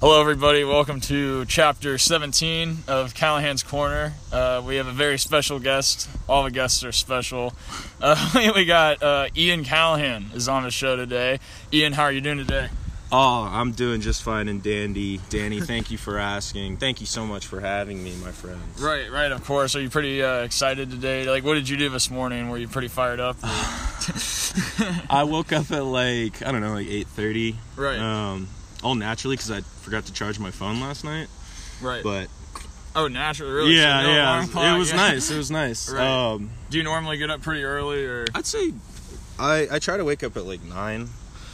Hello, everybody. Welcome to Chapter 17 of Callahan's Corner. Uh, we have a very special guest. All the guests are special. Uh, we got uh, Ian Callahan is on the show today. Ian, how are you doing today? Oh, I'm doing just fine and dandy. Danny, thank you for asking. Thank you so much for having me, my friend. Right, right. Of course. Are you pretty uh, excited today? Like, what did you do this morning? Were you pretty fired up? I woke up at like, I don't know, like 8:30. Right. Um, all naturally cuz I forgot to charge my phone last night, right. but oh, naturally, really. yeah, So no yeah. alarm clock, It was yeah. nice. It was nice. Right. Um, Do you normally get up pretty early, or I'd say I I try to wake up at like 9.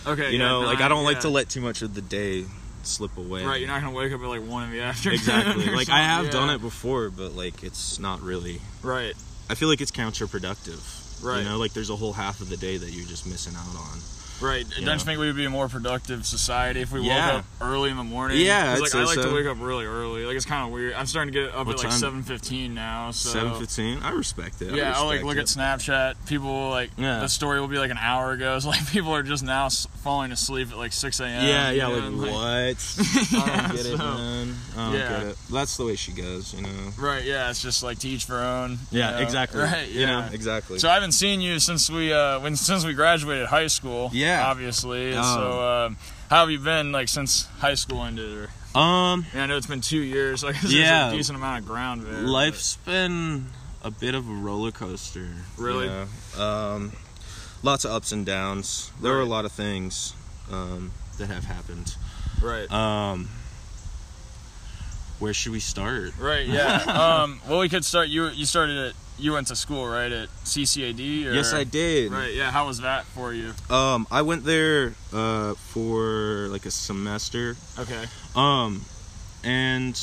okay? You yeah, know, like I nine, don't like yeah. to let too much of the day slip away. Right, you're not gonna wake up at like one in the afternoon. exactly. or Like I have something, done yeah. it before, but like it's not really Right, I feel like it's counterproductive. Right. You know, like there's a whole half of the day that you're just missing out on. right. Don't Yeah. you think we would be a more productive society if we Yeah. woke up early in the morning? 'Cause, Yeah, I'd like say I like to so. wake up really early. Like it's kind of weird. I'm starting to get up What at like time? seven fifteen now. So Seven fifteen. I respect it. I Yeah, I'll like respect look at it. Snapchat. People like Yeah. the story will be like an hour ago. So like people are just now s- falling asleep at like six a.m. Yeah, yeah. you know, Like and, what? I Yeah, don't get so- it, man. I don't Yeah. get it. That's the way she goes, you know. Right. Yeah. It's just like to each their own. you know? Right. Yeah. You know, exactly. So I haven't seen you since we uh when since we graduated high school. Yeah. Obviously. Um. So um, how have you been like since high school ended? Or, um, I, mean, I know it's been two years. Like there's Yeah. a decent amount of ground there. but- life's been a bit of a roller coaster. you Really? know. Um, lots of ups and downs. There were a Right. lot of things, um, that have happened. Right. Um, where should we start? Right. Yeah. um. Well, we could start. You you started at you went to school right at CCAD. Or, Yes, I did. Right. Yeah. How was that for you? Um, I went there uh, for like a semester. Okay. Um, and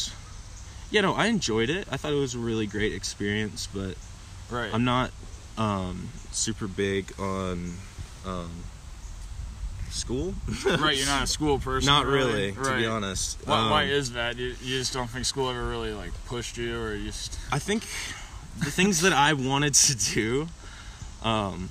you know, I enjoyed it. I thought it was a really great experience, but Right. I'm not um, super big on um, school. right. You're not a school person. not really, to right. be honest. Why, why Um, is that? You, you just don't think school ever really like pushed you, or you just I think the things that I wanted to do, um,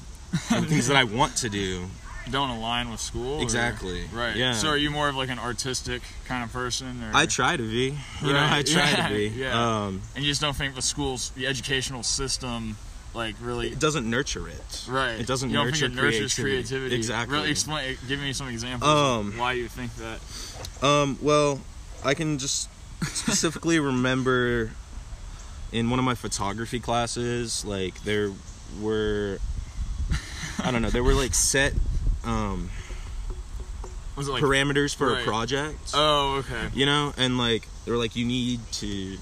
and the things that I want to do, don't align with school? or- exactly. Right. Yeah. So are you more of like an artistic kind of person? Or, I try to be. You know, I Right, try yeah, to be. yeah. Um, and you just don't think the schools, the educational system, like really. it doesn't nurture it. Right. it doesn't you don't nurture think it nurtures creativity. creativity. Exactly. Really explain. Give me some examples. of Um, why you think that? Um, well, I can just specifically remember in one of my photography classes, like there were, I don't know, there were like set um, Was it like? parameters for right. a project, oh, okay. you know, and like they were like you need to,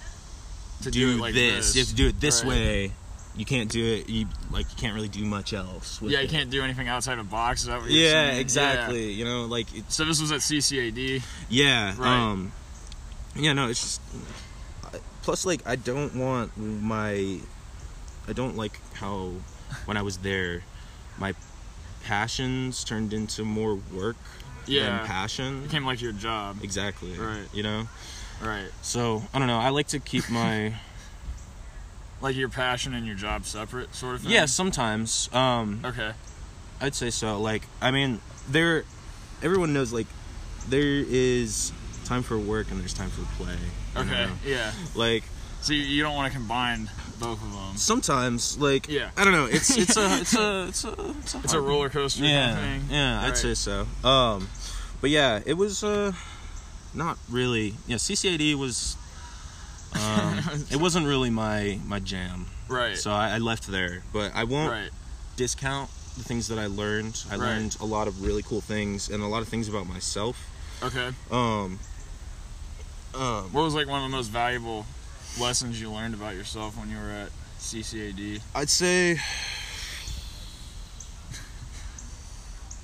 To do, it like this. you have to do it this Right. way. You can't do it. You like you can't really do much else. With Yeah, you it. can't do anything outside of box. Is that what you're saying? Yeah, Yeah. exactly. You know, like it, So this was at CCAD. Yeah. Right. Um. Yeah. No. It's just. I- Plus, like, I don't want my. I don't like how, when I was there, my passions turned into more work Yeah. than passion. became like your job. Exactly. Right. You know. Right. So I don't know. I like to keep my. Like your passion and your job separate, sort of thing? yeah. Sometimes. Um. Okay. I'd say so. Like, I mean, there, everyone knows like, there is time for work and there's time for play. you Okay. know? Yeah. Like So you, you don't want to combine both of them. sometimes, like, Yeah. I don't know. It's it's a it's a it's a it's a, It's a hard- roller coaster Yeah, kind of thing. yeah. I'd Right. say so. Um, but yeah, it was uh, not really. Yeah, CCAD was. Um, it wasn't really my my jam, Right. so I, I left there. But I won't right. discount the things that I learned. I Right. learned a lot of really cool things and a lot of things about myself. Okay. Um, um, What was like one of the most valuable lessons you learned about yourself when you were at CCAD? I'd say.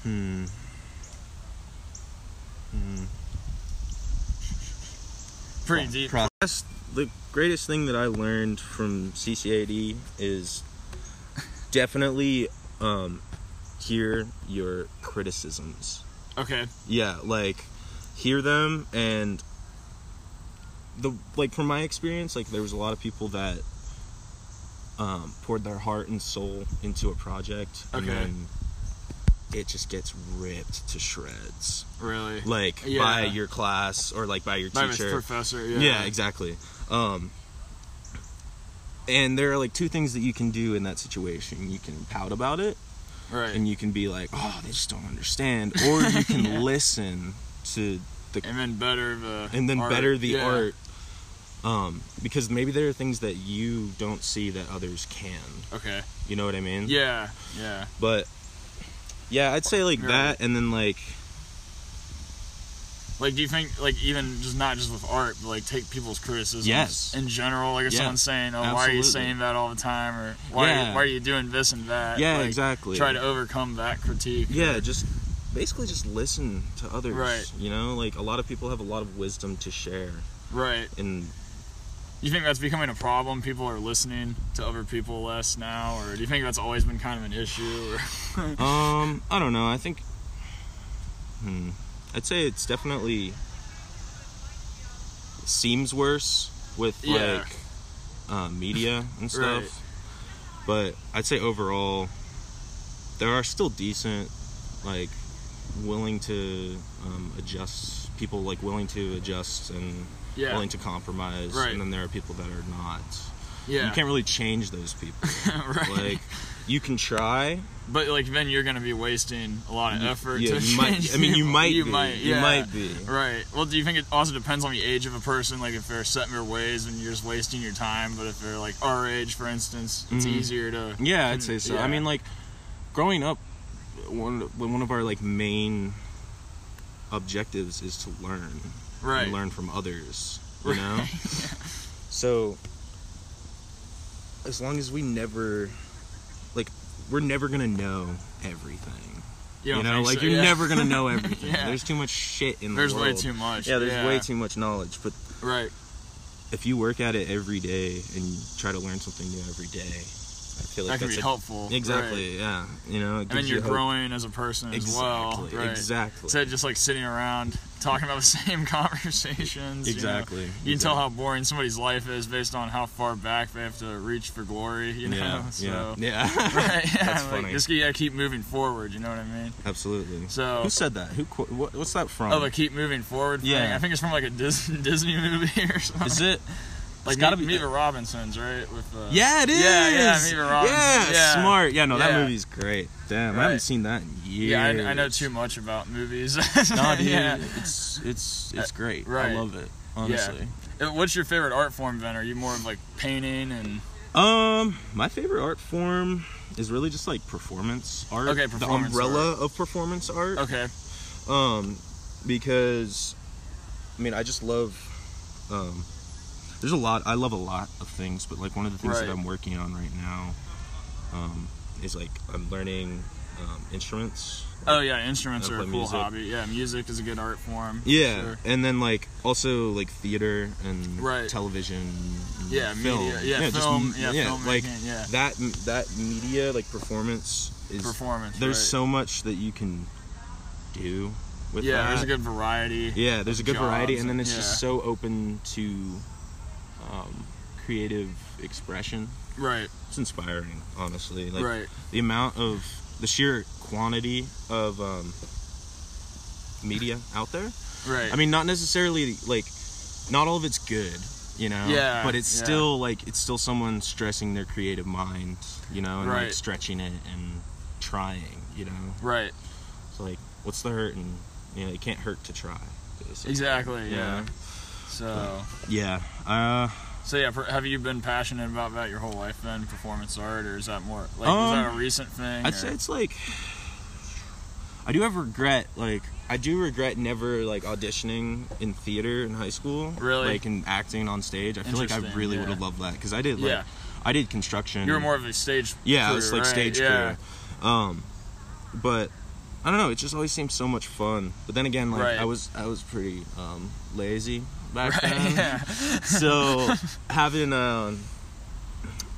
Hmm. Hmm. Pretty deep. Process. The greatest thing that I learned from CCAD is definitely um, hear your criticisms. Okay. Yeah, like hear them and the like from my experience, like there was a lot of people that um, poured their heart and soul into a project and Okay. then it just gets ripped to shreds, Really. like Yeah. by your class or like by your By my teacher. professor. Yeah. Yeah, exactly. Um, and there are like two things that you can do in that situation. You can pout about it, Right. and you can be like, "Oh, they just don't understand," or you can Yeah. listen to the and then better the. and then art. better the Yeah. art. Um, because maybe there are things that you don't see that others can. Okay. You know what I mean? Yeah. Yeah. But yeah, I'd say like Right. that, and then like Like, do you think, like, even just not just with art, but like take people's criticisms Yes. in general? Like, if Yeah, someone's saying, "Oh, why are you absolutely. saying that all the time?" or "Why, are Yeah. you, why are you doing this and that?" yeah, like, exactly. Try to overcome that critique. yeah, just basically just listen to others. Right. You know, like a lot of people have a lot of wisdom to share, Right. and You think that's becoming a problem? People are listening to other people less now, or do you think that's always been kind of an issue? Or um, I don't know. I think, hmm, I'd say it's definitely seems worse with Yeah. like uh, media and stuff, Right. but I'd say overall there are still decent like willing to um, adjust people like willing to adjust and yeah, willing to compromise Right. and then there are people that are not yeah, you can't really change those people right. like you can try but like then you're gonna be wasting a lot of You- effort. yeah, to you might, change I mean, you people. might. You be, might. You yeah. might be. Right. Well, do you think it also depends on the age of a person? Like, if they're set in their ways and you're just wasting your time, but if they're like our age, for instance, it's Mhm. easier to. Yeah, I'd say so. Yeah. I mean, like growing up, one one of our like main objectives is to learn Right. and learn from others. You know. So as long as we never, like, we're never gonna know everything. You, don't know, think like so, you're yeah. never gonna know everything. Yeah. There's too much shit in There's the way world. too much. Yeah, there's way too much knowledge, but Right. if you work at it every day and you try to learn something new every day, I feel like that can that's be a- helpful. Right. exactly. Yeah, you know, it And then gives you you're hope. growing as a person as well. Exactly, Right. Exactly. Instead of just like sitting around talking about the same conversations. you know. exactly. You can tell how boring somebody's life is based on how far back they have to reach for glory, you know? Yeah. so, yeah. Yeah. Right, yeah, That's like, funny. Just you gotta keep moving forward, you know what I mean? Absolutely. So, Who said that? Who? qu- What, what's that from? oh, the keep moving forward thing. Yeah. I think it's from like a Disney, Disney movie or something. Is it? like gotta Me- be- Meet the Robinsons, right? With uh, Yeah, it is. Yeah, yeah, Meet the Robinson. Yeah, Yeah. smart. Yeah, no, that Yeah. movie's great. Damn, I Right. haven't seen that in years. Yeah, I, I know too much about movies. No, dude, Yeah. Uh, it's it's it's great. right. I love it. Honestly. Uh, What's your favorite art form then? Are you more of like painting and Um, my favorite art form is really just like performance art. Okay, the performance Uh, umbrella of performance art. okay, Um, because I mean, I just love. Um, there's a lot. I love a lot of things, but like one of the things Right. that I'm working on right now, um, is like I'm learning um, instruments. oh yeah, instruments I are a play cool music. hobby. Yeah, music is a good art form. Yeah, sure. and then like also like theater and Right. television. and Yeah, film. media. Yeah, just film. m- yeah, film like yeah, that. That media like performance is. performance. there's right. so much that you can do with yeah, that. there's a good variety. Yeah, there's a good variety, jobs and then and- it's yeah. just so open to um, creative expression. Right, It's inspiring, honestly. Like right. the amount of the sheer quantity of um, media out there. Right. I mean, not necessarily like not all of it's good, you know. Yeah, But it's yeah. still like it's still someone stressing their creative mind, you know, and Right. like stretching it and trying, you know. right. It's like what's the hurt, and you know, it can't hurt to try. basically. Exactly. You Yeah. know? So, Yeah. Uh, so yeah. per- Have you been passionate about that your whole life then, performance art, or is that more like is that a Um, recent thing? I'd or- say it's like I do have regret. Like I do regret never like auditioning in theater in high school. Really? Like and acting on stage. I feel like I Interesting, really yeah. would have loved that because I did like yeah. I did construction. You were more of a stage. yeah, crew, it's like right? stage yeah. crew. Um, but I don't know. It just always seemed so much fun. But then again, like Right. I was I was pretty um, lazy back Right, then. yeah. So having um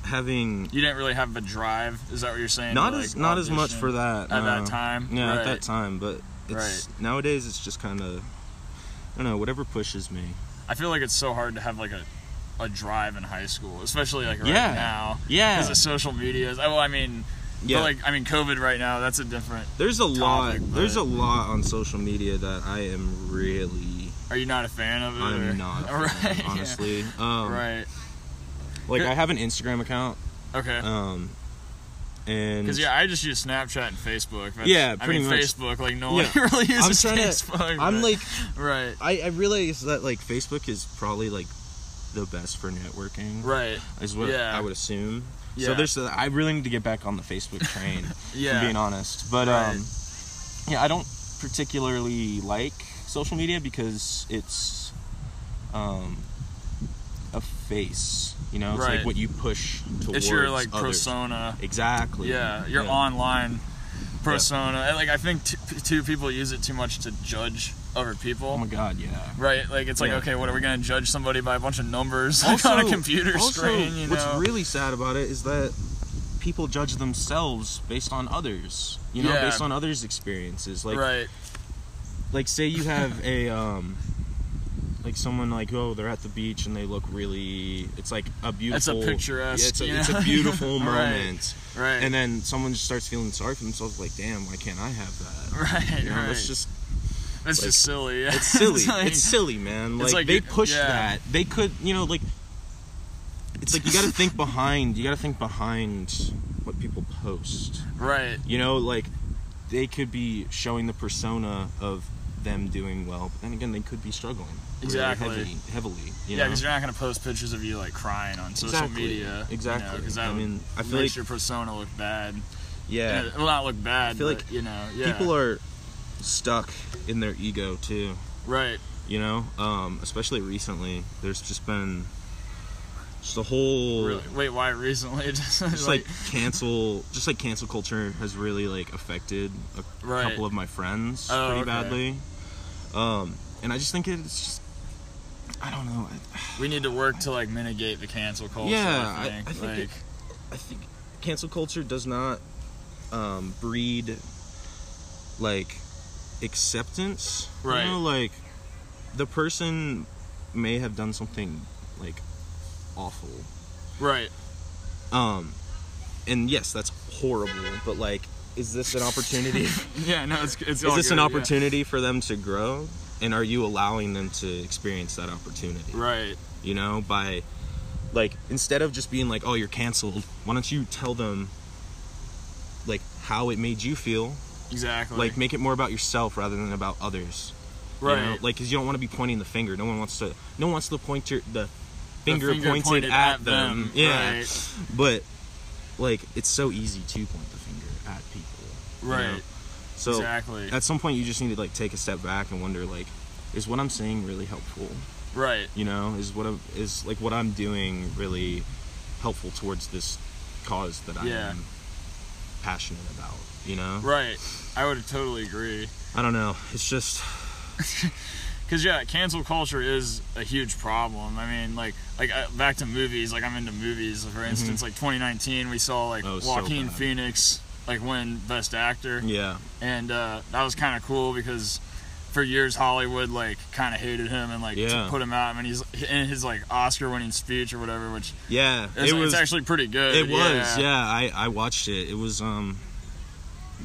having You didn't really have the drive. Is that what you're saying? to, not like, as not as much audition for that at no. that time. Yeah, right. at that time, but it's nowadays it's just kind of I don't know, whatever pushes me. I feel like it's so hard to have like a a drive in high school, especially like right Yeah. now. Yeah. Because of social media. Well, I mean, Yeah. But like I mean, COVID right now, that's a different. There's a lot. topic, but- There's a lot on social media that I am really. Are you not a fan of it? or- I'm not. All right. yeah. honestly. Um, Right. Like I have an Instagram account. Okay. Um, and Because yeah, I just use Snapchat and Facebook. That's, Yeah, I pretty mean much. Facebook. Like no one Yeah. really I'm uses trying to. Facebook. I'm but- like. right, I, I realize that like Facebook is probably like the best for networking. right, Is what Yeah. I would assume. yeah, So there's. the- I really need to get back on the Facebook train. yeah, from being honest. But Right. um, yeah, I don't particularly like social media because it's um, a face. You know, it's Right. like what you push towards. it's your like others. persona. Exactly. Yeah, your online persona. And, Like I think t- p- two people use it too much to judge other Oh people. my god, yeah. Right, like it's like Yeah. okay, what are we gonna judge somebody by a bunch of numbers like, on a computer also, screen? You know, what's really sad about it is that people judge themselves based on others. You know, Yeah. based on others' experiences. Like, right, like say you have a um like someone like oh they're at the beach and they look really it's like a That's a beautiful picturesque, yeah, it's, a, you it's know? a beautiful Right. moment right, and then someone just starts feeling sorry for themselves like damn why can't i have that right, you know right. that's just it's like- just silly. Yeah. it's silly like- it's silly man It's like, like they you- push yeah. that they could you know like it's like you gotta think behind you gotta think behind what people post right, you know, like they could be showing the persona of them doing well, but then again, they could be struggling. really Exactly. heavily, heavily. You yeah, know? because you're not gonna post pictures of you like crying on social Exactly, media. Exactly. Because that I would mean, I feel makes like your persona look bad. yeah, Yeah. Well, not look bad. I feel but, like you know, yeah. people are stuck in their ego too. right. You know, um, especially recently, there's just been just a whole Really. Wait, why recently? just just like, cancel, just like cancel culture has really like affected a right. couple of my friends Oh, pretty okay. badly. Um, and I just think it's just, I don't know. I, we need to work to like mitigate the cancel culture. Yeah, I I- think. I think like, it- I think cancel culture does not um, breed like acceptance. Right. You know, like the person may have done something like awful. right. Um, and yes, that's horrible. But like, is this an opportunity? Yeah. No, it's it's. is all this good, an yeah. opportunity for them to grow? And are you allowing them to experience that opportunity? Right. you know by like instead of just being like oh you're canceled why don't you tell them like how it made you feel Exactly. like make it more about yourself rather than about others you know? right. like because you don't want to be pointing the finger no one wants to no one wants the pointer The the finger, pointed, at, them, yeah Right. but like it's so easy to point the finger at people you know? right. so exactly. at some point you just need to like take a step back and wonder like is what i'm saying really helpful Right. you know is what I'm, is like what i'm doing really helpful towards this cause that i Yeah. am passionate about you know Right. I would totally agree. i don't know it's just Cause yeah, cancel culture is a huge problem. I mean, like, like uh, back to movies. Like I'm into movies. For instance, like 2019, we saw like That was Mm-hmm. Oh, so Joaquin bad. Phoenix like win Best Actor, yeah and uh, that was kind of cool because for years Hollywood like kind of hated him and like Yeah. t- put him out. I mean, he's in his like Oscar-winning speech or whatever, which yeah is, it was it's actually pretty good. it was yeah i i watched it it was um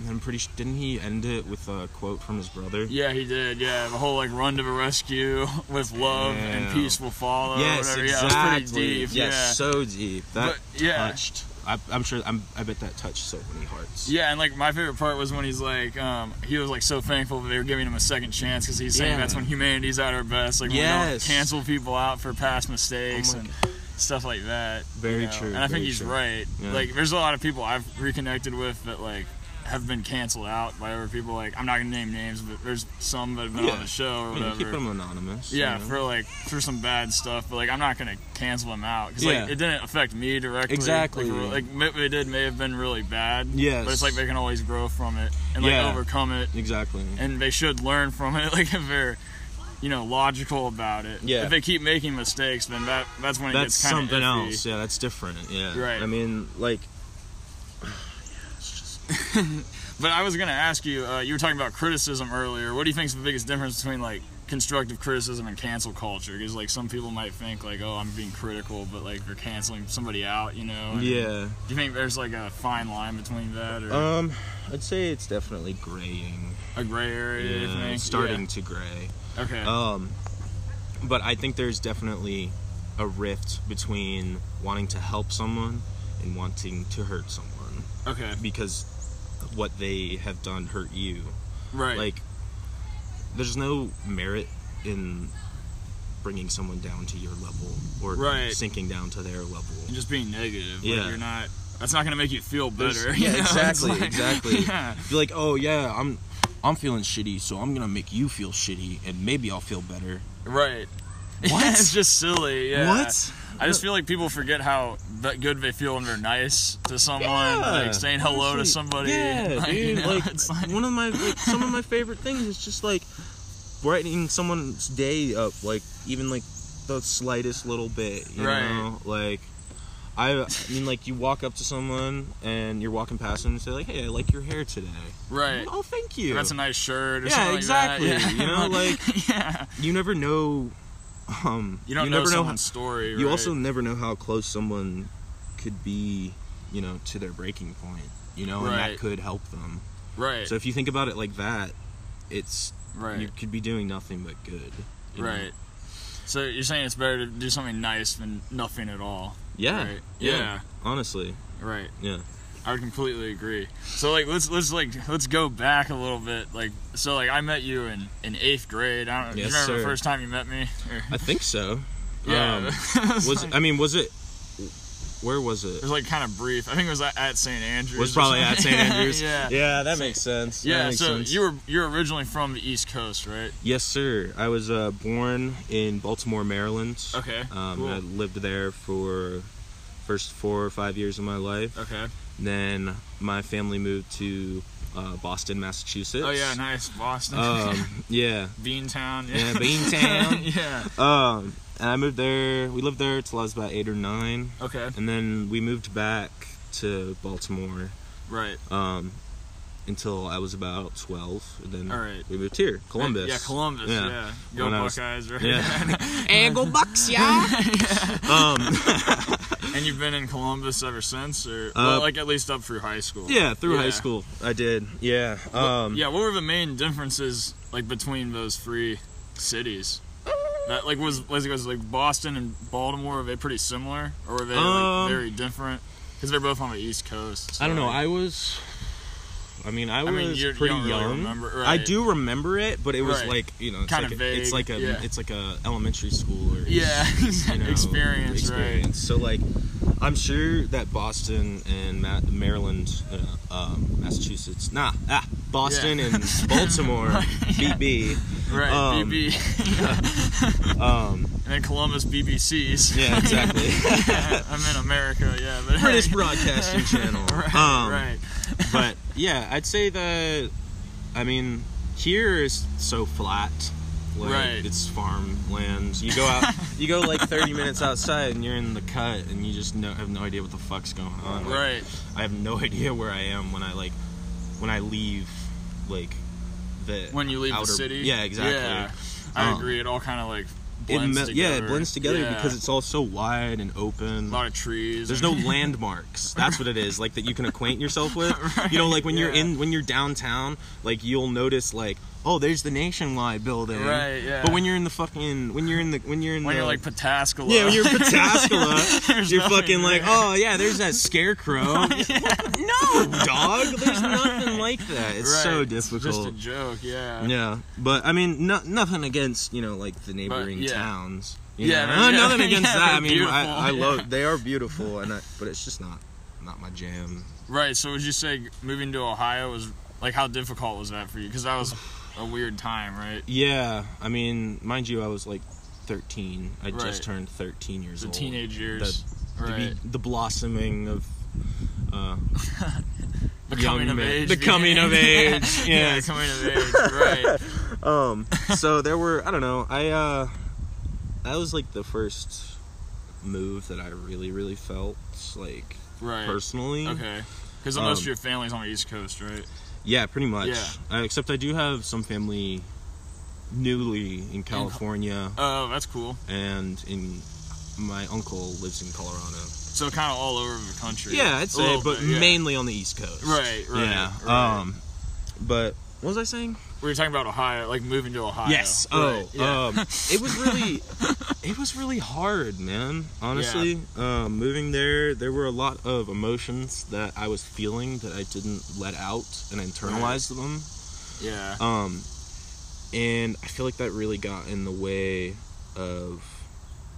i'm pretty sh- didn't he end it with a quote from his brother Yeah, he did. Yeah, the whole like run to the rescue with love and Damn. peace will follow. yes or whatever. exactly Yeah, it was pretty deep. yes yeah. so deep that But, yeah. touched I, i'm sure I'm, i bet that touched so many hearts Yeah, and like my favorite part was when he's like, um, he was like so thankful that they were giving him a second chance because he's saying Yeah. that's when humanity's at our best. Like, we don't Yes. cancel people out for past mistakes Oh my and stuff like that. you Very know? true, And I think very he's true. right. Yeah. Like, there's a lot of people I've reconnected with that like have been canceled out by other people. Like, I'm not gonna name names, but there's some that have been on Yeah. the show or I mean, whatever. keep them anonymous you yeah, know? for like for some bad stuff, but like I'm not gonna cancel them out because Yeah. like it didn't affect me directly. Exactly. Like, like what they did may have been really bad. Yes. But it's like they can always grow from it and like Yeah. overcome it, exactly and they should learn from it. Like if they're, you know, logical about it. Yeah. If they keep making mistakes, then that that's when it that's gets kind of something else. Yeah, that's different. Yeah. Right. I mean, like, But I was gonna ask you. Uh, you were talking about criticism earlier. What do you think's the biggest difference between like constructive criticism and cancel culture because like some people might think like oh I'm being critical but like they're canceling somebody out you know and Yeah. do you think there's like a fine line between that or Um, I'd say it's definitely graying. a gray area you Yeah, think? starting to gray. Yeah. okay Um, but I think there's definitely a rift between wanting to help someone and wanting to hurt someone okay because what they have done hurt you. right Like, there's no merit in bringing someone down to your level or Right. sinking down to their level. and just being negative like, Yeah. you're not that's not gonna make you feel There's- better yeah, you know? It's exactly, like- exactly. yeah. Be like, oh yeah, I'm, I'm feeling shitty, so I'm gonna make you feel shitty, and maybe I'll feel better. right What? it's just silly yeah What? I just feel like people forget how th- good they feel when they're nice to someone, like saying hello to honestly. somebody. Yeah, like, you dude, know, like, it's like, one of my like, some of my favorite things is just like brightening someone's day up, like even like the slightest little bit, you Right. know, like. I, I mean, like you walk up to someone and you're walking past them and say like, "Hey, I like your hair today." right. Oh, thank you. That's a nice shirt or Yeah, something exactly, like that. you know, like- yeah. you never know. Um, You don't know never someone's story. You right? also never know how close someone could be, you know, to their breaking point. You know, and Right. that could help them. right, So if you think about it like that, it's right, you could be doing nothing but good. you know? right. So you're saying it's better to do something nice than nothing at all. Yeah. Right. Yeah. Honestly. Right. Yeah. I would completely agree. So like let's let's like let's go back a little bit. Like so like I met you in in eighth grade. I don't do you Yes, remember the sir. Um, first time you met me. Or- I think so. Um, yeah. was I mean was it where was It it? was like kind of brief. I think it was at, at St. Andrews. Was or probably something. at St. Andrews. yeah. Yeah, that makes sense. That Yeah, makes so sense. you were you're originally from the East Coast, right? Yes, sir. I was uh, born in Baltimore, Maryland. Okay. Um, cool. I lived there for first four or five years of my life. okay. Then my family moved to uh, Boston, Massachusetts. Oh yeah, nice Boston, Um, yeah. Beantown. Yeah, Beantown. yeah. Um, and I moved there. We lived there till I was about eight or nine, Okay. and then we moved back to Baltimore Right. um, until I was about twelve. And then All right. we moved here, Columbus. Yeah, Columbus. Yeah. Yeah. Go When I was- Buckeyes, right? Yeah. Angle bucks, yeah. um, and you've been in Columbus ever since, or Uh, well, like at least up through high school. yeah, through high Yeah. school I did. Yeah. Um, yeah. What were the main differences like between those three cities? That like was was was like Boston and Baltimore were they pretty similar or were they like, Um, very different? Because they're both on the East Coast. so, I don't know. like- I was. I mean, I was I mean, you're- you pretty don't really young. remember- I right. do remember it, but it was Right. like you know, it's Kinda like a, it's vague, like a yeah. it's like a elementary school or Yeah, you know, experience, right? experience. So like, I'm sure that Boston and Ma- Maryland, uh, um, Massachusetts, nah, ah, Boston Yeah. and Baltimore, BB, Right, Um, BB. um, and then Columbus BBCs. yeah, exactly, Yeah, I'm in America, yeah. But British Broadcasting Channel, right, um, right. but yeah, I'd say that. I mean, here is so flat. Like, Right. It's farmland. You go out, you go like 30 minutes outside, and you're in the cut, and you just no, have no idea what the fuck's going on. Like, Right. I have no idea where I am when I like when I leave, like the When you leave outer- the city. Yeah, exactly. Yeah, I Um, agree. It all kind of like It blends me- together. yeah, it blends together Yeah. because it's all so wide and open. a lot of trees. There's no landmarks. That's what it is. Like that you can acquaint yourself with. you know, like when you're yeah. in when you're downtown, like you'll notice like, oh, there's the Nationwide building. Right, yeah. But when you're in the fucking when you're in the when you're in when the, you're like Pataskala. yeah, when you're in Pataskala, There's you're nothing fucking like, there. oh yeah, there's that scarecrow. No, dog, there's nothing like that. It's so Right, it's Just a difficult. joke, yeah. Yeah, but I mean, no, nothing against you know like the neighboring yeah. towns. you Yeah, know? no, Uh, yeah, nothing against yeah, that. I they're mean, I, beautiful, I yeah. love they are beautiful, and I, but it's just not not my jam. Right. So would you say moving to Ohio was like how difficult was that for you? Because that was a weird time, right? Yeah, I mean, mind you, I was like 13. I Right. just turned 13 years The old. teenage years. The, be- right. the blossoming of. Uh, The young coming of man- age. the coming of began. age, yeah. yes. Coming of age. Right. um so there were i don't know i uh that was like the first move that i really really felt like Right. personally Okay. Because most of Um, your family's on the East Coast, right? yeah pretty much Yeah. Uh, except i do have some family newly in California, Oh, that's cool. and in my uncle lives in Colorado. So kind of all over the country. Yeah, I'd A say, little but bit, Oh, yeah. mainly on the East Coast. Right, right. yeah. right. Um, but what was I saying? we were talking about Ohio, like moving to Ohio. Oh, Right, yeah. um, it was really, it was really hard, man. Honestly, um, moving there, there were a lot of emotions that I was feeling that I didn't let out and internalize them. yeah. Um, and I feel like that really got in the way of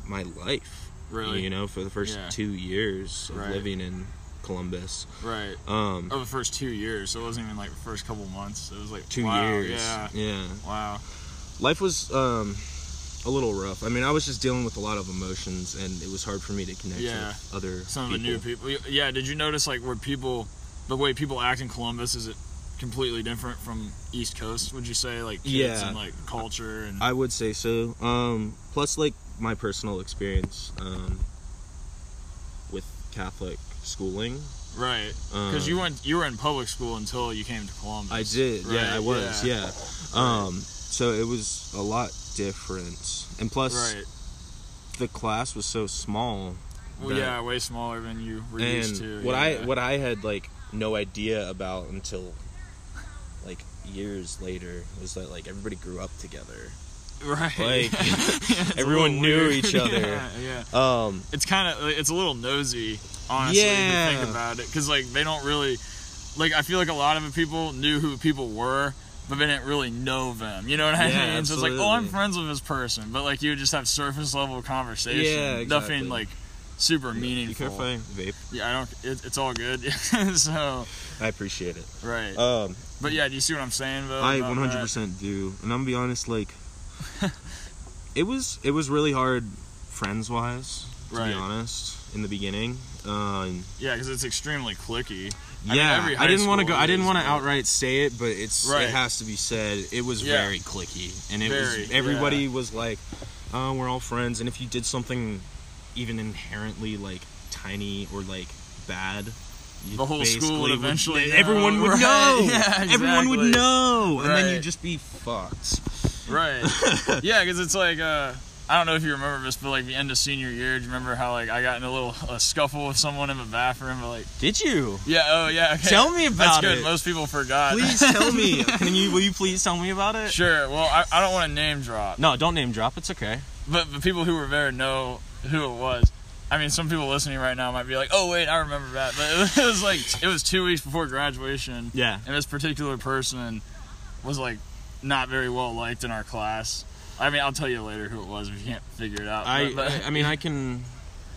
my life. Really. You know, for the first Yeah. two years of Right. living in Columbus. Right. Um, Oh, the first two years. So it wasn't even like the first couple months. It was like two wow, years. Yeah. yeah. Wow. life was um a little rough. I mean, I was just dealing with a lot of emotions, and it was hard for me to connect Yeah. with other Some of people. the new people. Yeah. Did you notice like where people, the way people act in Columbus is it completely different from East Coast? Would you say like kids Yeah. and like culture and I would say so. Um, plus, like my personal experience um, with Catholic schooling. right? Um, Because you went you were in public school until you came to Columbus. I did. Right, yeah, I was. yeah. Yeah. Um, so it was a lot different, and plus Right. the class was so small. Well, that- yeah, way smaller than you were and used to. what yeah. I what I had like no idea about until like years later was that like everybody grew up together. right. like, it's a little everyone knew weird. each other. Yeah, yeah. Um, it's kind of it's a little nosy honestly if you Yeah. think about it because like they don't really like i feel like a lot of people knew who people were but they didn't really know them you know what i Yeah, mean so it's like oh i'm absolutely. friends with this person but like you would just have surface level conversation Yeah, exactly. nothing like super meaningful vape? yeah i don't it, it's all good so I appreciate it. right Um, but yeah Oh, do you see what i'm saying though I about 100 percent do, and I'm gonna be honest. Like, it was it was really hard friends wise. To Right. be honest, in the beginning, um, that? yeah because it's extremely clicky I mean, yeah, I, every high didn't want to school go. I didn't is, want to but- outright say it, but it's Right. it has to be said. It was Yeah. very clicky, and it Very, was everybody was like, "Oh, we're all friends." And if you did something even inherently like tiny or like bad, you The whole basically school would eventually know, everyone would right? know. Yeah, Everyone exactly. would know, and then Right. you'd just be fucked. Right. yeah, because it's like uh, I don't know if you remember this, but like the end of senior year, do you remember how like I got in a little uh scuffle with someone in the bathroom? But like, Did you? yeah, oh yeah, okay. Tell me That's about good. it. Most people forgot. Please tell me. Can you? Will you please tell me about it? sure. Well, I, I don't want to name drop, No, don't name drop. It's okay. but the people who were there know who it was. I mean, some people listening right now might be like, "Oh wait, I remember that." But it was like it was two weeks before graduation, Yeah. and this particular person was like not very well liked in our class. I mean, I'll tell you later who it was if you can't figure it out. I, but- but- I I mean I can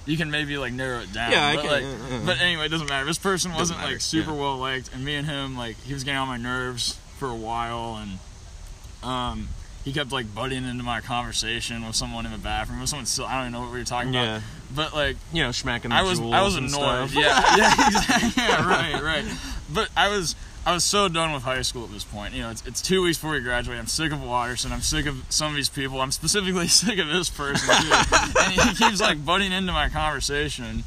you can maybe like narrow it down. Yeah, I but, can- uh, Like, yeah, yeah. But anyway, it doesn't matter. This person wasn't matter, like super yeah. well liked, and me and him like he was getting on my nerves for a while, and um, he kept like butting into my conversation with someone in the bathroom with someone. Still, I don't even know what we were talking yeah about. But like you know smacking the I was I was jewels and annoyed. stuff. Yeah, yeah, exactly. yeah, right, right. But I was I was so done with high school at this point. You know, it's, it's two weeks before we graduate. I'm sick of Watterson. I'm sick of some of these people. I'm specifically sick of this person too. and he keeps like butting into my conversation.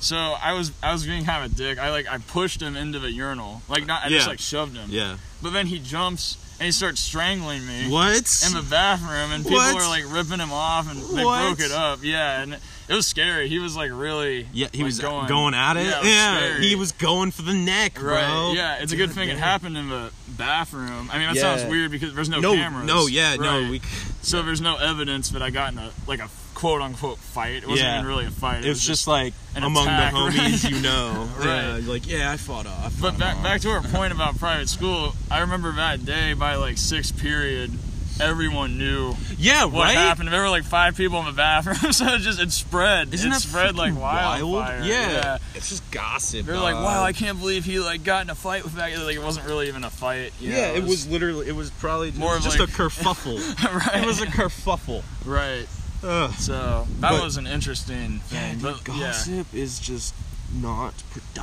So I was I was being kind of a dick. I like I pushed him into the urinal. Like not I just Yeah. like shoved him. Yeah. But then he jumps and he starts strangling me What? in the bathroom and people What? were like ripping him off and they What? broke it up. Yeah, and it was scary. He was like really yeah, he like, was uh, going, at it. Yeah, Yeah, was scary. he was going for the neck, right. bro. Yeah, it's a good thing it damn. happened in the bathroom. I mean, that Yeah. sounds weird because there's no, No, cameras. no, yeah, no. Right. We, so there's no evidence that I got in a like a quote unquote fight. It wasn't Yeah. even really a fight. it was just like an among attack, the right? homies, you know. Right. Yeah, like yeah, I fought off. I But fought back off. back to our point about private school. I remember that day by like sixth period. Everyone knew yeah, what right. happened. There were like five people in the bathroom, so it just it spread. Isn't it that spread like freaking wild? wildfire. Yeah. Uh. it's just gossip. They're like, dog. wow, I can't believe he like got in a fight with that. guy." Like it wasn't really even a fight. you yeah, know, it was literally. It was probably just, More of just like- a kerfuffle. right. it was a kerfuffle. right. Ugh. So that But- was an interesting thing. dude, but, yeah, gossip is just not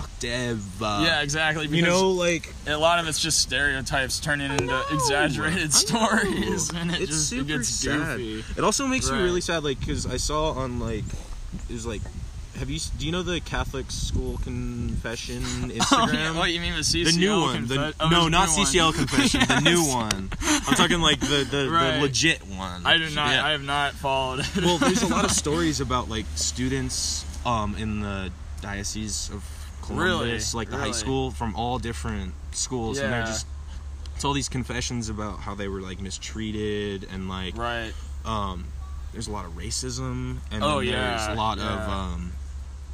productive. Uh, yeah, exactly. you because know, like a lot of it's just stereotypes turning into know. Oh, I know. exaggerated stories, and it It's just super it gets sad. goofy. It also makes Right. me really sad, like, because I saw on like it was like have you? s- Do you know the Catholic school confession Oh, Instagram? yeah, what you mean with CCL? the new one. The, confess- oh, there's no, a not new one. CCL confession. The new one. I'm talking like the the, Right. the legit one. I do not. Yeah. I have not followed. it. well, there's a lot of stories about like students um, in the diocese of Really? Columbus, like the high Really? school from all different schools, and they're Yeah. just it's all these confessions about how they were like mistreated and like right. um, there's a lot of racism and Oh, then yeah, there's a lot of yeah. um,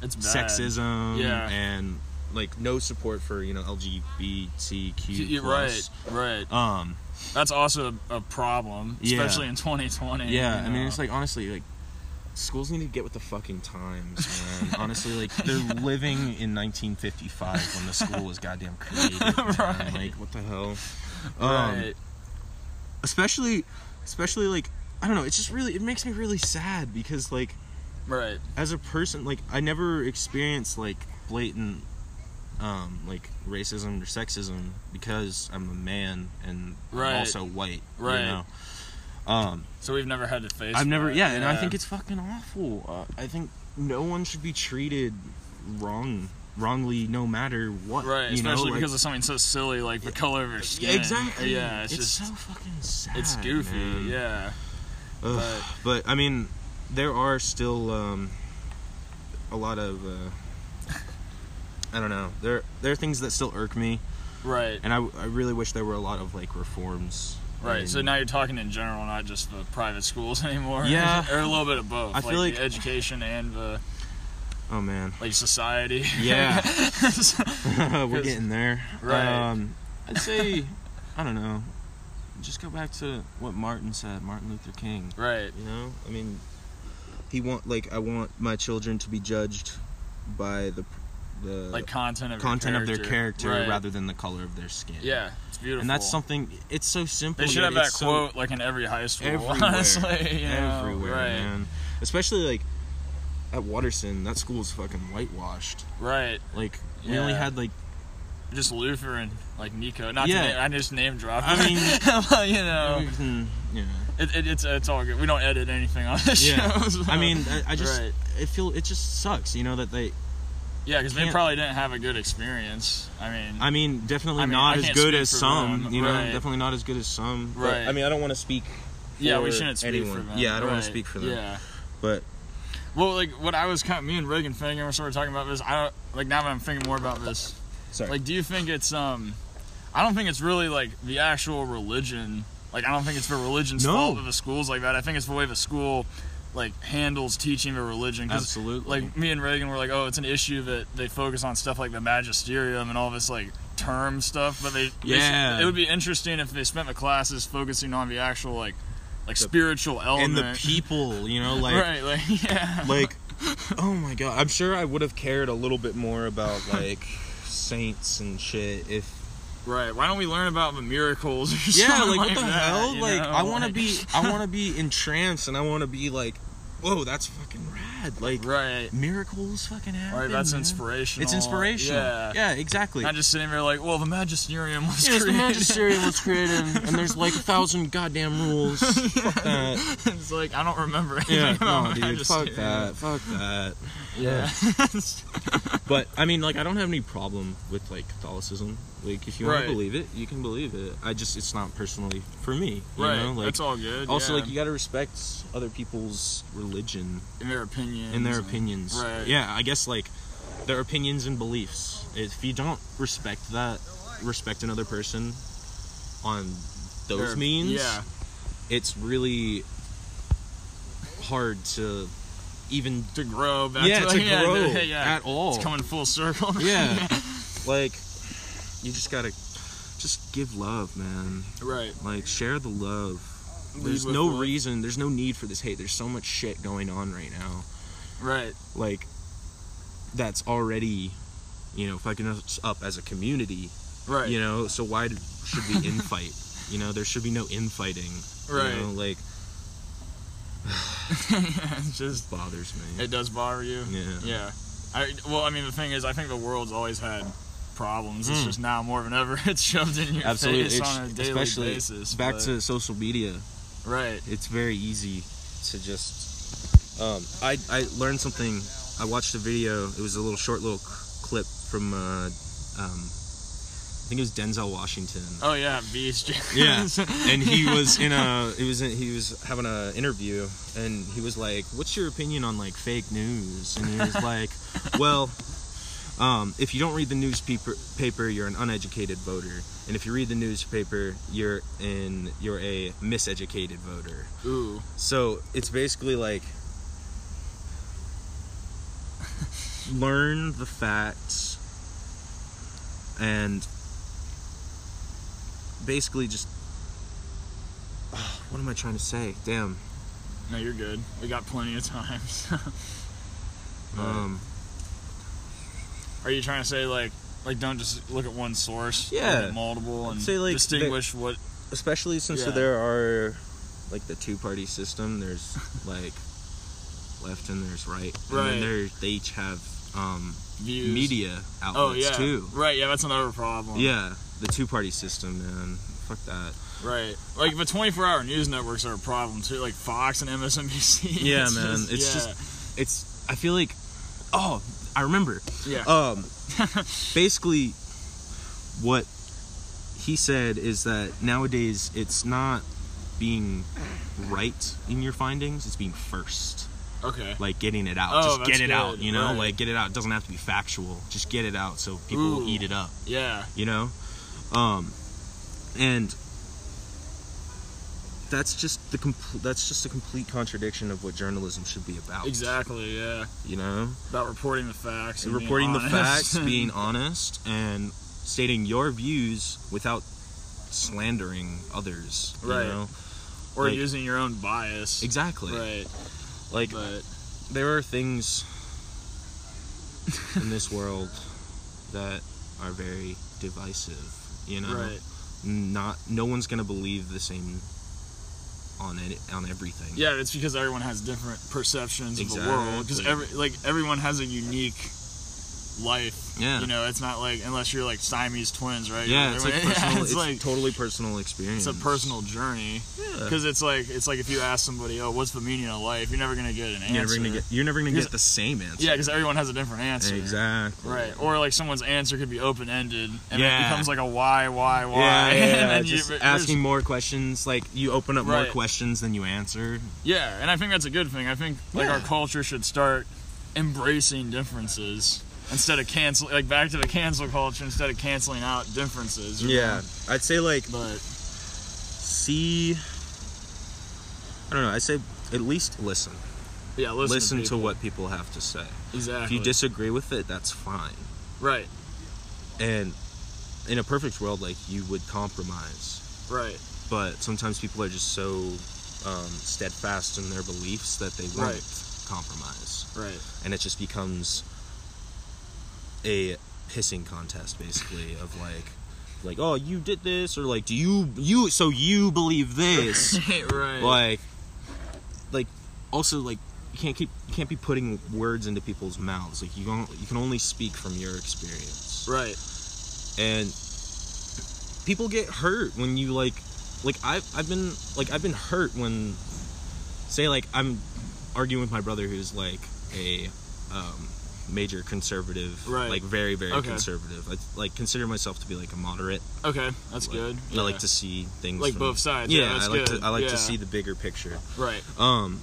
It's bad. sexism Yeah. and like no support for you know LGBTQ. You're right. Right. Um, That's also a, a problem, Yeah. especially in 2020. Yeah, you I mean, know. it's like honestly, like schools need to get with the fucking times, man. honestly, like they're living in 1955 when the school was goddamn created. man. Right. Like what the hell? Um, right. Especially, especially like I don't know. It's just really it makes me really sad because like Right. as a person, like I never experienced like blatant. Um, like racism or sexism because I'm a man and I'm Right. also white. Right. You know? Um, So we've never had to face. I've never, that, yeah, and I think it's fucking awful. Uh, I think no one should be treated wrong, wrongly, no matter what. right, you know, especially like- because of something so silly like the color of your Yeah, skin. exactly. Yeah, it's, just so fucking sad. it's goofy. man. Yeah. Ugh, but I mean, there are still um, a lot of. Uh, I don't know. There, there are things that still irk me, Right. and I, I really wish there were a lot of like reforms. Right. and- so now you're talking in general, not just the private schools anymore. Yeah. or a little bit of both. I like, feel like- the education and the oh man, like society. Yeah. We're 'Cause- getting there. Right. Um, I'd say, I don't know. Just go back to what Martin said, Martin Luther King. right. You know, I mean, he want like I want my children to be judged by the the Like content of your content of their character. character Right. rather than the color of their skin. Yeah, it's beautiful. And that's something. It's so simple. They should yet have that it's so quote like in every high school. everywhere. Honestly, you know, everywhere, right, man. Especially like at Waterson, that school's fucking whitewashed. right. Like we only Yeah. had like Just Luther and like Nico. Not Yeah. to name, I just name dropped. I mean- you know, Mhm, yeah. it, it, it's it's all good. We don't edit anything on this Yeah. show. so- I mean, I, I just Right. I feel it just sucks, you know, that they. yeah, because they can't- probably didn't have a good experience. I mean, I mean, definitely I mean, not I as can't good speak as for some, them, you know, right. definitely not as good as some. but- Right. I mean, I don't want to speak. yeah, we for shouldn't speak anyone. for them. Yeah, I don't wanna right, speak for them. Yeah. But Well, like what I was kind of, me and Reagan Finnegan were sort of talking about this. I don't like now that I'm thinking more about this. sorry, Like, do you think it's um? I don't think it's really like the actual religion. Like, I don't think it's the religion's No. fault that the schools like that. I think it's the way the school like handles teaching the religion. 'Cause, absolutely. Like me and Reagan were like, oh, it's an issue that they focus on stuff like the magisterium and all this like term stuff, but they they should- Yeah. it would be interesting if they spent the classes focusing on the actual like like The- spiritual element. and the people, you know, like right, like yeah, like, oh my god, I'm sure I would have cared a little bit more about like saints and shit if right. Why don't we learn about the miracles? Or Yeah, something like, what the that, hell? you Like know? I want to Like- be, I want to be entranced, and I want to be like, whoa, that's fucking rad. Like right. miracles fucking happen. Right, that's man. inspirational. It's inspirational. Yeah. Yeah, exactly. Not just sitting there like, well, the magisterium was Yes, the created. magisterium was created, and there's like a thousand goddamn rules. fuck that. it's like I don't remember anything Yeah, no, about dude, fuck magisterium. that. Fuck that. Yeah. But I mean, like, I don't have any problem with like Catholicism. Like, if you want Right. to believe it, you can believe it. I just, it's not personally for me. You right. Know? Like, that's all good. also, yeah. like, you gotta respect other people's religion in their opinions. in their and- opinions. Right. Yeah, I guess like their opinions and beliefs. If you don't respect that, respect another person on those their- means, Yeah. it's really hard to even To grow. Back yeah to, to like, yeah, grow yeah, yeah. at all. It's coming full circle. Yeah, like you just gotta just give love, man. right. Like share the love. Lead There's with no love. reason. There's no need for this hate. There's so much shit going on right now. Right. like that's already you know fucking us up as a community Right. you know so why d- should we infight you know there should be no infighting you Right. know, like it's just bothers me it does bother you. yeah Yeah. I well, I mean, the thing is, I think the world's always had problems. It's Mm. just now more than ever, it's shoved in your absolutely face It's- on a daily especially basis. back but- to social media right, it's very easy to just um i i learned something I watched a video. It was a little short little c- clip from, uh, um, I think it was Denzel Washington. Oh yeah, beast. Yeah, and he was in a he was in, he was having a interview, and he was like, "What's your opinion on like fake news?" And he was like, "Well, um, if you don't read the newspaper, paper, you're an uneducated voter, and if you read the newspaper, you're in you're a miseducated voter." Ooh. So it's basically like learn the facts and basically just Ah, what am I trying to say? Damn. No, you're good. We got plenty of time. so. Um, Are you trying to say like like don't just look at one source? look Yeah. at multiple I'd and say, like, distinguish what. especially since Yeah. there are like the two-party system. There's like left and there's right, and Right. then there they each have um, views. media outlets Oh yeah. too. Right. Yeah, that's another problem. Yeah, the two-party system, man. Fuck that. Right. Like the 24-hour news networks are a problem too. Like Fox and MSNBC. Yeah, man, it's yeah. it's I feel like oh I remember yeah. um basically what he said is that nowadays it's not being right in your findings it's being first okay. like getting it out Oh, just that's get it out good, you know right. like get it out it doesn't have to be factual just get it out so people will Ooh. eat it up Yeah. you know um and that's just the compl- that's just a complete contradiction of what journalism should be about Exactly. Yeah. you know About reporting the facts. and being reporting the honest. facts, being honest, and stating your views without slandering others. you Right. know? or like- using your own bias. Exactly. Right. Like But there are things in this world that are very divisive. You know, right. not no one's gonna believe the same on any, on everything. Yeah, it's because everyone has different perceptions of the world. Because Exactly. every like everyone has a unique life. Yeah. You know, it's not like unless you're like Siamese twins, right? Yeah, it's like Everyone- personal. it's, it's like totally personal experience. it's a personal journey. Yeah. Because it's like it's like if you ask somebody, oh, what's the meaning of life? You're never gonna get an answer. You're never gonna get. You're never gonna Because- get the same answer. Yeah, because everyone has a different answer. Exactly. Right, or like someone's answer could be open ended, and then it Yeah. becomes like a why, why, why, Yeah, yeah, and yeah, then just you, there's- asking more questions. Like you open up Right. more questions than you answer. Yeah, and I think that's a good thing. I think like Yeah. our culture should start embracing differences instead of cancel like back to the cancel culture instead of canceling out differences. you know? I'd say like But see. I don't know. I say at least listen. yeah, listen, Listen, to, people. what people have to say. If exactly. you disagree with it, that's fine. right, And in a perfect world, like you would compromise. right, But sometimes people are just so um, steadfast in their beliefs that they won't compromise. right. and it just becomes a pissing contest basically of like like oh you did this or like do you you so you believe this right. like like also like you can't keep you can't be putting words into people's mouths like you don't you can only speak from your experience Right. and people get hurt when you like like I've, I've been like i've been hurt when say like i'm arguing with my brother who's like a um, major conservative Right. like very very Okay. conservative i like consider myself to be like a moderate Okay, that's like, good. i like Yeah. to see things Like from- both sides. yeah, Yeah, that's i like good. to i like yeah. to see the bigger picture Right. um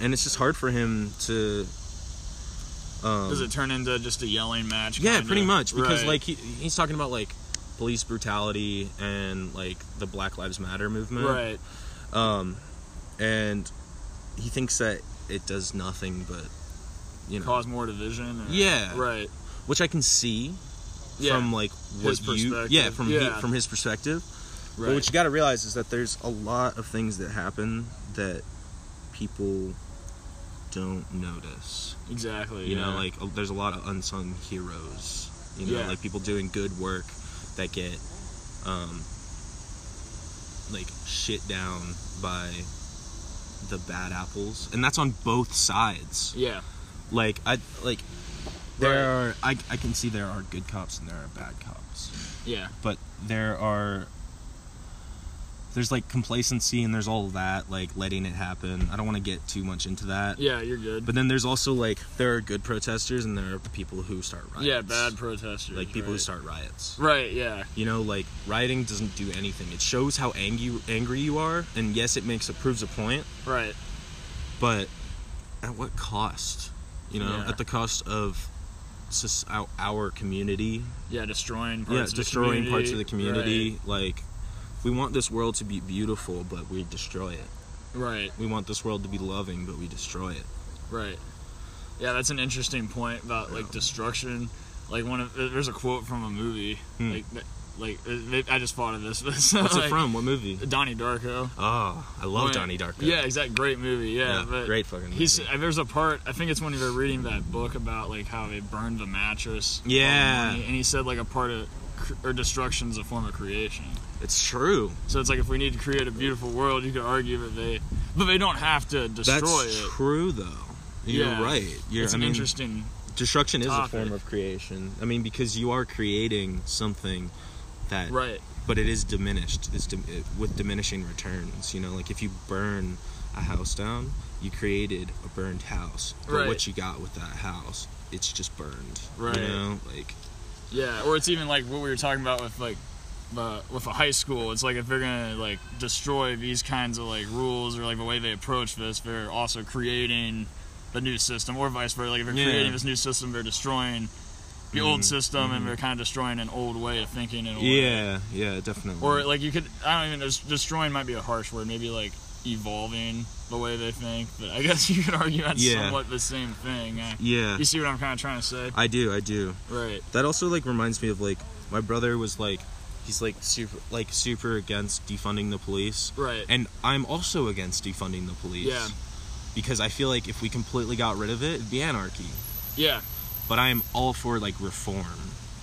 and it's just hard for him to um, Does it turn into just a yelling match? yeah, kinda? pretty much because Right. like he, he's talking about like police brutality and like the Black Lives Matter movement. right. Um and he thinks that it does nothing but you know Cause more division. Or, Yeah. Right. which I can see Yeah. from like what His you perspective. yeah, from he- Yeah. from his perspective. right. But what you got to realize is that there's a lot of things that happen that people don't notice. exactly. you know yeah. like uh, there's a lot of unsung heroes you know Yeah. like people doing good work that get um like shit down by the bad apples and that's on both sides yeah. like i like there are I, I can see there are good cops and there are bad cops Yeah. but there are there's like complacency and there's all of that, like letting it happen. I don't want to get too much into that. Yeah, you're good. But then there's also like there are good protesters and there are people who start riots. yeah, bad protesters. Like people who right. start riots. Right. Yeah. You know, like rioting doesn't do anything. It shows how angry angry you are, and yes, it makes it proves a point, Right. but at what cost? You know, Yeah. at the cost of sus- our, our community Yeah, destroying parts. yeah, of the destroying community. parts of the community. Like, we want this world to be beautiful, but we destroy it. Right. We want this world to be loving, but we destroy it. Right. right. Yeah, that's an interesting point about like Yeah. destruction. Like one of there's a quote from a movie. Hmm. Like that- like it- I just thought of this. But so, What's like, it from? What movie? Donnie Darko. Oh, I love When- Donnie Darko. Yeah, exact great movie. Yeah, Yeah, but great fucking He's movie. and there's a part I think it's when you were reading that book about like how they burned the mattress. for Yeah. money, and he said like a part of cr- or destruction's a form of creation. It's true. So it's like if we need to create a beautiful world, you could argue that they, but they don't have to destroy That's it. true, though. You're Yeah. right. You're, It's I an mean, interesting. destruction is a topic. form of creation. I mean, because you are creating something that Right. but it is diminished. It's dim- it, with diminishing returns. You know, like if you burn a house down, you created a burned house. But Right. what you got with that house, it's just burned. Right. You know, like Yeah. Or it's even like what we were talking about with like. Uh, with a high school, it's like if they're gonna like destroy these kinds of like rules or like the way they approach this, they're also creating the new system, or vice versa. Like if they're Yeah. Mm-hmm. creating this new system, they're destroying the old system, and they're kind of destroying an old way of thinking. In a way. yeah, yeah, definitely. or like you could i don't even des- destroying might be a harsh word maybe like evolving the way they think but i guess you could argue that's Yeah. somewhat the same thing uh, yeah, you see what i'm kind of trying to say I do, I do. right That also like reminds me of like my brother was like, he's like super like super against defunding the police. right And I'm also against defunding the police. Yeah. Because I feel like if we completely got rid of it, it'd be anarchy. yeah but I am all for like reform.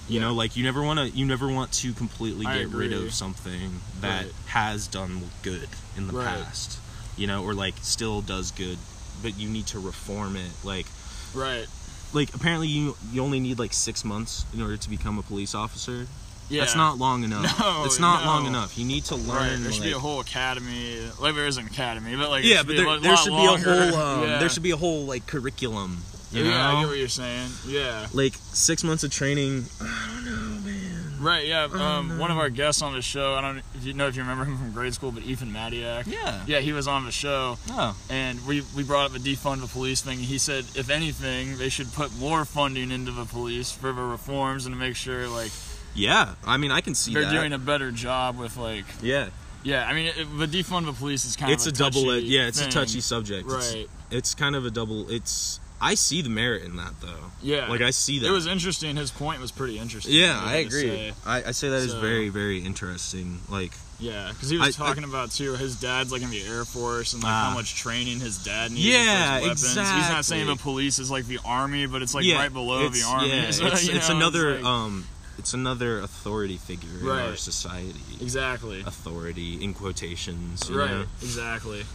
You Yeah. know, like you never want to you never want to completely I get rid agree. of something that Right. has done good in the Right. past. You know, or like still does good, but you need to reform it. Like right like apparently you you only need like 6 months in order to become a police officer. yeah That's not long enough. No, it's not no. long enough. You need to right learn there should be a like- whole academy like there is an academy but like it Yeah, should but be a there, lot- there lot should be longer. a whole um, yeah. there should be a whole like curriculum, you yeah i know? get what you're saying yeah like 6 months of training. I don't know, man. right yeah don't um, know. one of our guests on the show i don't if you know if you remember him from grade school but ethan madiak Yeah. yeah he was on the show No. and we, we brought up the defund the police thing. and He said, if anything, they should put more funding into the police for the reforms and to make sure like Yeah, I mean, I can see they're that. doing a better job with like yeah, yeah. I mean, it, the defund the police is kind it's a, of a double. touchy Yeah, it's thing. a touchy subject. It's- Right. It's, kind of a double. It's I see the merit in that though. Yeah. Like I see that. it was interesting. His point was pretty interesting. yeah, he I had to agree. say. I, I say that is So- very very interesting. Like Yeah, because he was I- I- talking about too his dad's like in the air force and like Ah. how much training his dad needs. Yeah, for his weapons. He's not saying the exactly. police is like the army, but it's like yeah, right below it's- the army. Yeah, So, it's, you it's know, another like- um, it's another authority figure in our Right. society. exactly. Authority in quotations. uh, you Right. know? Exactly.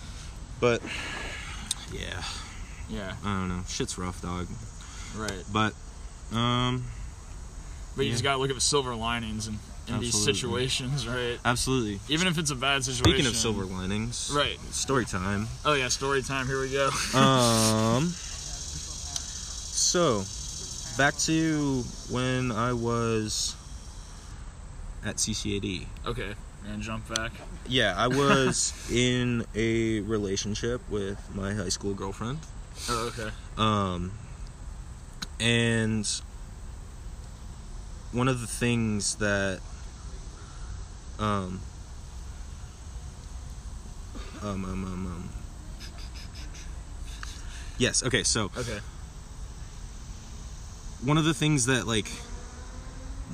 But yeah, Yeah. I don't know. Shit's rough, dog. Right. But um, But you Yeah. just gotta look at the silver linings and in, these Absolutely. situations, right? absolutely. Even if it's a bad situation. Speaking of silver linings, Right. Story time. Oh yeah, story time. Here we go. Um. So, back to when I was at CCAD. Okay. And jump back. Yeah, I was in a relationship with my high school girlfriend. Oh okay. Um, and one of the things that, um, um, um, um, um, yes, okay, so Okay. one of the things that, like,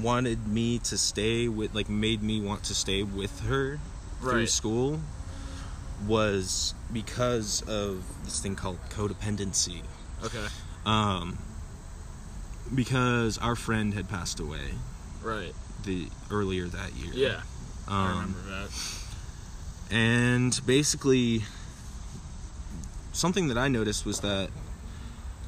wanted me to stay with, like, made me want to stay with her through Right. school was because of this thing called codependency. Okay. um, because our friend had passed away Right. the earlier that year. Yeah. um, I remember that. and basically, something that I noticed was that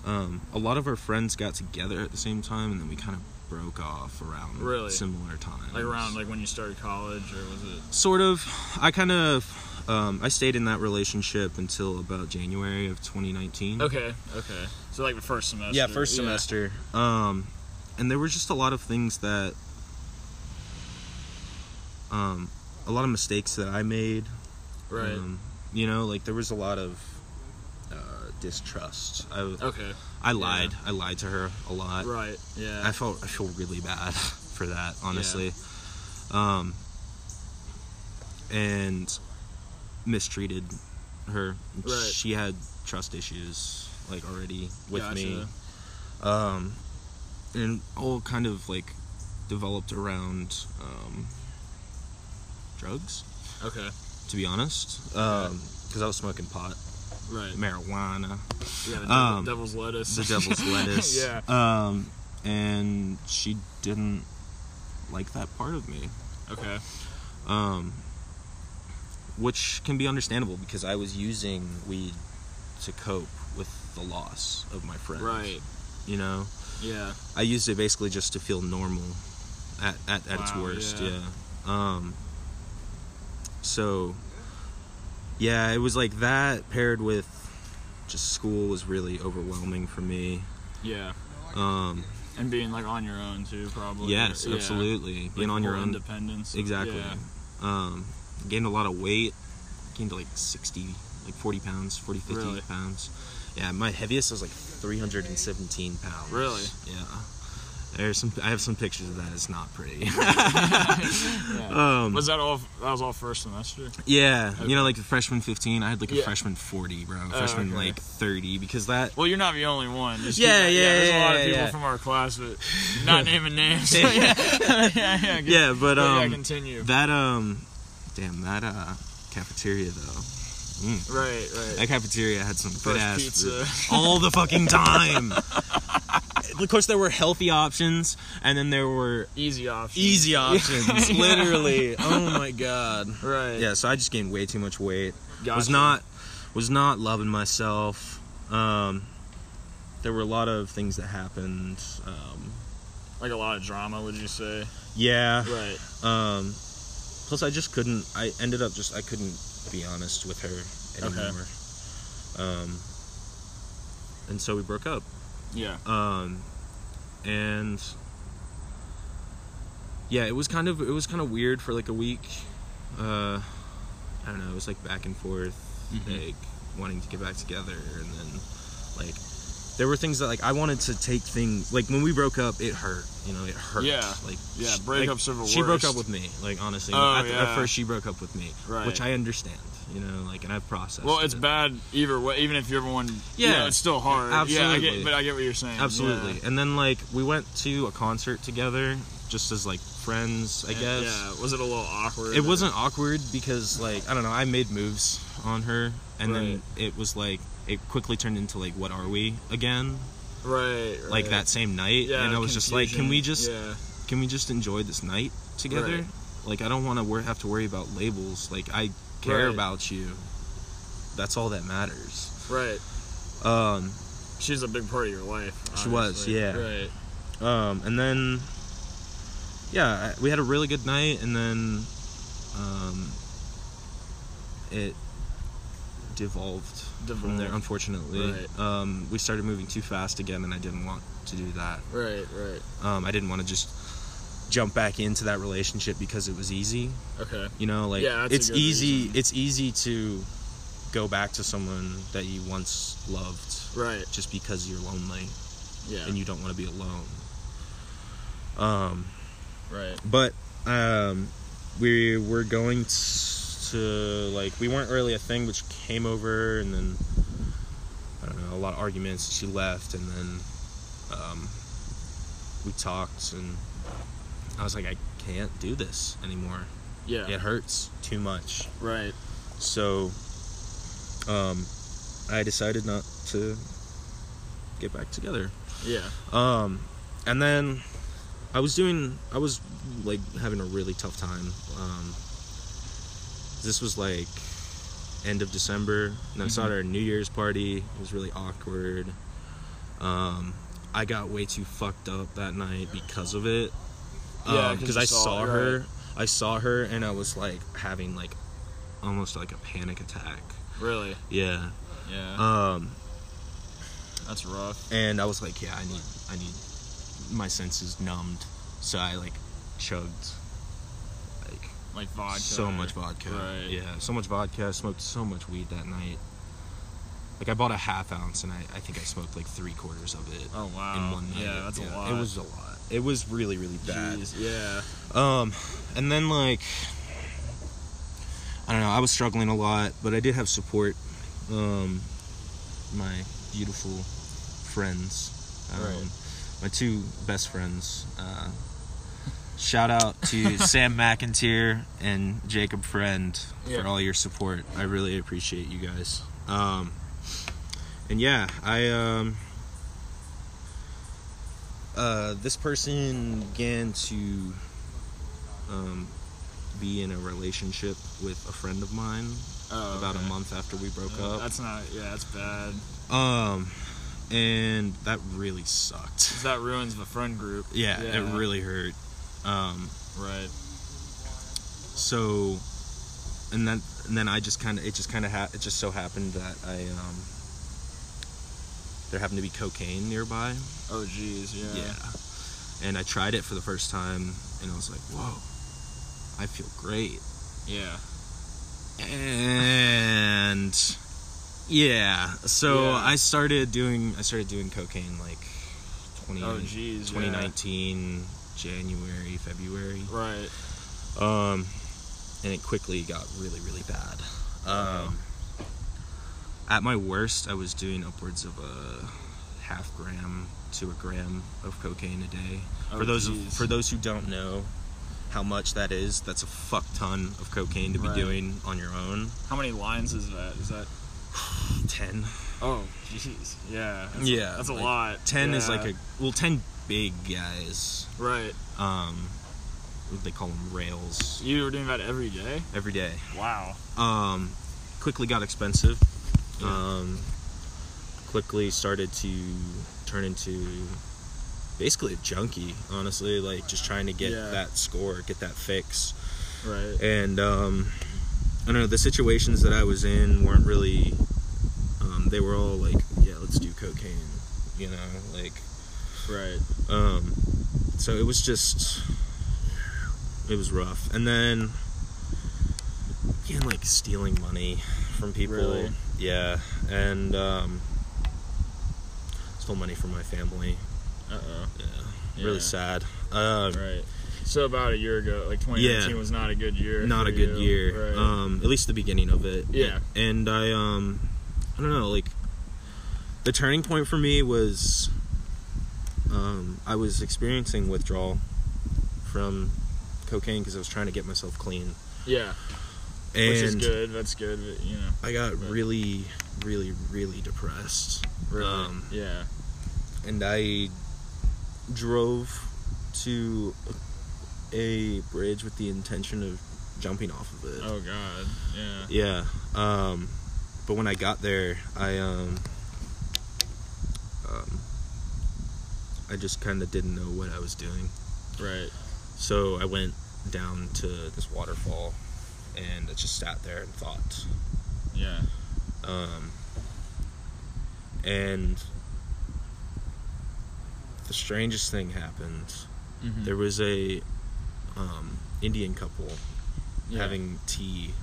um, a lot of our friends got together at the same time, and then we kind of broke off around Really? similar times. Like around like when you started college, or was it? sort of. I kind of um, I stayed in that relationship until about January of 2019. Okay, okay. So like the first semester. Mm. Yeah, first semester. Um, and there were just a lot of things that, um, a lot of mistakes that I made. Right. Um, you know, like there was a lot of uh, distrust. I okay. I lied. I lied to her a lot. Right. Yeah. I felt I feel really bad for that, honestly. Um, and mistreated her. Right. She had trust issues like already with me. Gotcha. Um, and all kind of like developed around um, drugs. okay. To be honest, because I was smoking pot, Right. marijuana, Yeah. The devil, Um, devil's lettuce. the devil's lettuce. yeah. Um, and she didn't like that part of me. Okay. Um, which can be understandable because I was using weed to cope with the loss of my friend. Right. You know, Yeah. I used it basically just to feel normal at, at, at its Wow, worst. yeah. Yeah. Um, so, yeah, it was like that paired with just school was really overwhelming for me. Yeah. Um, And being like on your own too, probably. yes, Yeah. absolutely. Like, Being on your full own independence. Exactly. Yeah. Um, gained a lot of weight. Gained like 60, like 40 pounds, 40, 50 Really? pounds. Yeah, my heaviest was like 317 pounds. Really? Yeah. There's some. I have some pictures of that. It's not pretty. Yeah. um, was that all? That was all first semester. yeah, Okay. you know, like the freshman 15. I had like a Yeah. Oh, freshman 40, bro. Freshman okay. like 30 because that. Well, you're not the only one. Just Yeah, keep- yeah, There's a lot yeah, of people yeah. from our class, but not naming names. yeah, yeah, yeah. Yeah, But, but yeah, um, continue. that um, damn that uh cafeteria though. right, right. That cafeteria had some good Fresh ass pizza. all the fucking time. of course, there were healthy options, and then there were Easy option. easy options. Yeah. Literally, oh my god. Right. Yeah, so I just gained way too much weight. Gotcha. Was not was not loving myself. Um, there were a lot of things that happened. Um, like a lot of drama. Would you say? yeah. Right. Um, plus, I just couldn't. I ended up just I couldn't be honest with her Okay. anymore. Um, and so we broke up. Yeah. um and yeah it was kind of it was kind of weird for like a week uh i don't know it was like back and forth Mhm. like wanting to get back together and then like there were things that like i wanted to take things like when we broke up it hurt you know it hurt Yeah. like Yeah, she- breakups like, are the she broke up worst. with me like honestly Oh, at, at yeah. first she broke up with me Right. which i understand you know like and i've processed Well, it's it. bad either way. Even if you're everyone, Yeah. yeah, it's still hard. Yeah, I Absolutely. get, but I get what you're saying. Absolutely. Yeah. And then like we went to a concert together, just as like friends, I guess. Yeah. Was it a little awkward? It wasn't awkward because like I don't know, I made moves on her, and then it was like it quickly turned into like what are we again? Right. right. Like that same night, Yeah. and I was just like, can we just confusion. Yeah. can we just enjoy this night together? Right. Like I don't want to wor- have to worry about labels. Like I care Right. about you. That's all that matters. Right. Um, She's a big part of your life. She was, obviously. yeah. Right. Um, and then, yeah, I- we had a really good night, and then um, it devolved from there, Devolved. unfortunately. Right. Um, we started moving too fast again, and I didn't want to do that. Right. Right. Um, I didn't want to just jump back into that relationship because it was easy. Okay. You know, like Yeah, that's a it's good easy. reason. It's easy to go back to someone that you once loved Right. just because you're lonely Yeah. and you don't want to be alone. Um, right. but um, we were going t- to like we weren't really a thing, but she came over and then I don't know a lot of arguments. She left and then um, we talked and I was like, I can't do this anymore. Yeah. It hurts too much. Right. So um, I decided not to get back together. Yeah. Um, and then I was doing, I was like having a really tough time. Um, this was like end of Mm-hmm. December, and I was at our New Year's party. It was really awkward. Um, I I got way too fucked up that night because of it. Yeah, Yeah, 'cause because you I saw saw it, her. I saw her, and I was like having like almost like a panic attack. Really? Yeah. Yeah. Um, that's rough. and I was like, yeah, I need, I need my senses numbed, so I like chugged like Like vodka. so much vodka. Right. Yeah, so much vodka. I smoked so much weed that night. Like I bought a half ounce, and I, I think I smoked like three quarters of it Oh wow. in one night. Yeah, that's a lot. It was a lot. It was really really bad. Jeez, yeah. Um, and then like, I don't know. I was struggling a lot, but I did have support. Um, my beautiful friends, um, Right. my two best friends. Uh, shout out to Sam McIntyre and Jacob Friend Yeah. for all your support. I really appreciate you guys. Um, and yeah, I um, uh, this person began to um, be in a relationship with a friend of mine Oh, about okay. Uh, a month after we broke Yeah, up. That's not. Yeah, that's bad. Um, and that really sucked. 'Cause that ruins the friend group. Yeah, Yeah. it really hurt. Um, Right. so, and then and then I just kind of it just kind of ha- it just so happened that I um, there happened to be cocaine nearby. Oh jeez. Yeah. Yeah. And I tried it for the first time, and I was like, whoa, I feel great. Yeah. and yeah so Yeah. i started doing i started doing cocaine like 20, Oh jeez. yeah. 2019 january february Right. um and it quickly got really really bad um at my worst i was doing upwards of a half gram to a gram of cocaine a day Oh, for those of, jeez. for those who don't know how much that is that's a fuck ton of cocaine to be Right. doing on your own How many lines is that? Is that? 10 Oh jeez. Yeah. That's, Yeah, That's a like, lot. 10 is Yeah. like a well 10 big guys Right. um they call them rails You were doing that every day. every day Wow. um quickly got expensive Yeah. um quickly started to turn into basically a junkie honestly like just trying to get Yeah. that score get that fix Right. and um i don't know the situations that i was in weren't really um they were all like yeah let's do cocaine you know like Right. Um, so it was just, it was rough. And then, again, like stealing money from people. Really? Yeah. And, um, stole money from my family. Uh oh. Yeah. Really sad. Uh, Right. So about a year ago, like 2019 was not a good year. not for a good you. year. Right. Um, at least the beginning of it. Yeah. And I, um, I don't know, like, the turning point for me was, um, I was experiencing withdrawal from cocaine because I was trying to get myself clean. yeah. And Which is good. That's good. But, you know. I got Right. really, really, really depressed. Really. Um, yeah. and I drove to a bridge with the intention of jumping off of it. Oh God. Yeah. Yeah. Um, but when I got there, I um, um I just kind of didn't know what I was doing. Right. So I went down to this waterfall, and I just sat there and thought. Yeah. Um, and the strangest thing happened. Mhm. There was a um, Indian couple Yeah. having tea.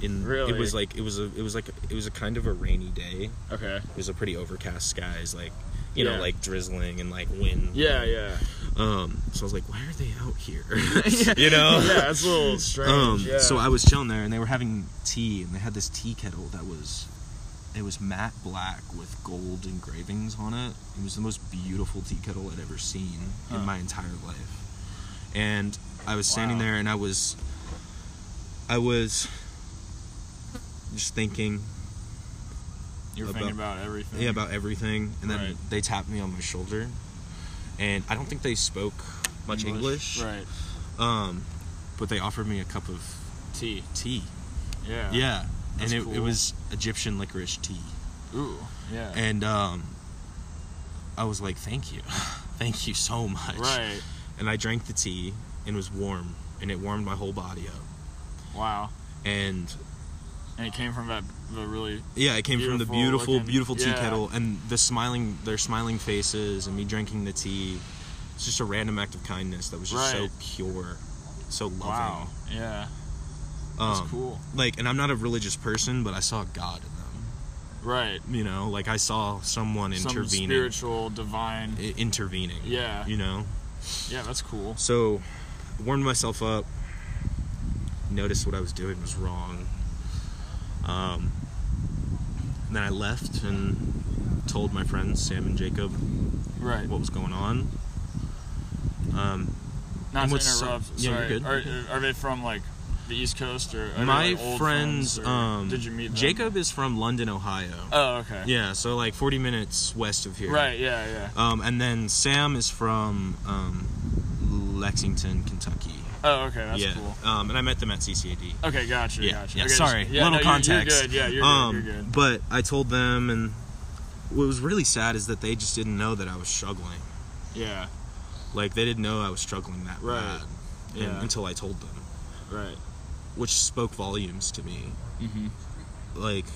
In Really? it was like it was a it was like it was a kind of a rainy day. Okay. It was a pretty overcast skies, like you Yeah. know, like drizzling and like wind. Yeah. Yeah. Um. So I was like, why are they out here? Yeah. you know. yeah. That's a little strange. Um. yeah. So I was chilling there, and they were having tea, and they had this tea kettle that was, it was matte black with gold engravings on it. It was the most beautiful tea kettle I'd ever seen Huh. in my entire life. And I was standing Wow. there, and I was, I was, just thinking, you were about- thinking about everything. yeah, about everything. And then Mm-hmm. Right. they tapped me on my shoulder, and I don't think they spoke much English. Right. Um, but they offered me a cup of Tea. tea. Yeah. Yeah, That's and it, cool. it was Egyptian licorice tea, Ooh. Yeah. and um, I was like, thank you, thank you so much. Right. And I drank the tea and it was warm and it warmed my whole body up. Wow. And And it came from that, the really yeah, it came from the Beautiful beautiful, looking- beautiful tea yeah. kettle and the smiling, their smiling faces and me drinking the tea. It's just a random act of kindness that was just so Right. pure, so loving. wow. Yeah. That's Um, cool. Like, and I'm not a religious person, but I saw God in them. Right. You know, like I saw someone Some intervening, spiritual, divine. i- intervening. Yeah. You know. Yeah, that's cool. So, warmed myself up. Noticed what I was doing was wrong. Um, and then I left and told my friends Sam and Jacob Right. what was going on. Um, Not to interrupt. and what's- yeah, sorry. you're good. Are, are they from like the East Coast or are they, my like, old friends, or um, did you meet them? Jacob is from London, Ohio. Oh, okay. yeah, so like 40 minutes west of here. Right. Yeah. Yeah. Um, and then Sam is from um, Lexington, Kentucky. Oh, okay. That's yeah. cool. Um, and I met them at CCAD. Okay, gotcha. yeah, Gotcha. yeah. Okay, sorry, just- yeah, no, little you're- context. You're, good. Yeah. You're um, good. You're good. But I told them, and what was really sad is that they just didn't know that I was struggling. Yeah. Like they didn't know I was struggling that Right. bad and- Yeah. until I told them, Right. which spoke volumes to me. Mm-hmm. Like,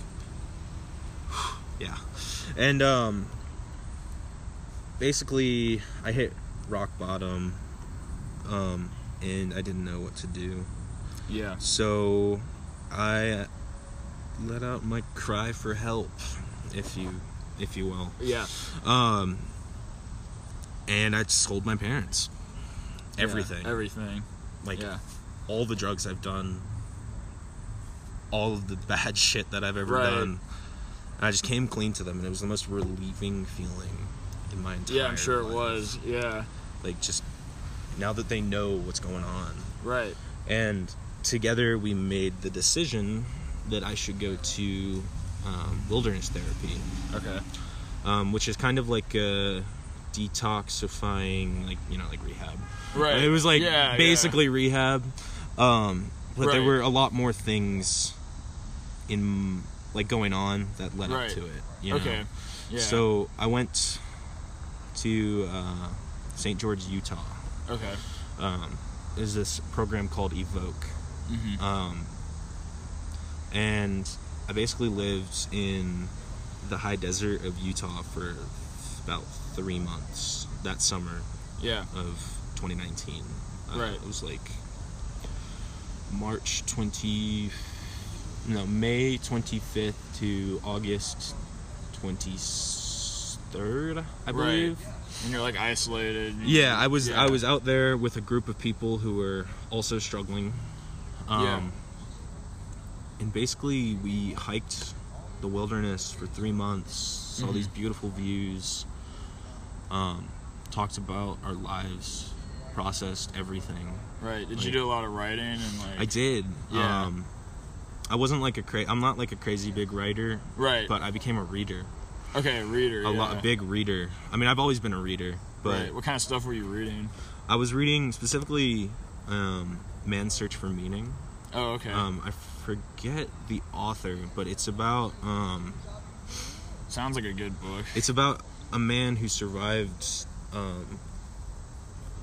yeah, and um, basically I hit rock bottom, um, and I didn't know what to do. Yeah. So I let out my cry for help, if you if you will. Yeah. Um and I just told my parents Yeah, everything. Everything. like yeah. all the drugs I've done, all of the bad shit that I've ever Right. done. And I just came clean to them and it was the most relieving feeling in my entire Yeah, I'm sure it life. was. Yeah. Like just now that they know what's going on. Right. and together we made the decision that I should go to um, wilderness therapy, Okay. um, which is kind of like a detoxifying, like you know, like rehab. Right. It was like yeah, yeah. basically rehab, um, but there Right. were a lot more things in like going on that led Right. up to it. You know? Okay. Yeah. So I went to uh, St. George, Utah. Okay. Um, is this program called Evoke? Mm-hmm. Um, and I basically lived in the high desert of Utah for about three months that summer Yeah. of 2019. Right. It was like March 20, no, May 25th to August 23rd, I Right. believe. And you're like isolated. you- Yeah, I was yeah. I was out there with a group of people who were also struggling. Um, Yeah. And basically, we hiked the wilderness for three months, saw Mhm. these beautiful views, um, talked about our lives, processed everything. Right. Did you like- do a lot of writing and like? I did. Yeah. Um, I wasn't like a cra- I'm not like a crazy big writer, Right. but I became a reader, okay. Reader. a, yeah. lot, a big reader. I mean, I've always been a reader, but right. What kind of stuff were you reading? I was reading specifically um, Man's Search for Meaning. Oh, okay. Um, I forget the author, but it's about um, Sounds like a good book. it's about a man who survived um,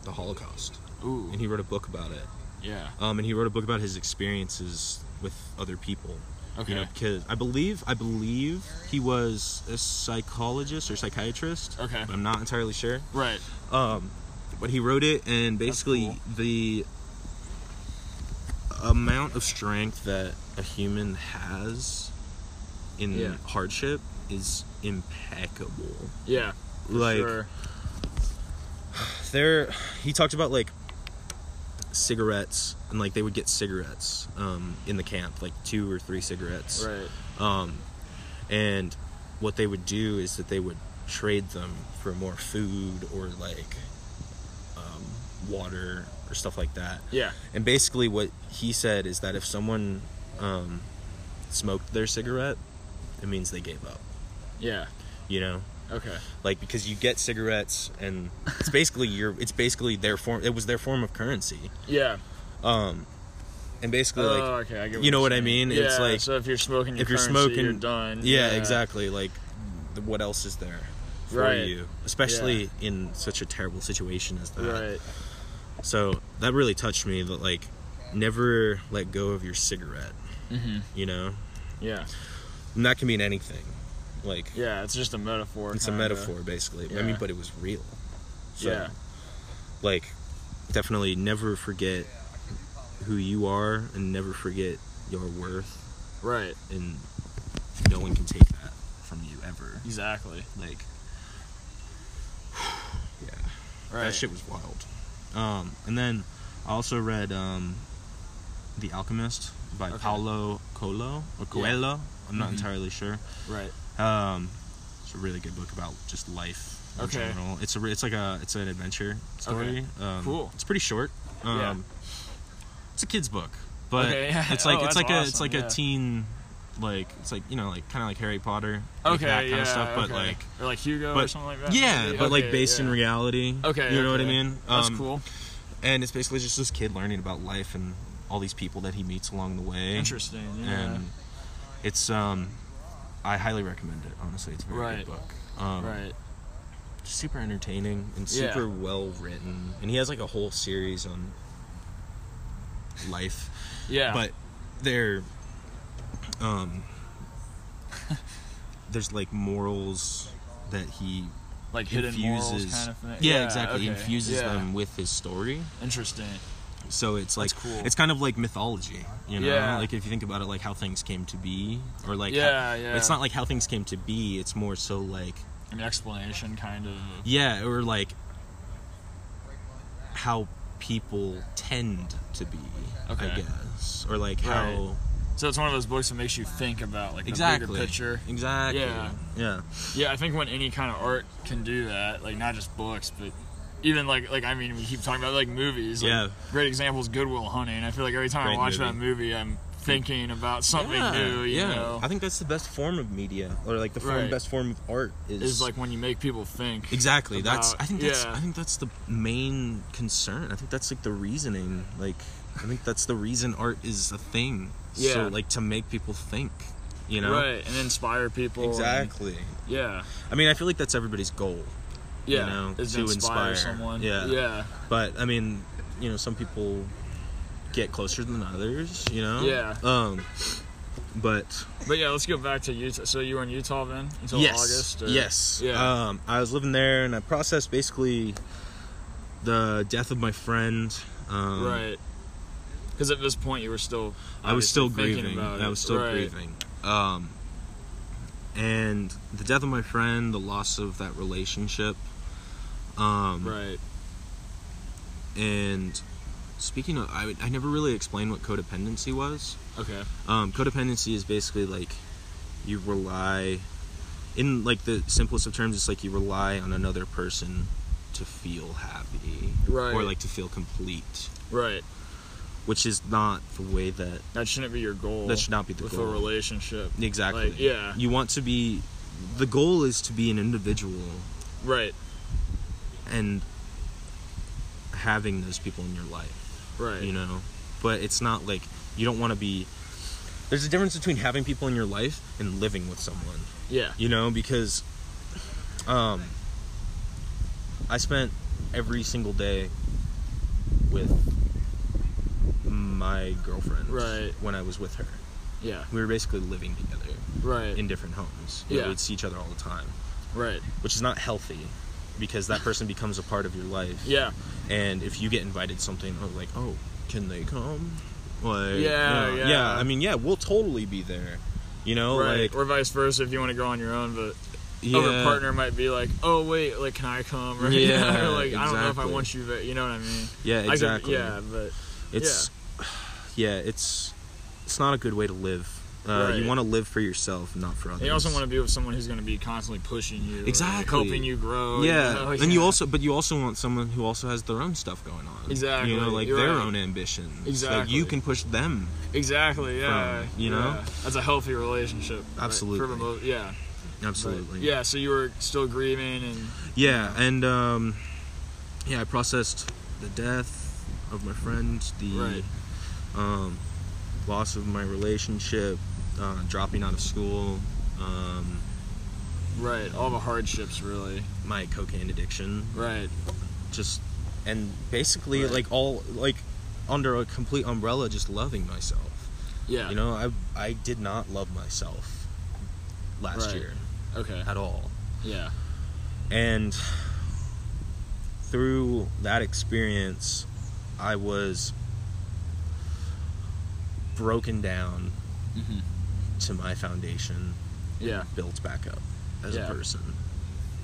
the Holocaust, Ooh. and he wrote a book about it. Yeah. Um, and he wrote a book about his experiences with other people. Okay. You know, because I believe I believe he was a psychologist or psychiatrist. Okay. but I'm not entirely sure. Right. Um, but he wrote it, and basically cool. the amount of strength that a human has in Yeah. hardship is impeccable. Yeah. for Like sure. there, he talked about like cigarettes, and like they would get cigarettes um, in the camp, like two or three cigarettes. Right. Um, and what they would do is that they would trade them for more food or like um, water or stuff like that. Yeah. And basically, what he said is that if someone um, smoked their cigarette, it means they gave up. Yeah. You know, Okay. like because you get cigarettes, and it's basically your it's basically their form. It was their form of currency. Yeah. Um, and basically, oh, like okay. I get you what know you're what I saying. mean? Yeah, It's like- so if you're smoking, your if you're currency, smoking- you're done. yeah, exactly. Like, th- what else is there? for Right. you, especially in such a terrible situation as that. Right. So that really touched me. That like, never let go of your cigarette. Mm-hmm. You know, Yeah. and that can mean anything. Like Yeah. It's just a metaphor. it's a kinda. metaphor, basically. I Yeah. mean, but it was real. So, Yeah. Like, definitely never forget who you are, and never forget your worth, Right. and no one can take that from you ever. Exactly. Like, yeah. Right. That shit was wild. Um, and then I also read um, The Alchemist by Okay. Paulo Coelho or Coelho. I'm not Mhm. entirely sure. Right. Um, it's a really good book about just life. In Okay. General. It's a re- it's like a it's an adventure story. Um, Cool. It's pretty short. Um, Yeah. It's a kid's book, but Okay, yeah. it's like Oh, that's it's like a it's awesome, like yeah. a teen like it's like you know like kind of like Harry Potter. like Okay. that kind yeah. of stuff, but okay. like or like Hugo or but- something like that. yeah, maybe? but like Okay, based in yeah. reality. Okay. you know what I okay. mean. That's Um, cool. and it's basically just this kid learning about life and all these people that he meets along the way. Interesting. Yeah. And it's um, I highly recommend it. Honestly, it's a very Right. good book. Um, right. Super entertaining and Yeah. super well written, and he has like a whole series on life, Yeah. but they're um, there's like morals that he like hidden morals infuses- kind of thing. yeah, exactly he okay, infuses yeah. them with his story Interesting. so it's like That's cool. it's kind of like mythology you know Yeah. like if you think about it like how things came to be or like yeah. how- yeah. it's not like how things came to be it's more so like an explanation, kind of. yeah or like how people tend to be i Okay. guess or like how So it's one of those books that makes you think about like the exactly bigger picture. exactly Yeah. yeah Yeah, I think when any kind of art can do that, like not just books, but even like like I mean, we keep talking about like movies. Like, Yeah. Great example is Goodwill Hunting. I feel like every time I Great watch movie. that movie, I'm thinking about something Yeah, new. You yeah. know, i think that's the best form of media or like the form, Right. best form of art is, is like when you make people think. Exactly. that's about- I think that's yeah. I think that's the main concern. I think that's like the reasoning. Like I think that's the reason art is a thing. Yeah. So like to make people think, you know? Right, and inspire people. and- Exactly. yeah, I mean, I feel like that's everybody's goal. yeah. know, is to inspire, inspire. someone. Yeah. yeah, But I mean, you know, some people get closer than others, you know? Yeah. Um but But yeah, let's go back to Utah. So you were in Utah then until yes, August? or- Yes. Yeah. Um, I was living there and I processed basically the death of my friend. Um, right. Because at this point you were still. I was obviously still thinking grieving. About I it. was still Right. grieving. Um, and the death of my friend, the loss of that relationship. Um, Right. And speaking of, I, would- I never really explained what codependency was. Okay. Um, codependency is basically like you rely, in like the simplest of terms, it's like you rely on another person to feel happy Right. or like to feel complete, Right. which is not the way that That shouldn't be your goal. that should not be the with goal. a relationship. Exactly. Like, yeah. You want to be. The goal is to be an individual Right. and having those people in your life, Right. you know? But it's not like you don't want to be. There's a difference between having people in your life and living with someone, Yeah. you know? Because um, I spent every single day with my girlfriend Right. when I was with her. Yeah. We were basically living together. Right. in different homes. where Yeah. We'd see each other all the time, right. which is not healthy because that person becomes a part of your life. Yeah. And if you get invited to something, oh, like, oh, can they come? Like, Yeah, no. yeah. I mean, yeah, we'll totally be there. You know, right. Oh, like, or vice versa if you want to go on your own, but yeah, other partner might be like, "Oh wait, like can I come?" Or, Yeah, or like I don't know if I exactly. want you, but you know what I mean. yeah, I could- exactly. yeah, but it's, yeah. it's, it's not a good way to live. Uh, Right. You want to live for yourself, not for others. And you also want to be with someone who's going to be constantly pushing you, or Exactly. helping you grow. yeah, you know? and you also, but you also want someone who also has their own stuff going on. Exactly, you know, like you're their right. own ambitions. like Exactly. you can push them exactly, yeah, from, you know? yeah. that's a healthy relationship. right? Absolutely. For the most- yeah, but- Absolutely. yeah. So you were still grieving, and Yeah, and um, yeah, I processed the death of my friend, the Right. um, loss of my relationship, uh, dropping out of school, um, Right. All the hardships, really. my cocaine addiction Right. just and basically Right. like all like under a complete umbrella just loving myself Yeah. you know i i did not love myself last Right. year Okay. at all Yeah. and through that experience i was broken down Mm-hmm. Mhm. to my foundation Yeah. built back up as Yeah. a person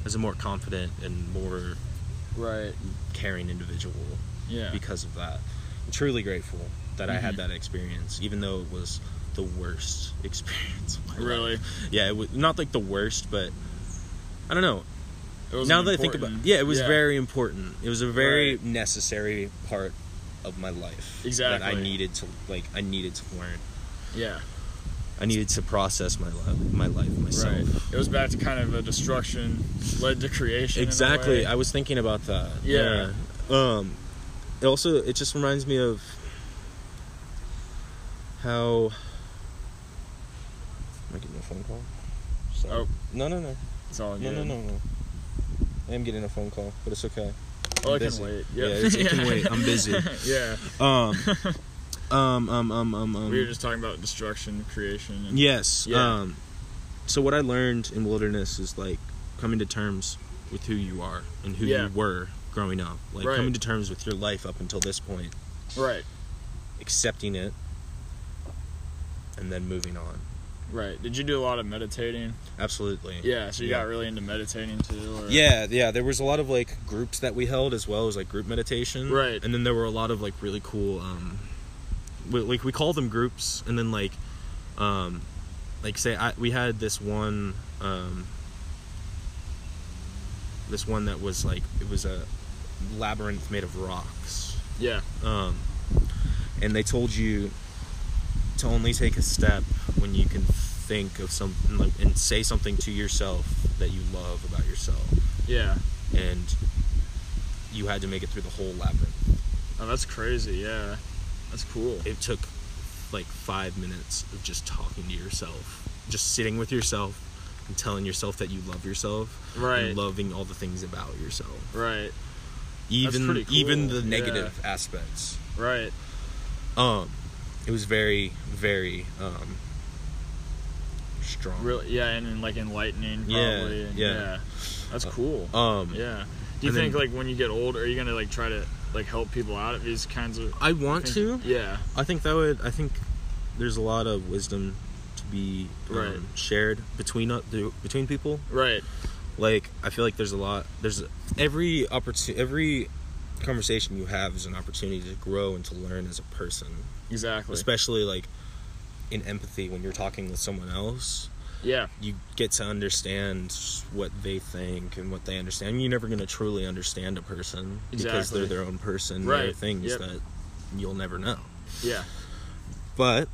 as a more confident and more Right. caring individual Yeah. because of that. I'm truly grateful that I Mhm. had that experience, even though it was the worst experience. Of my life. Really. Yeah, it was not like the worst, but I don't know. It was now that I think about, important. yeah, it was very important. It was a very Right. necessary part of my life that I Exactly. needed to like. I needed to learn. Yeah. I needed to process my life, my life myself. Right. It was back to kind of a destruction led to creation. in a Exactly. way. I was thinking about that. Yeah. Yeah. Um it also it just reminds me of how Am I getting a phone call? Sorry. Oh. No no no. It's all No good. no no no. I am getting a phone call, but it's okay. Oh, I'm I can busy. wait. Yeah, Yeah. it's- it can wait. I'm busy. yeah. Um um um um um um we were just talking about destruction, creation. And, Yes. Yeah. Um so what I learned in wilderness is like coming to terms with who you are and who Yeah. you were growing up. Like Right. coming to terms with your life up until this point. Right. accepting it and then moving on Right. Did you do a lot of meditating? absolutely Yeah. So you Yeah. got really into meditating too. Or? yeah yeah there was a lot of like groups that we held as well as like group meditation Right. and then there were a lot of like really cool um we, like we call them groups and then like um like say I, we had this one um this one that was like it was a labyrinth made of rocks Yeah. um, and they told you to only take a step when you can think of something like and say something to yourself that you love about yourself Yeah. and you had to make it through the whole labyrinth Oh, that's crazy. Yeah. That's cool. it took like five minutes of just talking to yourself just sitting with yourself and telling yourself that you love yourself Right. and loving all the things about yourself Right. even pretty cool. even the Yeah. negative aspects Right. Um, it was very, very um, strong. Really. Yeah. And, then like enlightening. Yeah, Probably. and, yeah. That's cool. Um, yeah. Do you and then- think like when you get older, are you gonna like try to like help people out at these kinds of? I want to. things? Yeah. I think that would. I think there's a lot of wisdom to be um, Right. shared between uh, the- between people. Right. Like I feel like there's a lot. There's every opportunity. Every conversation you have is an opportunity to grow and to learn as a person. Exactly. Especially like in empathy when you're talking with someone else. yeah. you get to understand what they think and what they understand. You're never going to truly understand a person because Exactly. they're their own person. There are Right. things Yep. that you'll never know. Yeah. But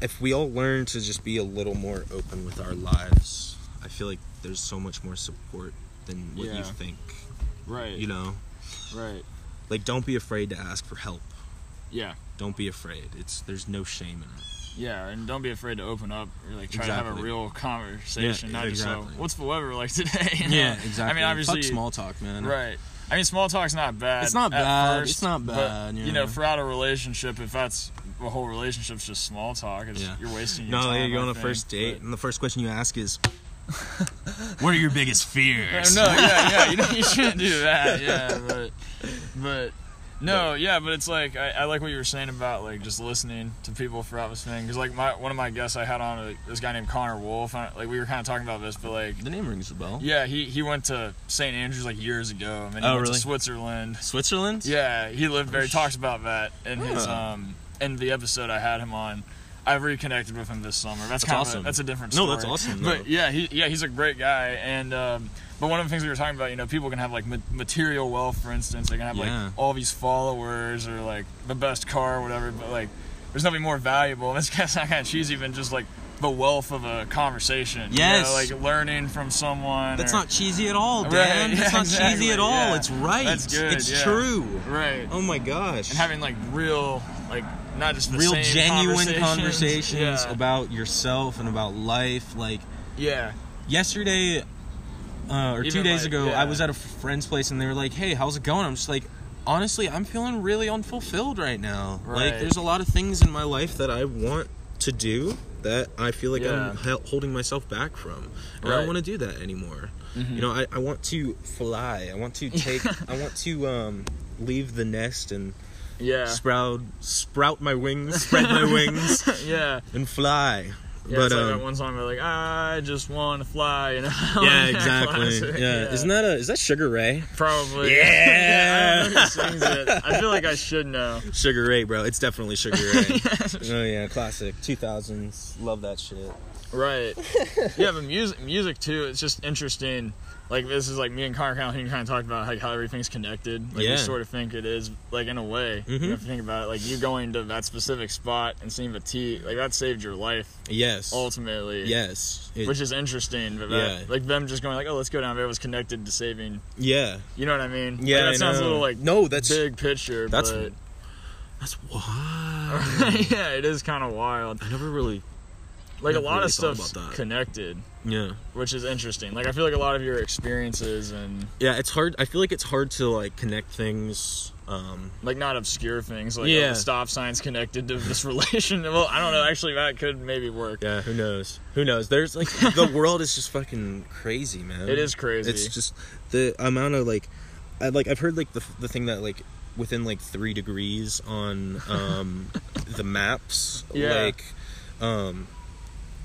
if we all learn to just be a little more open with our lives, I feel like there's so much more support than what Yeah. you think. Right. You know, Right. like don't be afraid to ask for help. Yeah. Don't be afraid. It's there's no shame in it. Yeah, and don't be afraid to open up. Or, like try to have a Exactly. real conversation, Yeah, not just exactly. so, what's the weather like today? You know? I mean, Fuck obviously, small talk, man. right. I mean, small talk's not bad. It's not at bad, first, it's not but, bad, You yeah. know, throughout a relationship, if that's a whole relationship's just small talk, it's, Yeah. you're wasting your No, time. yeah, you go I on a think, first date, but- and the first question you ask is, "What are your biggest fears?" Oh, No, yeah, yeah, you, know, you shouldn't do that. Yeah, but but no, yeah, but it's like I, I like what you were saying about like just listening to people throughout this thing because like my one of my guests I had on a, this guy named Connor Wolf, and, like we were kind of talking about this, but like The name rings a bell. yeah, he he went to St Andrews like years ago, and then he Oh, went really? to Switzerland. Switzerland. Yeah, he lived there. He talks about that in his Huh. um in the episode I had him on. I've reconnected with him this summer. That's, That's kind Of awesome. a, that's a different No, story. that's awesome, though. But yeah, he yeah he's a great guy. And um, but one of the things we were talking about, you know, people can have like ma- material wealth, for instance. They can have Yeah. like all these followers or like the best car or whatever. But like, there's nothing more valuable. And this guy's not kind of cheesy than just like the wealth of a conversation. you know, Yes. like learning from someone. That's or- not cheesy at all, Right, Dan. yeah, That's not exactly, cheesy at all. yeah. It's right. That's good, It's yeah. true. right. Oh my gosh. and having like real like not just the real same genuine conversations, conversations yeah. about yourself and about life like Yeah. yesterday uh, or two Even, days like, ago, yeah. I was at a friend's place and they were like, "Hey, how's it going?" I'm just like, honestly, I'm feeling really unfulfilled right now. Like, Right. there's a lot of things in my life that I want to do that I feel like I'm hel- holding myself back from, and I don't Right. Mm-hmm. want to do that anymore. You know, I, I want to fly. I want to take. I want to um, leave the nest and Yeah. sprout sprout my wings, spread my wings, yeah. and fly. Yeah, but it's like um, that one song where like I just want to fly, you know. yeah, That exactly. Oh, classic, yeah, isn't that a is that Sugar Ray? probably? I Yeah. don't know who sings it. I feel like I should know. Sugar Ray, bro. It's definitely Sugar Ray. oh yeah, classic. Two thousands. Love that shit. Right. yeah, but music, music too. It's just interesting. Like this is like me and Connor Calhoun kind of talked about like how everything's connected. Like Yeah. we sort of think it is like in a way. You know, Mhm. if you think about it, like you going to that specific spot and seeing Vati, like that saved your life Yes. ultimately. Yes. It- Which is interesting, but that, Yeah. like them just going like, oh, let's go down there was connected to saving. yeah. You know what I mean? Yeah. Like, that I sounds a know. little like no. That's big picture. that's- but, that's why. yeah, it is kind of wild. I never really. Like a Never lot really of thought stuff's about that. connected, Yeah. which is interesting. Like I feel like a lot of your experiences and Yeah. It's hard. I feel like it's hard to like connect things. Um. like not obscure things like oh, Yeah. the stop signs connected to this relation. Well, I don't know. Actually, that could maybe work. Yeah. Who knows? Who knows? There's like the world is just fucking crazy, man. It is crazy. It's just the amount of like, I like I've heard like the the thing that like within like three degrees on um the maps Yeah. like um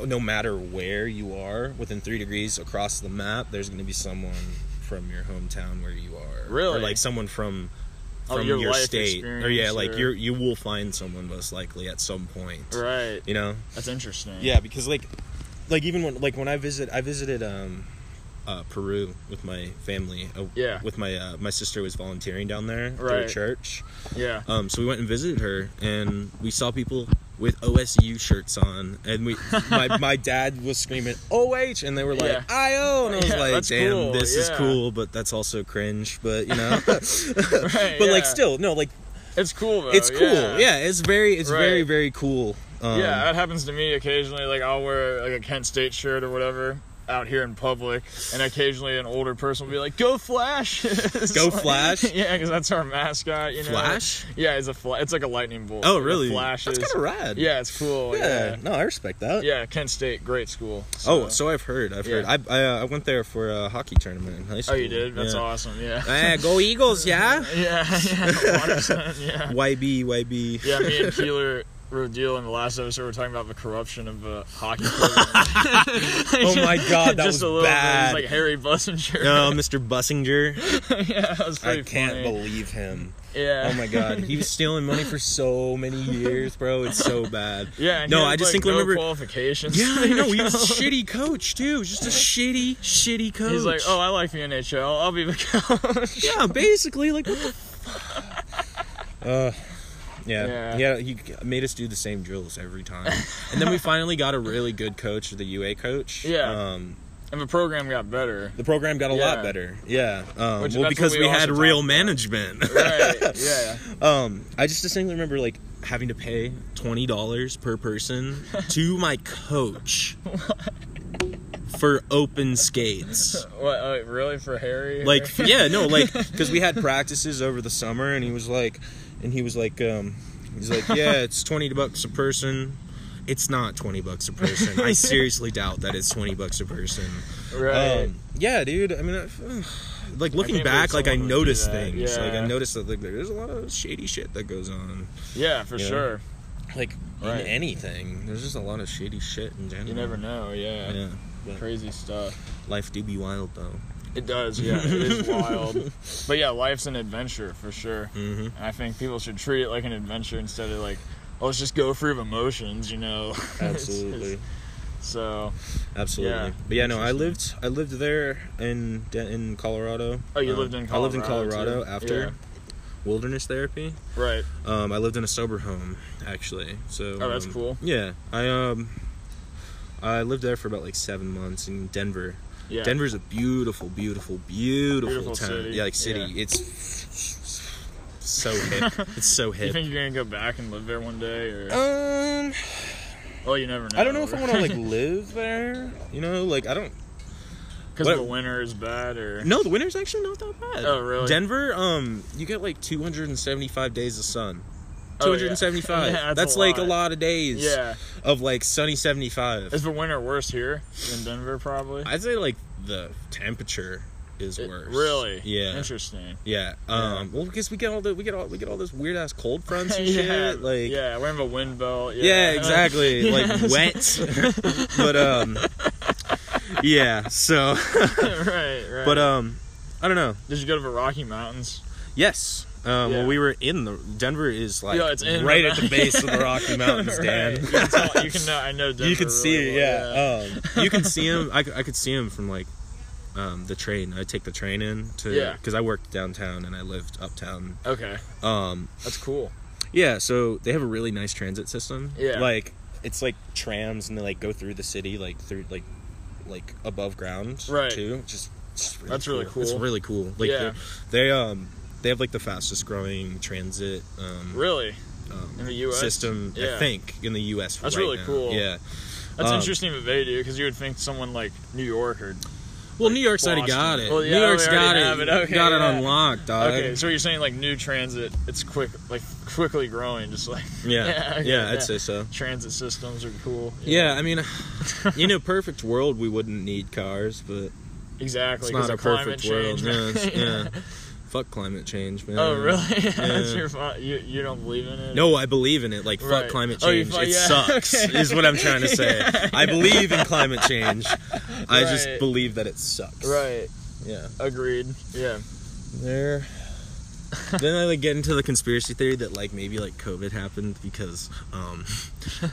no matter where you are within three degrees across the map there's gonna be someone from your hometown where you are or Really? like someone from Oh, from your life state or yeah experience like or- you you will find someone most likely at some point right. you know That's interesting. yeah, because like, like even when like when I visit, I visited um, uh, Peru with my family. Uh, Yeah. With my uh, my sister was volunteering down there through a Right. church. Yeah. Um, so we went and visited her, and we saw people with OSU shirts on, and we my my dad was screaming OH, and they were like Yeah. IO, and I was Yeah, like, that's damn, cool, this is yeah. cool, but that's also cringe, but you know, Right, but like yeah. still, no, like It's cool though. it's cool. Yeah, Yeah. it's very, it's very, Right. very cool. Um, yeah, that happens to me occasionally. Like I'll wear like a Kent State shirt or whatever out here in public, and occasionally an older person will be like, "Go Flash!" It's Go like- Flash? yeah, because that's our mascot. You know, Flash? Yeah, it's a fla- It's like a lightning bolt. Oh, It really? flashes. That's kind of rad. yeah, it's cool. Yeah. Oh, Yeah. No, I respect that. Yeah, Kent State, great school. Oh, so I've heard. I've Yeah. heard. I I, uh, I went there for a hockey tournament in high Oh, school. you did? That's yeah. awesome. Yeah. Eh, go Eagles, yeah. Yeah, yeah, 100%, yeah. YB, YB. Yeah, me and Keeler Rodil in the last episode were talking about the corruption of the hockey program. Oh my God, that just was a little bad. Bit, it was like Harry Bussinger. Oh, Mr. Bussinger. yeah, that was pretty I can't funny. believe him. Yeah. Oh my god, he was stealing money for so many years, bro. It's so bad. Yeah. and he No, had, I just like, think no remember. qualifications. yeah, I know. He was a shitty coach too. Just a shitty, shitty coach. He's like, oh, I like the NHL. I'll be the coach. Yeah, basically, like what the. F- uh, yeah. Yeah. yeah, He made us do the same drills every time, and then we finally got a really good coach, the UA coach. Yeah. Um, and the program got better. the program got a Yeah. lot better. Yeah. Um, Which- that's well, what because we we, also had talked real about. management. Right. Yeah. um, I just distinctly remember like having to pay twenty dollars per person to my coach for open skates. What? Uh, really for Harry? like yeah no like because we had practices over the summer and he was like and he was like um he's like yeah it's 20 bucks a person it's not 20 bucks a person i seriously doubt that it's 20 bucks a person Right. um yeah dude i mean I, like looking can't back believe like i someone would do noticed that. things like i Yeah. noticed that like there's a lot of shady shit that goes on yeah, for yeah. sure. like Right. in anything there's just a lot of shady shit in general You never know. yeah Crazy stuff. life do be wild though It does, yeah. It is wild. But yeah, life's an adventure for sure. mm-hmm. And I think people should treat it like an adventure instead of like, oh, let's just go through emotions, you know? It's absolutely just- so, Absolutely. Yeah. But yeah, no, I lived I lived there in De- in Colorado. Oh, you Um, lived in I lived in Colorado, Colorado too. after Yeah. wilderness therapy. right. Um, I lived in a sober home actually. So Oh, that's um, cool. Yeah, I um I lived there for about like 7 months in Denver. Yeah. Denver's a beautiful, beautiful, beautiful, Beautiful town. city. Yeah, like city. Yeah. It's so hip. it's so You hip. think you're going to go back and live there one day? or Um Well, you never know. Uh, I don't know if I want to like live there. You know, like I don't. because what- the winter is bad or No, the winter's actually not that bad. Oh, really? Denver, um, you get like 275 days of sun. Oh, yeah. 275. Yeah, that's that's a like a lot. lot of days yeah. of like sunny 75. Is the winter worse here than Denver? Probably. I'd say like the temperature is It- worse. Really? Yeah. Interesting. Yeah. Um. Well, because we get all the we get all we get all this weird ass cold fronts and yeah. shit. Like. yeah, we're in a wind belt. Yeah, Yeah, exactly. Like wet. but um. Yeah. So. right, right. but um. I don't know. did you go to the Rocky Mountains? Yes. Um, Yeah. Well, we were in the Denver is like Yeah, it's in right the- at the base of the Rocky Mountains, Dan. Right. You can, tell, you can know. I know. Denver you can see really it, well, yeah. Um, you can see him. I, c- I could see him from like um, the train. I take the train in to Yeah. because I worked downtown and I lived uptown. Okay, Um, that's cool. yeah, so they have a really nice transit system. Yeah. like it's like trams and they like go through the city like through like like above ground Right. too. Just it's really That's really It's cool. really cool. Like Yeah. they're- they um they have like the fastest growing transit um, Really, um, in the U.S. system I Yeah. think in the U.S. That's right really now. cool. Yeah. That's Um, interesting that they do because you would think someone like New York or Well, New York's already Boston. got it. Well, yeah, New York's they got already it. have it. Okay, got it yeah. unlocked, dog. okay. So you're saying like new transit? It's quick, like quickly growing. Just like Yeah, yeah, Yeah, okay, yeah. I'd say so. transit systems are cool. Yeah, I mean, in a perfect world, we wouldn't need cars, but exactly. it's 'cause not a of climate perfect world. change. Yeah, it's- Yeah. yeah. Fuck climate change, man. Oh really? Yeah. That's your fault. You you don't believe in it? No, I believe in it. Like, fuck Right. climate Oh, you change. fu- it yeah, sucks, okay. is what I'm trying to say. I believe in climate change. I just Right. believe that it sucks. Right. Yeah. Agreed. Yeah. There. then I like get into the conspiracy theory that like maybe like COVID happened because um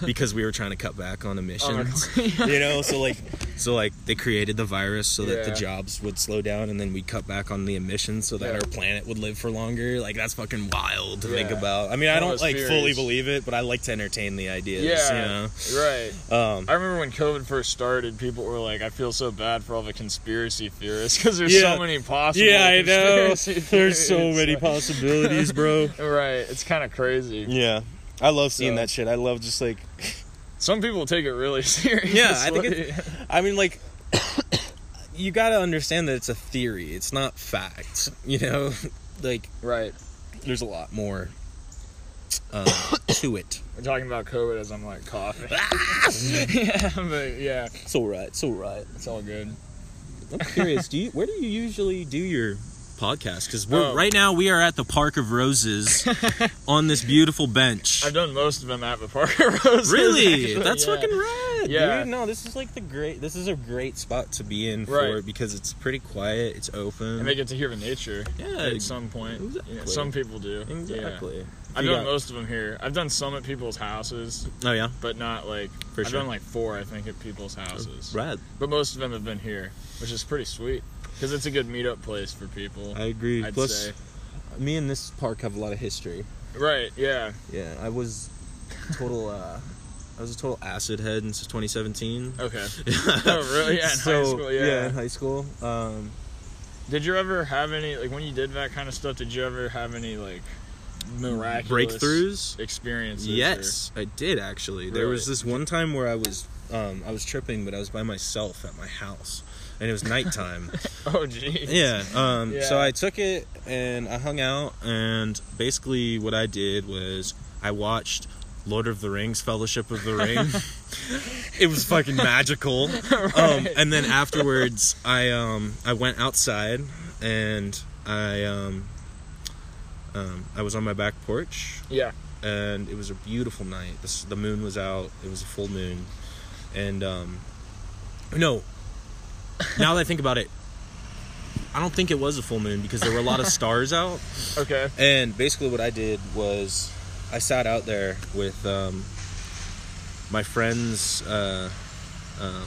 because we were trying to cut back on emissions. you know, so like so like they created the virus so that the Yeah. jobs would slow down and then we cut back on the emissions so that Yeah. our planet would live for longer. Like that's fucking wild to think Yeah. about. I mean, I All don't those like fully theories. believe it, but I like to entertain the ideas, Yeah. Right. you know. Um I remember when COVID first started, people were like, "I feel so bad for all the conspiracy theorists because there's Yeah. so many possible." yeah, I know. conspiracy There's so theories." many possibilities, bro. Right. It's kind of crazy. Yeah. I love seeing So- that shit. I love just like Some people take it really seriously. Yeah, I think it's- I mean, like, you got to understand that it's a theory. It's not facts. You know, like, right. there's a lot more uh, to it. We're talking about COVID as I'm like coughing. yeah, but yeah, It's all right. It's all right. it's all good. I'm curious. do you where do you usually do your podcast? Because we're Oh. right now we are at the Park of Roses on this beautiful bench. I've done most of them at the Parker Rose. Really, that's fucking rad. Yeah. dude. No, this is like the great. This is a great spot to be in for Right. it because it's pretty quiet. It's open. And they get to hear the nature. Yeah, At some point. exactly. Yeah, some people do. Yeah. exactly. I've You done got- most of them here. I've done some at people's houses, Oh yeah. but not like For I've sure. done like four, I think, at people's houses. Rad. But most of them have been here, which is pretty sweet because it's a good meetup place for people. I agree. I'd Uh, Plus, say. me and this park have a lot of history. Right? Yeah. Yeah, I was total. uh I was a total acid head since 2017. Okay. Oh, really? Yeah, in high school, yeah. in high school. Um, Did you ever have any like when you did that kind of stuff? Did you ever have any like miraculous breakthrough. experiences? or- Yes, I did actually. There Really? was this one time where I was um, I was tripping, but I was by myself at my house, and it was nighttime. Oh, geez. yeah. Um, So Yeah. I took it and I hung out, and basically what I did was I watched Lord of the Rings: Fellowship of the Ring. it was fucking magical. Um, and then afterwards, I um, I went outside and I um, um, I was on my back porch Yeah. and it was a beautiful night. The, s- the moon was out. It was a full moon, and um, no. Now that I think about it, I don't think it was a full moon because there were a lot of stars out. Okay. And basically, what I did was I sat out there with um, my friend's uh, um,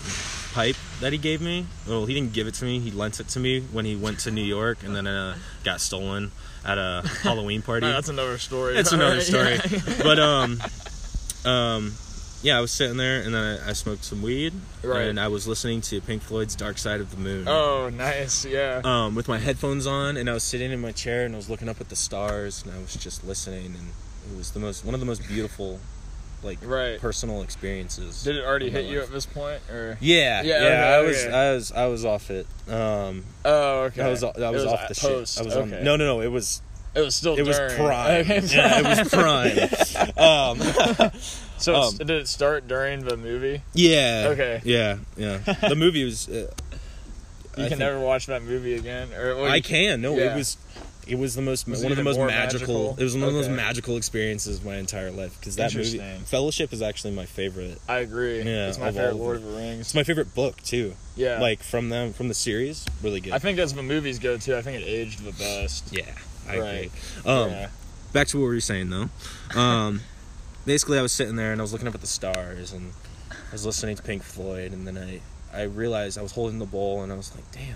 pipe that he gave me. Well, he didn't give it to me. He lent it to me when he went to New York, and then uh, got stolen at a Halloween party. No, that's another story. It's another story. Yeah. But um, um, yeah, I was sitting there and then I, I smoked some weed Right. and I was listening to Pink Floyd's Dark Side of the Moon. Oh, nice. Yeah. Um, with my headphones on and I was sitting in my chair and I was looking up at the stars and I was just listening and it was the most one of the most beautiful like Right. personal experiences. Did it already in my hit you life. at this point, or? Yeah, Yeah, yeah. okay, I was, okay. I was, I was off it. Um, Oh, okay. I was, I was, It off at the post, shit. I was okay. on. No, no, no. It was, It was still. it was during. prime. Okay. yeah, it was prime. um, So it's Um, did it start during the movie? yeah. Okay. Yeah, yeah. The movie was. Uh, You I can think- never watch that movie again, or well, I you- can. No, yeah. it was. It was the most Was it one of the even most more magical, magical? It was one of the most Okay. magical experiences of my entire life because that movie Interesting. Fellowship is actually my favorite. I agree. Yeah, it's my of all favorite of Lord of the It's Rings. my favorite book too. Yeah, Like from them from the series, really good. I think as the movies go too, I think it aged the best. yeah, I Right. agree. Um, yeah. Back to what we were saying though. Um, basically, I was sitting there and I was looking up at the stars and I was listening to Pink Floyd and then I I realized I was holding the bowl and I was like, damn.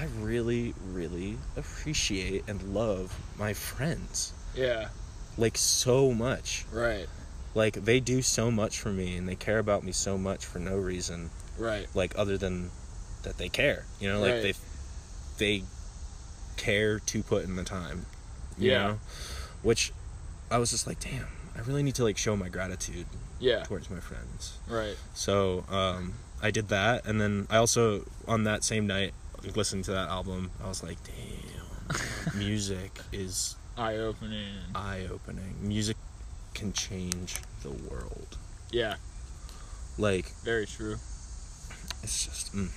I really, really appreciate and love my friends. yeah, like so much. right, Like they do so much for me and they care about me so much for no reason right, like other than that they care. You know, like Right. they they care to put in the time. You Yeah. know? Which I was just like, damn, I really need to like show my gratitude yeah, towards my friends. right. So, um I did that and then I also on that same night listening to that album, I was like, damn, music is Eye opening. eye opening. Music can change the world. Yeah, Like very true. it's just, mm,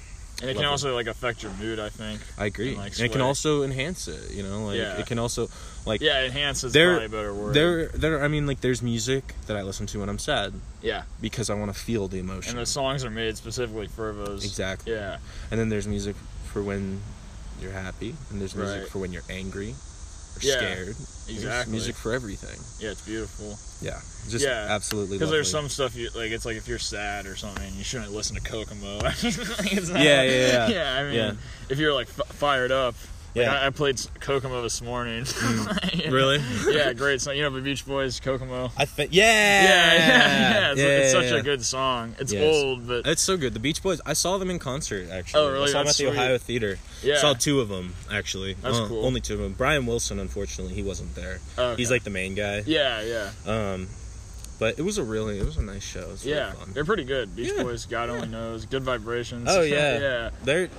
And it can Lovely. also like affect your mood. I think. I agree. And, like, and it can sway. also enhance it. You know, like Yeah. it can also like Yeah, enhance is There- probably a better word. there there. I mean, like there's music that I listen to when I'm sad yeah, because I want to feel the emotion. and the songs are made specifically for those. exactly. Yeah, And then there's music for when you're happy, and there's music Right. for when you're angry or Yeah, scared. There's exactly. music for everything. yeah, it's beautiful. Yeah. Just Yeah. absolutely. Because there's lovely. some stuff you like. It's like if you're sad or something, you shouldn't listen to Kokomo. It's not- Yeah, yeah, yeah. yeah. I mean, Yeah. if you're like f- fired up. Like, Yeah. Mm. I, I played s- Kokomo this morning. Yeah. Really? Yeah, great song. You know the Beach Boys, Kokomo. I think. Yeah, Yeah. yeah, yeah. It's, it's Yeah, such yeah. a good song. It's Yeah, it's- old, but It's so good. The Beach Boys. I saw them in concert actually. Oh, really? I saw That's them at the sweet. Ohio Theater. yeah. Saw two of them actually. That's Uh, cool. Only two of them. Brian Wilson, unfortunately, he wasn't there. Okay. He's like the main guy. yeah, yeah, Um, but it was a really, it was a nice show. It was really yeah. fun. They're pretty good. Beach Yeah, Boys, God only knows. Good vibrations. Oh, yeah. yeah. They're,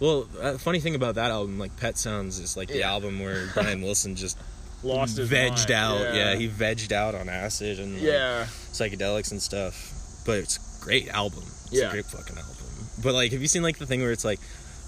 well, uh, funny thing about that album, like Pet Sounds, is like the Yeah. album where Brian Wilson just Lost his vegged mind. out. Yeah. he vegged out on acid and like, yeah. psychedelics and stuff. But it's a great album. It's Yeah. a great fucking album. But like, have you seen like the thing where it's like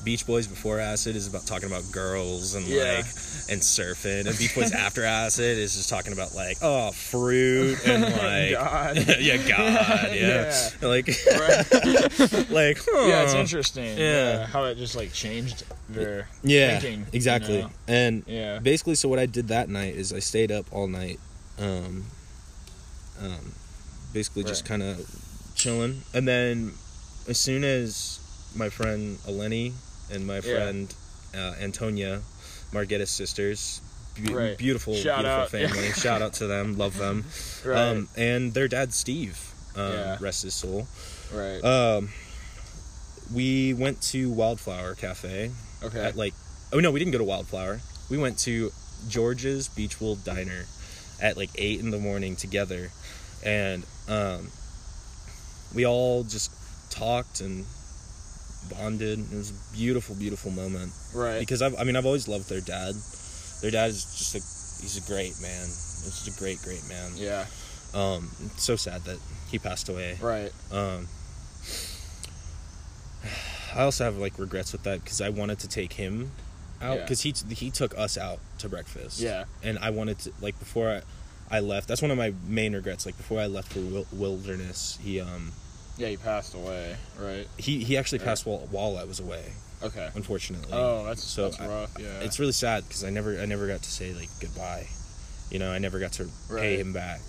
Beach Boys before acid is about talking about girls and Yeah. like and surfing, and Beach Boys after acid is just talking about like oh fruit and like God. yeah God yeah, Yeah. And, like Right. like huh. Yeah, it's interesting. Yeah. uh, how it just like changed their Yeah, thinking, exactly. you know? And yeah, basically, so what I did that night is I stayed up all night, um, um, basically just kind of chilling. And then, as soon as my friend Eleni and my friend uh, Antonia, Margetta's sisters, be- Right. beautiful, Shout beautiful out. family. Shout out to them. Love them. right, Um, and their dad Steve, um, Yeah. rest his soul. right, Um, we went to Wildflower Cafe okay, at like oh no we didn't go to wildflower we went to george's beechwold diner at like eight in the morning together and um we all just talked and bonded it was a beautiful beautiful moment right, because I've, i mean i've always loved their dad their dad is just a he's a great man he's just a great great man yeah, um it's so sad that he passed away right, um, I also have like regrets with that because I wanted to take him out Yeah. because he he took us out to breakfast. yeah, and I wanted to like before I, I left. That's one of my main regrets. Like before I left for Wil- Wilderness, he um yeah. He passed away, right? he he actually Right. passed while while I was away. Okay. Unfortunately, Oh, that's So that's I- rough. Yeah. it's really sad because I never I never got to say like goodbye. You know, I never got to pay Right. him back.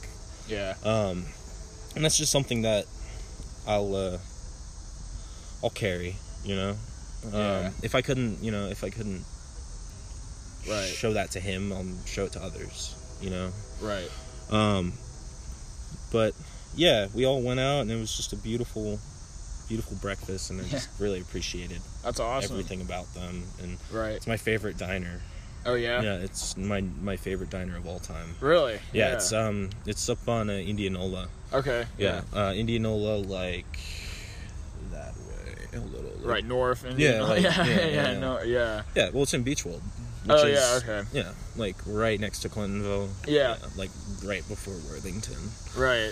yeah. Um, and that's just something that I'll uh, I'll carry, you know. Um, Yeah. If I couldn't, you know, if I couldn't Right. show that to him, I'll show it to others, you know. Right. Um, but yeah, we all went out, and it was just a beautiful, beautiful breakfast, and I just really appreciated That's awesome. everything about them. And Right. it's my favorite diner. Oh yeah. Yeah, it's my my favorite diner of all time. Really? Yeah, it's um it's up on uh, Indianola. okay. Yeah, uh, Indianola like that way a little. like- Right north. And Yeah, like- yeah, yeah, yeah, yeah, yeah. No, yeah. Yeah, well, it's in Beachwold. Oh, yeah, okay. Yeah, like right next to Clintonville. Yeah. like right before Worthington. Right.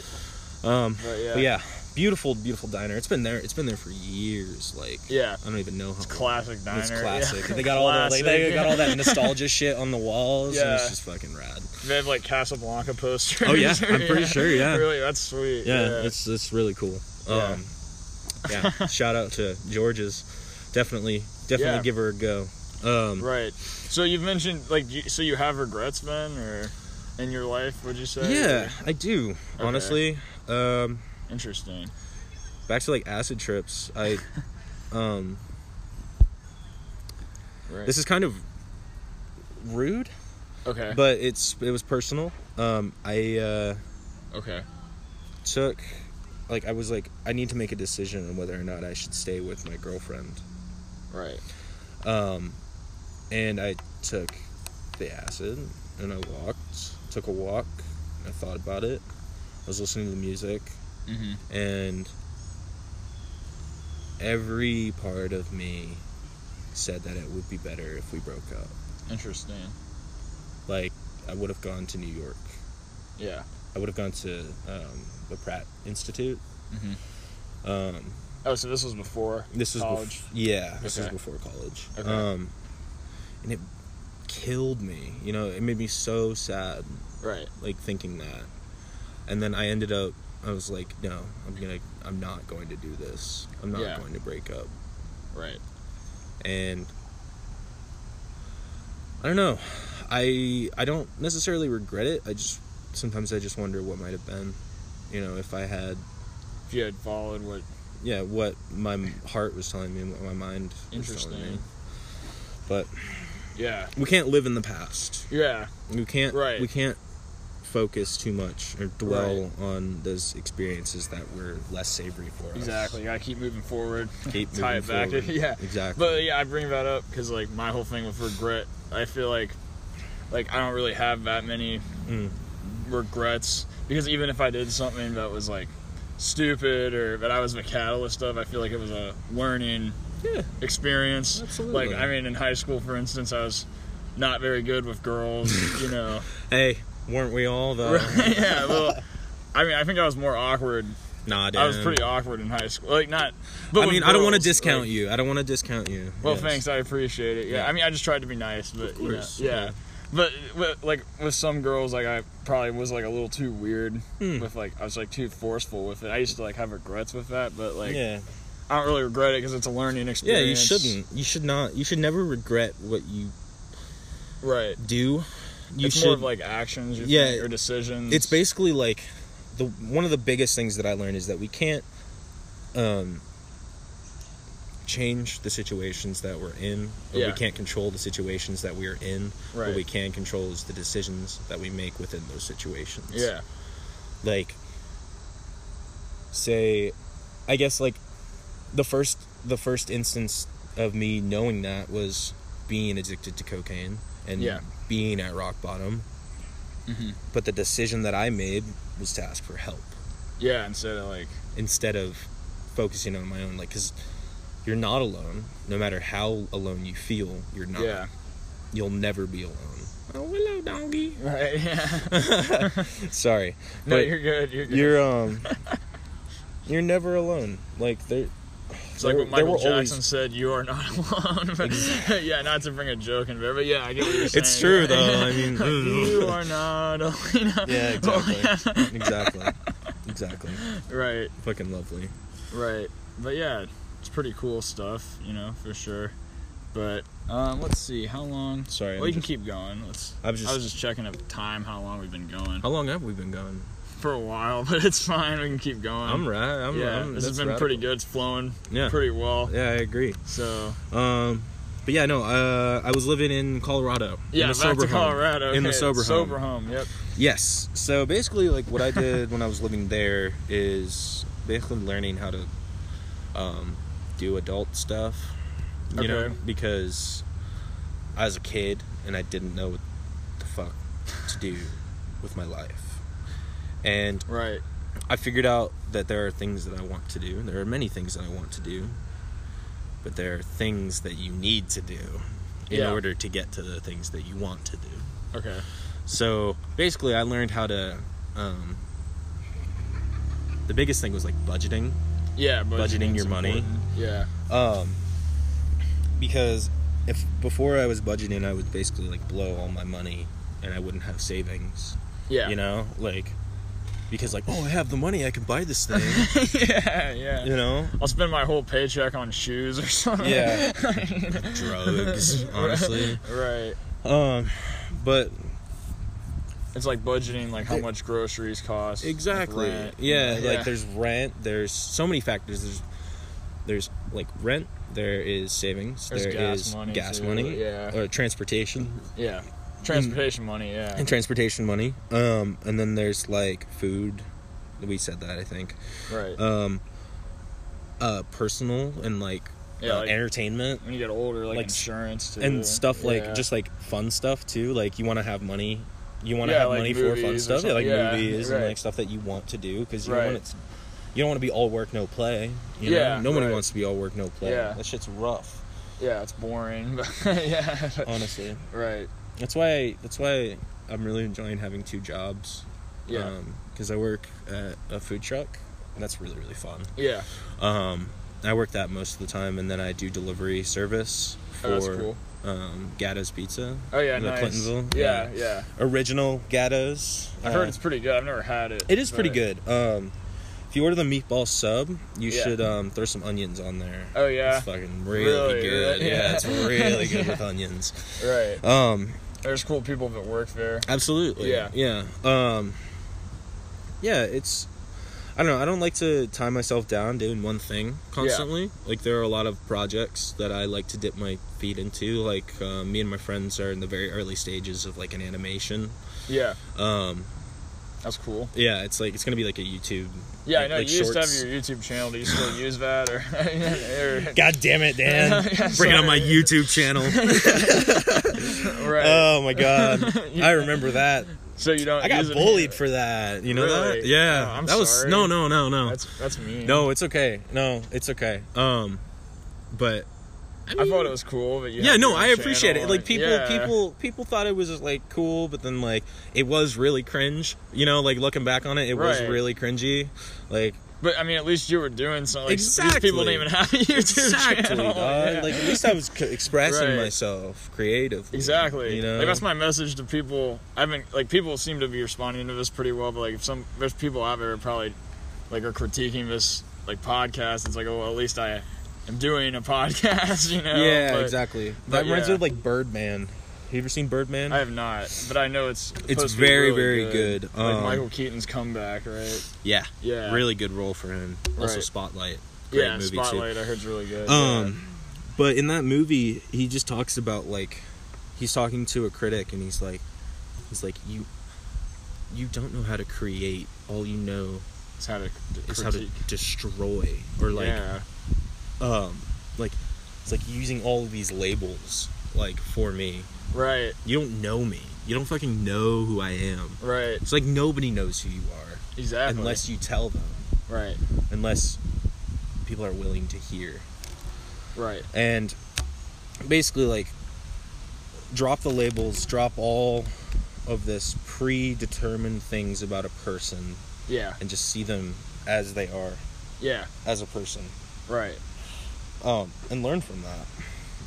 Um, But yeah. but yeah, beautiful, beautiful diner. It's been there. It's been there for years. Like, Yeah. I don't even know how. It's Classic diner. It's yeah. classic. They got all that, like, they Classic. got all that nostalgia shit on the walls. and it's Yeah. just fucking rad. They have like Casablanca posters. Oh, yeah, I'm pretty sure, yeah. Really, that's sweet. Yeah, it's it's really cool. Yeah. Um, yeah, shout out to George's. Definitely, definitely Yeah. give her a go. Um, right. So you've mentioned like, you- so you have regrets, Ben, or in your life? Would you say? yeah, I do honestly. Um, Interesting. back to like acid trips. I, um, Right. this is kind of rude, okay. but it's it was personal. Um, I uh, okay. took like I was like I need to make a decision on whether or not I should stay with my girlfriend. Right. Um, and I took the acid and I walked, took a walk. I thought about it. I was listening to the music Mm-hmm. and every part of me said that it would be better if we broke up. Interesting. Like I would have gone to New York. Yeah. I would have gone to um, the Pratt Institute. Mhm. Um, Oh, so this was before. This was college. Bef- yeah, this was Okay. before college. Okay. Um, and it killed me. You know, it made me so sad, Right. like thinking that. And then I ended up. I was like, no, I'm gonna. I'm not going to do this. I'm not Yeah. going to break up. Right. And I don't know. I I don't necessarily regret it. I just sometimes I just wonder what might have been. You know, if I had If you had followed what? yeah, what my heart was telling me and what my mind was telling me. Interesting. But Yeah. we can't live in the past. Yeah. We can't. Right. We can't focus too much or dwell on those experiences that were less savory for us. Exactly. Gotta keep moving forward. Keep Tie moving it back. forward. yeah. Exactly. But yeah, I bring that up because like my whole thing with regret, I feel like, like I don't really have that many Mm. regrets because even if I did something that was like stupid or that I was the catalyst of, I feel like it was a learning Yeah. experience. Absolutely. Like I mean, in high school, for instance, I was not very good with girls. you know. Hey, weren't we all though? yeah. Well, I mean, I think I was more awkward. Nah, I was damn. pretty awkward in high school. Like not. But I with mean, I don't want to girls, discount like- you. I don't want to discount you. Well, Yes. thanks. I appreciate it. Yeah. Yeah. I mean, I just tried to be nice, but you know, course, yeah. yeah. But, but like with some girls, like I probably was like a little too weird Hmm. with like I was like too forceful with it. I used to like have regrets with that, but like Yeah. I don't really regret it because it's a learning Yeah, experience. you shouldn't. You should not. You should never regret what you Right. do. You it's should more of like actions. You Yeah. yeah. Think, or decisions. it's basically like the one of the biggest things that I learned is that we can't um, change the situations that we're in, or we Yeah. can't control the situations that we are in. What Right. we can control is the decisions that we make within those situations. Yeah. Like, say, I guess like the first the first instance of me knowing that was being addicted to cocaine and Yeah. being at rock bottom Mhm. but the decision that I made was to ask for help Yeah. Instead of like. instead of focusing on my own. Like, because you're not alone. No matter how alone you feel, you're not. Yeah. You'll never be alone. Oh, hello, doggy. Right. Yeah. Sorry, no, but you're good. You're good. you're um, you're never alone. Like there, it's there, like what there Michael will Jackson always. said. You are not alone. But, yeah. Not to bring a joke in there, but yeah, I get what you're saying. It's true Yeah. though. I mean, you are not alone. yeah, Oh, exactly, exactly, exactly. Right, Fucking lovely. right. But yeah, it's pretty cool stuff, you know, for sure. But um, let's see, how long? Sorry, Well, I'm you can just- keep going. Let's. I was just. I was just checking up time, how long we've been going how long have we been going? for a while, but it's fine. We can keep going. I'm right. I'm, Um, yeah, I'm, this has that's been radical. pretty good. It's flowing Yeah. pretty well. Yeah, I agree. So Um, but yeah, no, uh, I was living in Colorado. yeah, in back the sober to Colorado. Home, In the Okay, sober, sober home. home. Yep. Yes. So basically, like what I did when I was living there is basically learning how to um, do adult stuff. You know, Okay. because I I was a kid and I didn't know what the fuck to do with my life. And Right. I figured out that there are things that I want to do. There are many things that I want to do. But there are things that you need to do in Yeah. order to get to the things that you want to do. Okay. So basically, I learned how to. Um, the biggest thing was like budgeting, Yeah. Budgeting budgeting's your money. important. Yeah. um, because if before I was budgeting, I would basically like blow all my money, and I wouldn't have savings. Yeah. You know, like because like oh, I have the money, I can buy this thing. yeah. Yeah. you know, I'll spend my whole paycheck on shoes or something. Yeah. drugs, honestly. Right. Um, but It's like budgeting, like how They- much groceries cost. like Exactly. rent. yeah, like there's rent. There's so many factors. There's there's like rent. There is savings. There's there gas is money, gas too, money. yeah. Or transportation yeah. Transportation money. Yeah. and transportation money. Um, and then there's like food. We said that I think. Right. Um, uh, personal and like, Yeah, uh, like- entertainment when you get older, like, like, insurance too. and stuff like Yeah. just like fun stuff too. Like you want to have money. You want to Yeah, have like money for fun movies or stuff, yeah, like something. Yeah, movies and right. like stuff that you want to do because you Right. don't want it. To, you don't want to be all work no play. You Yeah, know? nobody right. wants to be all work no play. Yeah. that shit's rough. yeah, it's boring. But yeah. Honestly, right. that's why that's why I'm really enjoying having two jobs. Yeah. Uh, because I work at a food truck. And that's really really fun. yeah. Um, I work that most of the time, and then I do delivery service for Oh, that's cool. um, Gatto's Pizza. Oh yeah. the Nice. Clintonville. Yeah. Yeah. original Gatto's. I Uh, heard it's pretty good. I've never had it. It is pretty but- good. Um, if you order the meatball sub, you Yeah. should um, throw some onions on there. Oh, yeah? it's fucking really, Really? good. Yeah. Yeah. it's really good with onions. Right. Um, There's cool people that work there. absolutely. Yeah. yeah, um, yeah. It's I don't know. I don't like to tie myself down doing one thing constantly. Like there are a lot of projects that I like to dip my feet into. Like uh, me and my friends are in the very early stages of like an animation. Yeah. Um, That's cool. yeah, it's like it's gonna be like a YouTube. Yeah, I like- know. like you used to shorts. have your YouTube channel. Do you still use that or? or- God damn it, Dan. Yeah, Bringing up my sorry. YouTube channel. right. Oh my god. I remember that. so you don't. I got use it bullied for that. You know that? Really? Yeah. Oh, I'm that was sorry. no no no no. That's that's mean. no, it's okay. No, it's okay. Um but I thought it was cool, but you yeah, had no, your I own appreciate channel, it. Like people, yeah. people, people thought it was just, like cool, but then like it was really cringe. You know, like looking back on it, it was Right. really cringy. Like But I mean, at least you were doing something. Like, These Exactly. people didn't even have a YouTube exactly, channel. dog. Yeah. Like at least I was c- expressing Right. myself creatively. exactly. You know, Like that's my message to people. I've been like people seem to be responding to this pretty well, but like if some there's people out there who probably like are critiquing this like podcast. It's like, oh, well, at least I am doing a podcast. You know? Yeah, But exactly. That but reminds yeah. me of like Birdman. Have you ever seen Birdman? I have not, but I know it's supposed to be very, really very good. good. like Um, Michael Keaton's comeback, right? yeah, Yeah. really good role for him. Also Right. Spotlight, great Yeah, movie Spotlight. I heard's really good. too. Um, but in that movie, he just talks about like he's talking to a critic and he's like, he's like you, you don't know how to create. All you know yeah. it's how to is critique. how to destroy or like yeah, um like it's like using all of these labels like for me. right, You don't know me. You don't fucking know who I am. right, It's like nobody knows who you are exactly. unless you tell them, right, unless people are willing to hear. right, And basically, like, drop the labels, drop all of this predetermined things about a person, yeah, and just see them as they are, yeah, as a person, right. um, and learn from that.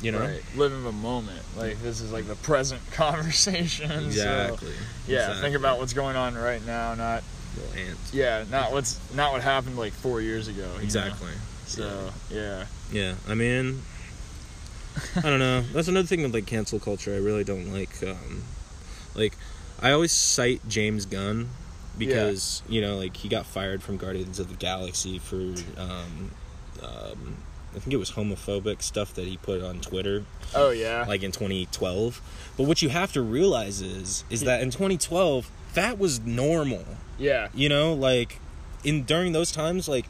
You know. right. living the moment. Like this is like the present conversation. so, yeah, think about what's going on right now, not Little ant. yeah, not what's not what happened like four years ago. you know? Exactly. So yeah. Yeah, I mean, I don't know. That's another thing with like cancel culture. I really don't like. Um, like, I always cite James Gunn because you know, like he got fired from Guardians of the Galaxy for, um, um, I think it was homophobic stuff that he put on Twitter, Oh yeah. like in 2012. But what you have to realize is, is that in 2012, that was normal yeah. you know like in during those times like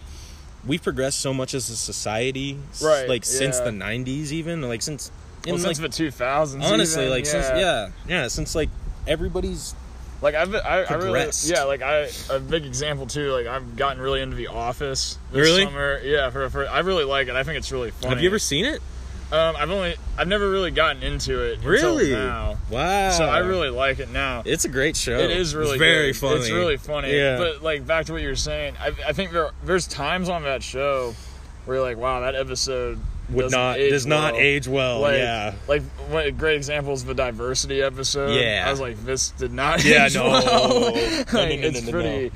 we've progressed so much as a society s- Right, like since yeah. the 90s even like since well, in, since like, the 2000s. honestly, even, like since yeah, yeah, since like everybody's Like I've I, I really Progressed. yeah like I a big example too like I've gotten really into The Office this Really? summer yeah for, for I really like it I think it's really funny Have you ever seen it? um I've only I've never really gotten into it until Really? now Wow. so I really like it now It's a great show. It is really It's very good. funny. It's really funny. Yeah. But like back to what you were saying, I, I think there there's times on that show where you're like, wow, that episode would doesn't not age does not well. age well. Like, yeah. Like one of the great examples the diversity episode. Yeah. I was like, this did not. Yeah, age no. well. No, no, like, no, no, it's no, no. pretty.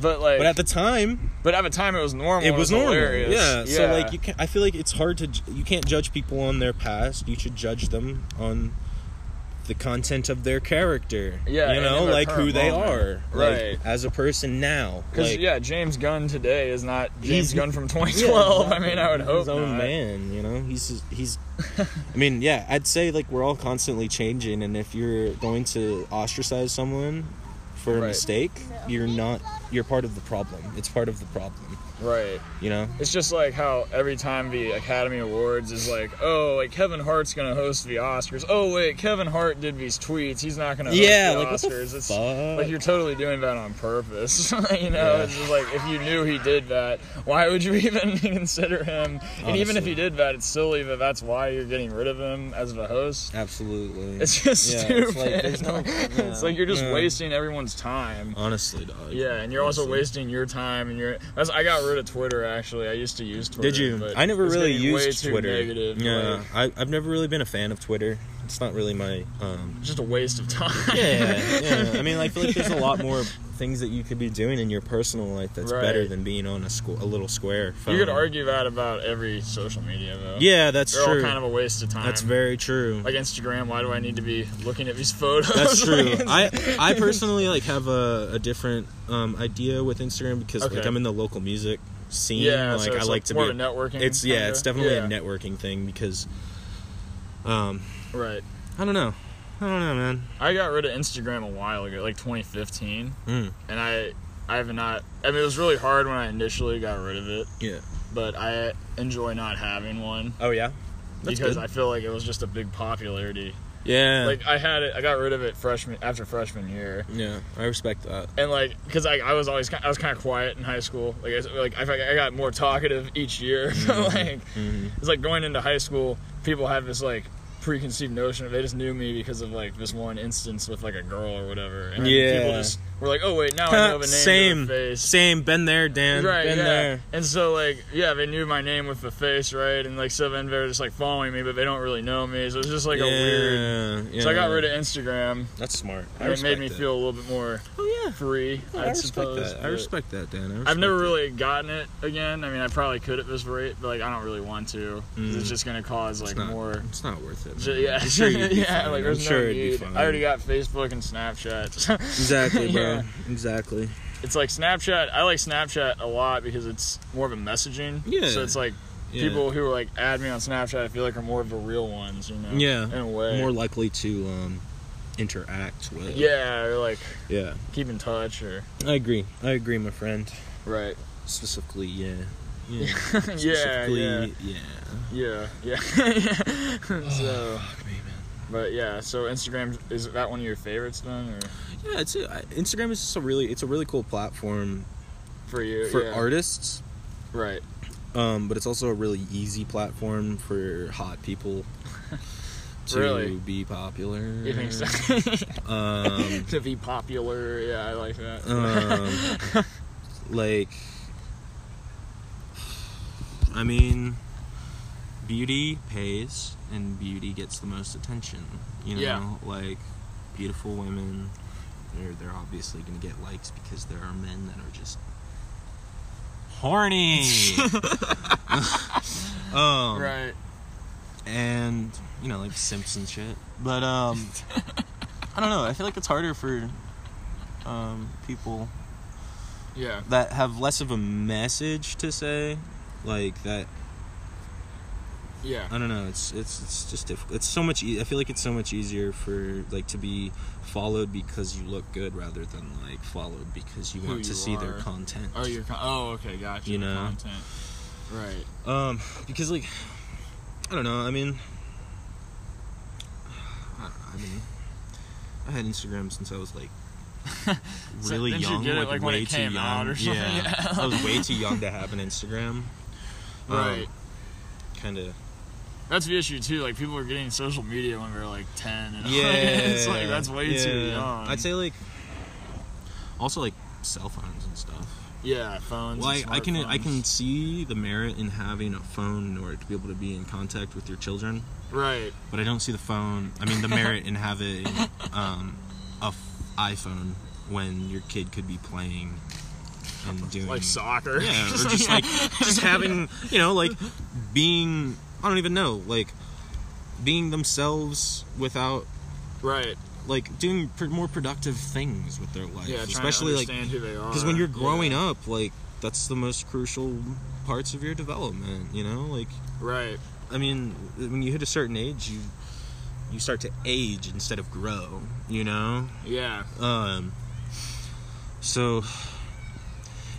But like, But at the time, but at the time, it was normal. it was normal. hilarious. Yeah. So like, you can I feel like it's hard to j- you can't judge people on their past. You should judge them on the content of their character. Yeah, You and know, in their like who current they moment. are, like, Right. As a person now, because like, yeah, James Gunn today is not James He's- Gunn from Yeah, 2012. I exactly. mean, I would He's hope His own not. man, you know. He's he's. I mean, yeah, I'd say like we're all constantly changing, and if you're going to ostracize someone for a Right. mistake, you're not. You're part of the problem. It's part of the problem, Right. you know. It's just like how every time the Academy Awards is like, oh, like Kevin Hart's gonna host the Oscars. Oh wait, Kevin Hart did these tweets. He's not gonna host Yeah, the like, what the Oscars. it's fuck? like you're totally doing that on purpose. you know, Yeah. it's just like if you knew he did that, why would you even consider him? And even if Honestly. he did that, it's silly that that's why you're getting rid of him as the host. Absolutely. It's just Yeah, stupid. it's like, there's no- yeah. It's like you're just Yeah. wasting everyone's time. honestly, dog. Yeah, and you're also Honestly. wasting your time and your. That's, I got rid of Twitter actually. I used to use Twitter. Did you? but I never it's really getting way used too Twitter. Negative. yeah, like, I, I've never really been a fan of Twitter. It's not really my. Um, just a waste of time. yeah, yeah. I mean, I feel like there's a lot more things that you could be doing in your personal life that's better Right. than being on a squ- a little square. Phone. You could argue that about every social media though. Yeah, that's they're true. all kind of a waste of time. that's very true. like Instagram. Why do I need to be looking at these photos? That's true. Like, it's- I I personally like have a, a different um, idea with Instagram because like Okay. I'm in the local music scene. yeah, like so I it's like, to more be. of a networking. it's yeah, it's kinda. definitely a Yeah, networking thing because. Um, Right. I don't know. I don't know, man. I got rid of Instagram a while ago, like 2015, Mm. and I I have not. I mean, it was really hard when I initially got rid of it. Yeah. but I enjoy not having one Oh yeah. That's because good. I feel like it was just a big popularity. Yeah. Like I had it, I got rid of it freshman after freshman year, yeah, I respect that. and like because I, I was always ki- I was kind of quiet in high school. Like I, like I, felt like I got more talkative each year. Mm-hmm. like it's like going into high school, people have this like preconceived notion they just knew me because of like this one instance with like a girl or whatever. And then people Yeah. just were like, oh wait, now I know the name. same, Of the face. same. Been there, Dan. Right, Been yeah. there. And so like yeah, they knew my name with the face, right? And like so then they're just like following me, but they don't really know me. So it's just like a weird So I got rid of Instagram That's smart. and it I made respect me that. feel a little bit more Oh yeah. free, Yeah, I I respect suppose. that. I but respect that, Dan. I I've respect never that. really gotten it again. I mean, I probably could at this rate, but like I don't really want to. 'cause It's just gonna cause like Mm. It's not, more It's not worth it. Ju- man. yeah, I'm sure you'd be yeah. fine. Like, I'm there's sure no it'd be need. fine. I already got Facebook and Snapchat. Exactly, bro. Yeah. Exactly. it's like Snapchat. I like Snapchat a lot because it's more of a messaging. Yeah. So it's like Yeah. people who like add me on Snapchat, I feel like are more of the real ones. You know. Yeah. In a way. more likely to um, interact with. Yeah, or like Yeah. keep in touch or I agree. I agree, my friend. right. Specifically, yeah. Yeah. yeah, yeah, Specifically, yeah. yeah, yeah. so, Fuck me, man. but yeah, so Instagram is that one of your favorites then, or Yeah, it's a, I- Instagram is just a really it's a really cool platform for you? for yeah. artists, right? um, but it's also a really easy platform for hot people to Really? be popular. You think Mm. so? Um, to be popular, yeah, I like that. um, like, I mean, beauty pays, and beauty gets the most attention. You know, Yeah. like beautiful women. They're, they're obviously gonna get likes because there are men that are just horny. um, right. and you know like Simpson shit. But um, I don't know. I feel like it's harder for um, people Yeah. that have less of a message to say, like that. Yeah. I don't know. It's it's it's just difficult. It's so much. E- I feel like it's so much easier for like to be followed because you look good rather than like followed because you Who want to you see their are. content. Oh, you're. Con- oh, okay, gotcha. You the know? Content. Right. Um, because like, I don't know. I mean, I don't know. I mean, I had Instagram since I was like So really didn't you young, get it, like, like, way when it too came young. out or something? Yeah, Yeah. I was way too young to have an Instagram. Um, Right. kind of. That's the issue too. Like people are getting social media when they're like ten. And Yeah, it's like that's way too yeah. young. I'd say like also like cell phones and stuff. yeah, phones. and Like I can I can smartphones. see the merit in having a phone in order to be able to be in contact with your children, right. but I don't see the phone. I mean the merit in having um, a f- iPhone when your kid could be playing and doing Like soccer. Mm. Yeah, or just like just having you know like being I don't even know like being themselves without right. like doing pr- more productive things with their life, Yeah, trying especially to like understand who they are. because when you're growing up, like that's the most crucial parts of your development. You know, like right? I mean, when you hit a certain age, you you start to age instead of grow. You know, Yeah, um, so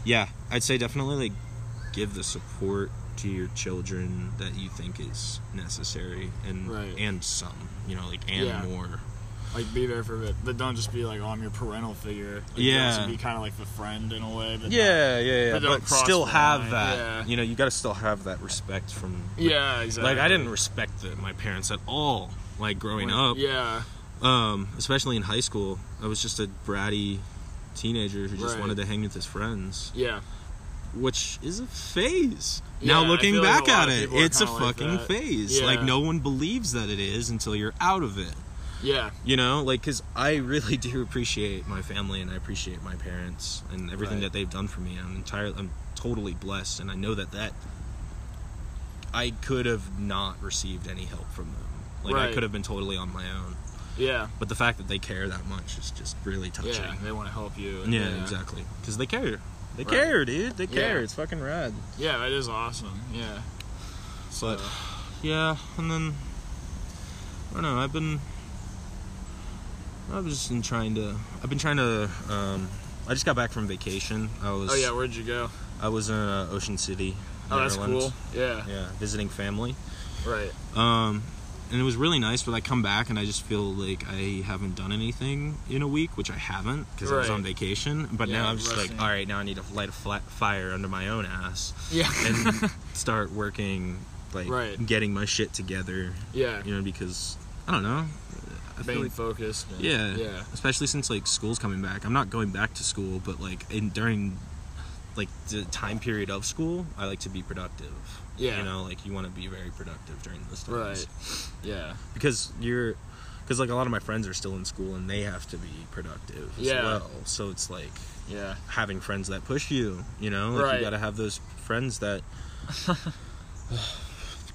yeah, I'd say definitely like give the support to your children that you think is necessary and Right. and some you know like and Yeah. more like be there for a bit, but don't just be like, oh, I'm your parental figure. Like, you Yeah. also be kind of like the friend in a way. But not- Yeah, yeah, yeah. But But, don't cross still the have line, that. yeah. You know, you got to still have that respect from. yeah, exactly. Like I didn't respect the, my parents at all. Like growing up, Yeah, um, especially in high school, I was just a bratty teenager who just Right. wanted to hang with his friends, yeah, which is a phase. Yeah, now I looking feel like back a lot of at it, people are it's a kinda like fucking that. phase. Yeah. Like no one believes that it is until you're out of it. yeah, You know, like because I really do appreciate my family and I appreciate my parents and everything Right. that they've done for me. I'm entirely, I'm totally blessed, and I know that that I could have not received any help from them. Like Right. I could have been totally on my own. yeah, But the fact that they care that much is just really touching. yeah. They want to help you. and Yeah, exactly. Because they care. They Right. care, dude. They care. Yeah. It's fucking rad. Yeah, that is awesome. Yeah. So But yeah, and then I don't know. I've been I've just been trying to. I've been trying to. Um, I just got back from vacation. I was. oh yeah, where'd you go? I was in uh, Ocean City. Oh, that's cool. Maryland. Yeah, Yeah, visiting family. right. Um, and it was really nice. But I come back and I just feel like I haven't done anything in a week, which I haven't because I was Right. on vacation. But Yeah, now I'm just resting. like, all right, now I need to light a flat fire under my own ass Yeah, and start working, like Right. getting my shit together yeah. you know, because I don't know. I feel Being like, focused. and- yeah, yeah, especially since like school's coming back. I'm not going back to school, but like in during like the time period of school, I like to be productive. yeah. you know, like you want to be very productive during this time, Right. Yeah. Because you're, because like a lot of my friends are still in school and they have to be productive as Yeah. well. So it's like Yeah. having friends that push you. You know, like Right. you got to have those friends that.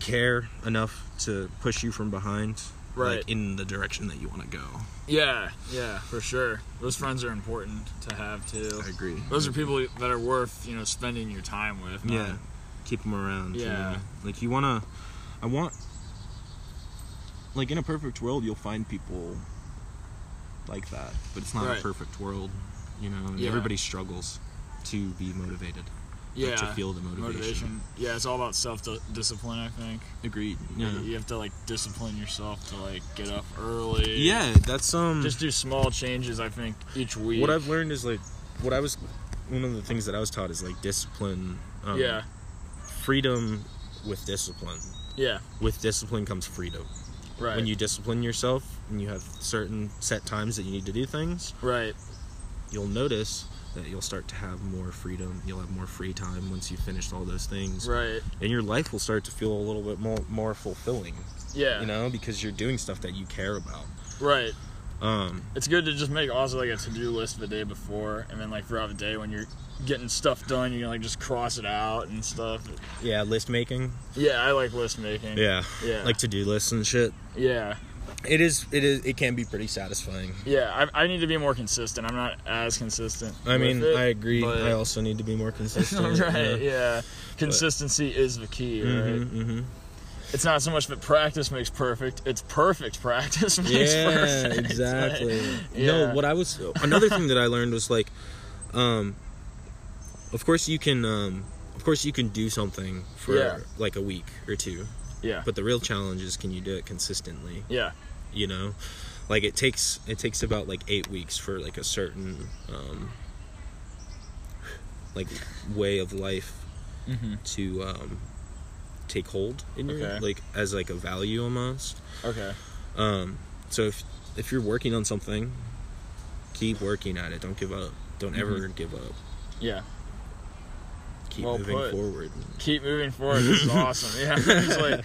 care enough to push you from behind Right. like in the direction that you want to go. yeah. Yeah. For sure. Those friends are important to have too. agree. Those are people that are worth you know spending your time with. not- Yeah, keep them around. you Yeah. know? like you wanna, I want. Like in a perfect world, you'll find people like that, but it's not Right. a perfect world, you know. and Yeah. Everybody struggles to be motivated, Yeah. to feel the motivation. motivation. Yeah, it's all about self discipline. I think Agreed. Yeah. you have to like discipline yourself to like get up early. Yeah, that's um. Just do small changes. I think each week. what I've learned is like, what I was, one of the things that I was taught is like discipline. Um, yeah. Freedom with discipline. Yeah. With discipline comes freedom. Right. when you discipline yourself and you have certain set times that you need to do things, right. you'll notice that you'll start to have more freedom. You'll have more free time once you've finished all those things, Right. and your life will start to feel a little bit more more fulfilling. Yeah. You know, because you're doing stuff that you care about. Right. Um, It's good to just make also like a to do list the day before, and then like throughout the day when you're getting stuff done, you can like just cross it out and stuff. yeah, list making. Yeah, I like list making. Yeah, Yeah. like to do lists and shit. yeah. It is. It is. It can be pretty satisfying. Yeah, I, I need to be more consistent. I'm not as consistent. I mean, with it, I agree. but- I also need to be more consistent. right, yeah. Consistency is the key, right? Mm-hmm, It's not so much that practice makes perfect; it's perfect practice makes yeah perfect. Like, exactly yeah. no what i was another thing that i learned was like um of course you can um of course you can do something for Yeah. like a week or two yeah, but the real challenge is can you do it consistently yeah, you know like it takes it takes about like eight weeks for like a certain um like way of life Mm-hmm. to um take hold in your Okay. like as like a value almost Okay. um so if if you're working on something keep working at it don't give up don't ever give up Mm-hmm. Yeah. keep Well moving put. forward Keep moving forward. This is awesome. Yeah. It's like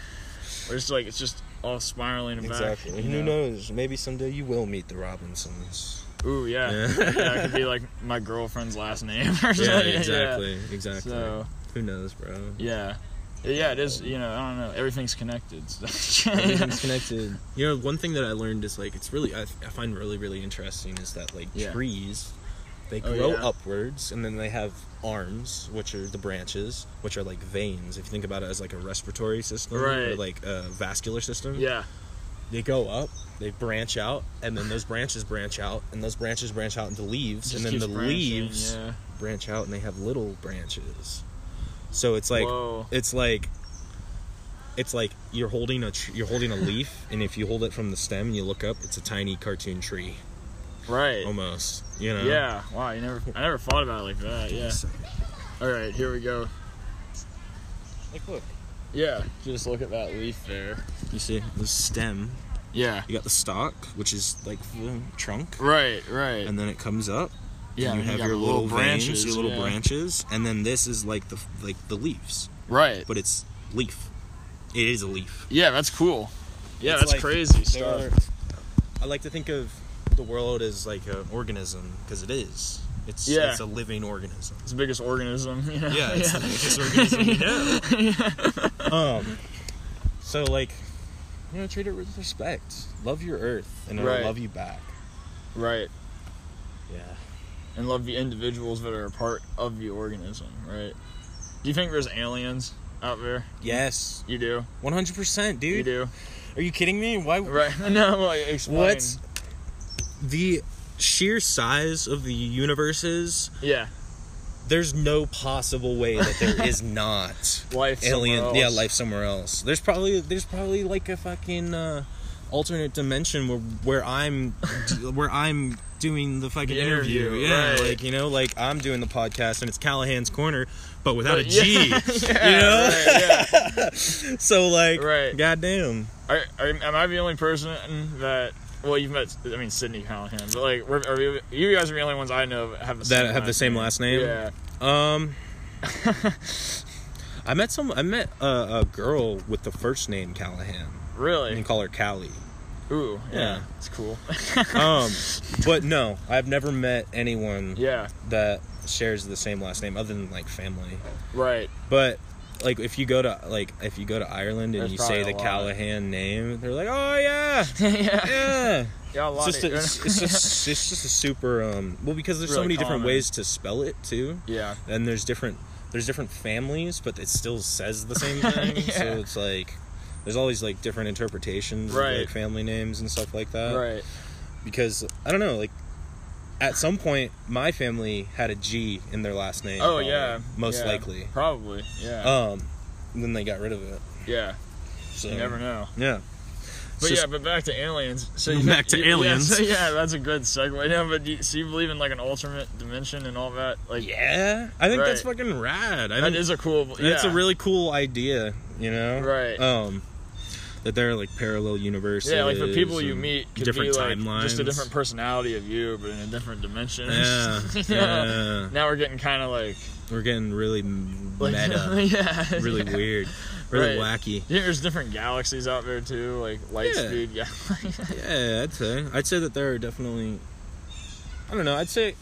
we're just like it's just all spiraling back. exactly and you who know? knows maybe someday you will meet the robinsons Ooh yeah. Yeah. Yeah. It could be like my girlfriend's last name or something. yeah exactly exactly So who knows bro yeah. Yeah, it is. You know, I don't know. Everything's connected. so- everything's connected you know one thing that i learned is like it's really i, I find really really interesting is that like Yeah. trees they Oh, grow yeah. upwards and then they have arms which are the branches which are like veins if you think about it as like a respiratory system or Right. like a vascular system yeah. they go up they branch out and then those branches branch out and those branches branch out into leaves Just and then keeps the branching, leaves Yeah. branch out and they have little branches so it's like Whoa. it's like it's like you're holding a tr- you're holding a leaf and if you hold it from the stem and you look up it's a tiny cartoon tree Right. Oh, almost you know Yeah. Wow. You never. I never thought about it like that. Yeah. All right. Here we go. like look Yeah. Just look at that leaf there. you see the stem Yeah. you got the stalk which is like the trunk Right. Right. and then it comes up yeah. and and you have got your little, branches your little yeah. branches and then this is like the like the leaves Right. but it's leaf it is a leaf Yeah. That's cool. Yeah. It's that's like crazy there stuff. are- I like to think of the world as like an organism because it is. It's Yeah. it's a living organism. It's the biggest organism. You know? Yeah, it's the biggest organism we know. Um, so like, you know, treat it with respect. Love your earth, and it'll Right. love you back. Right. Yeah. And love the individuals that are a part of the organism. Right. Do you think there's aliens out there? Yes, You do. one hundred percent, You dude. do. Are you kidding me? Why? Right. No. Like, explain. What's the sheer size of the universe is? Yeah. There's no possible way that there is not. Life. somewhere alien yeah else. life somewhere else there's probably there's probably like a fucking uh alternate dimension where where i'm where i'm doing the fucking The interview, interview, yeah right. like you know like i'm doing the podcast and it's callahan's corner but without a But- g yeah, you know Right, yeah. so like Right. goddamn Are, are, am I the only person that? Well, you've met. I mean, Sydney Callahan, but like, we're, are we, you guys are the only ones I know that have the that same have the same last name Yeah. um i met some i met a, a girl with the first name callahan and they Really? call her callie Ooh. Yeah. Yeah. It's cool. um but no i've never met anyone Yeah. that shares the same last name other than like family Right. but like if you go to like if you go to ireland and There's you say probably a the lot. callahan name they're like oh yeah yeah. yeah Yeah. A it's lot just, of, a, it's, it's just it's just a super um well because there's so Really many different common. ways to spell it too yeah. and there's different there's different families but it still says the same thing so Yeah. it's like there's always like different interpretations of Right. like family names and stuff like that right. because I don't know, like at some point my family had a G in their last name. Oh probably, yeah. most yeah, likely. Probably. Yeah. Um, and then they got rid of it. yeah. So You never know. Yeah. But just- yeah, but back to aliens. So you Back to you- yeah, aliens. so yeah, that's a good segue. Yeah, but do you, so you believe in like an alternate dimension and all that? Like, yeah, I think that's Right. fucking rad. that I think is a cool. Yeah. that's a really cool idea. You know. Right. Um. That they're like parallel universes. Yeah, like the people you and meet could different be like timelines. just a different personality of you, but in a different dimension. Yeah, yeah. Now we're getting kind of like, We're getting really m- like meta, yeah, really weird, Right. really wacky. Yeah, there's different galaxies out there too, like light Yeah. speed. Yeah, Yeah, I'd say. I'd say that there are definitely. I don't know. I'd say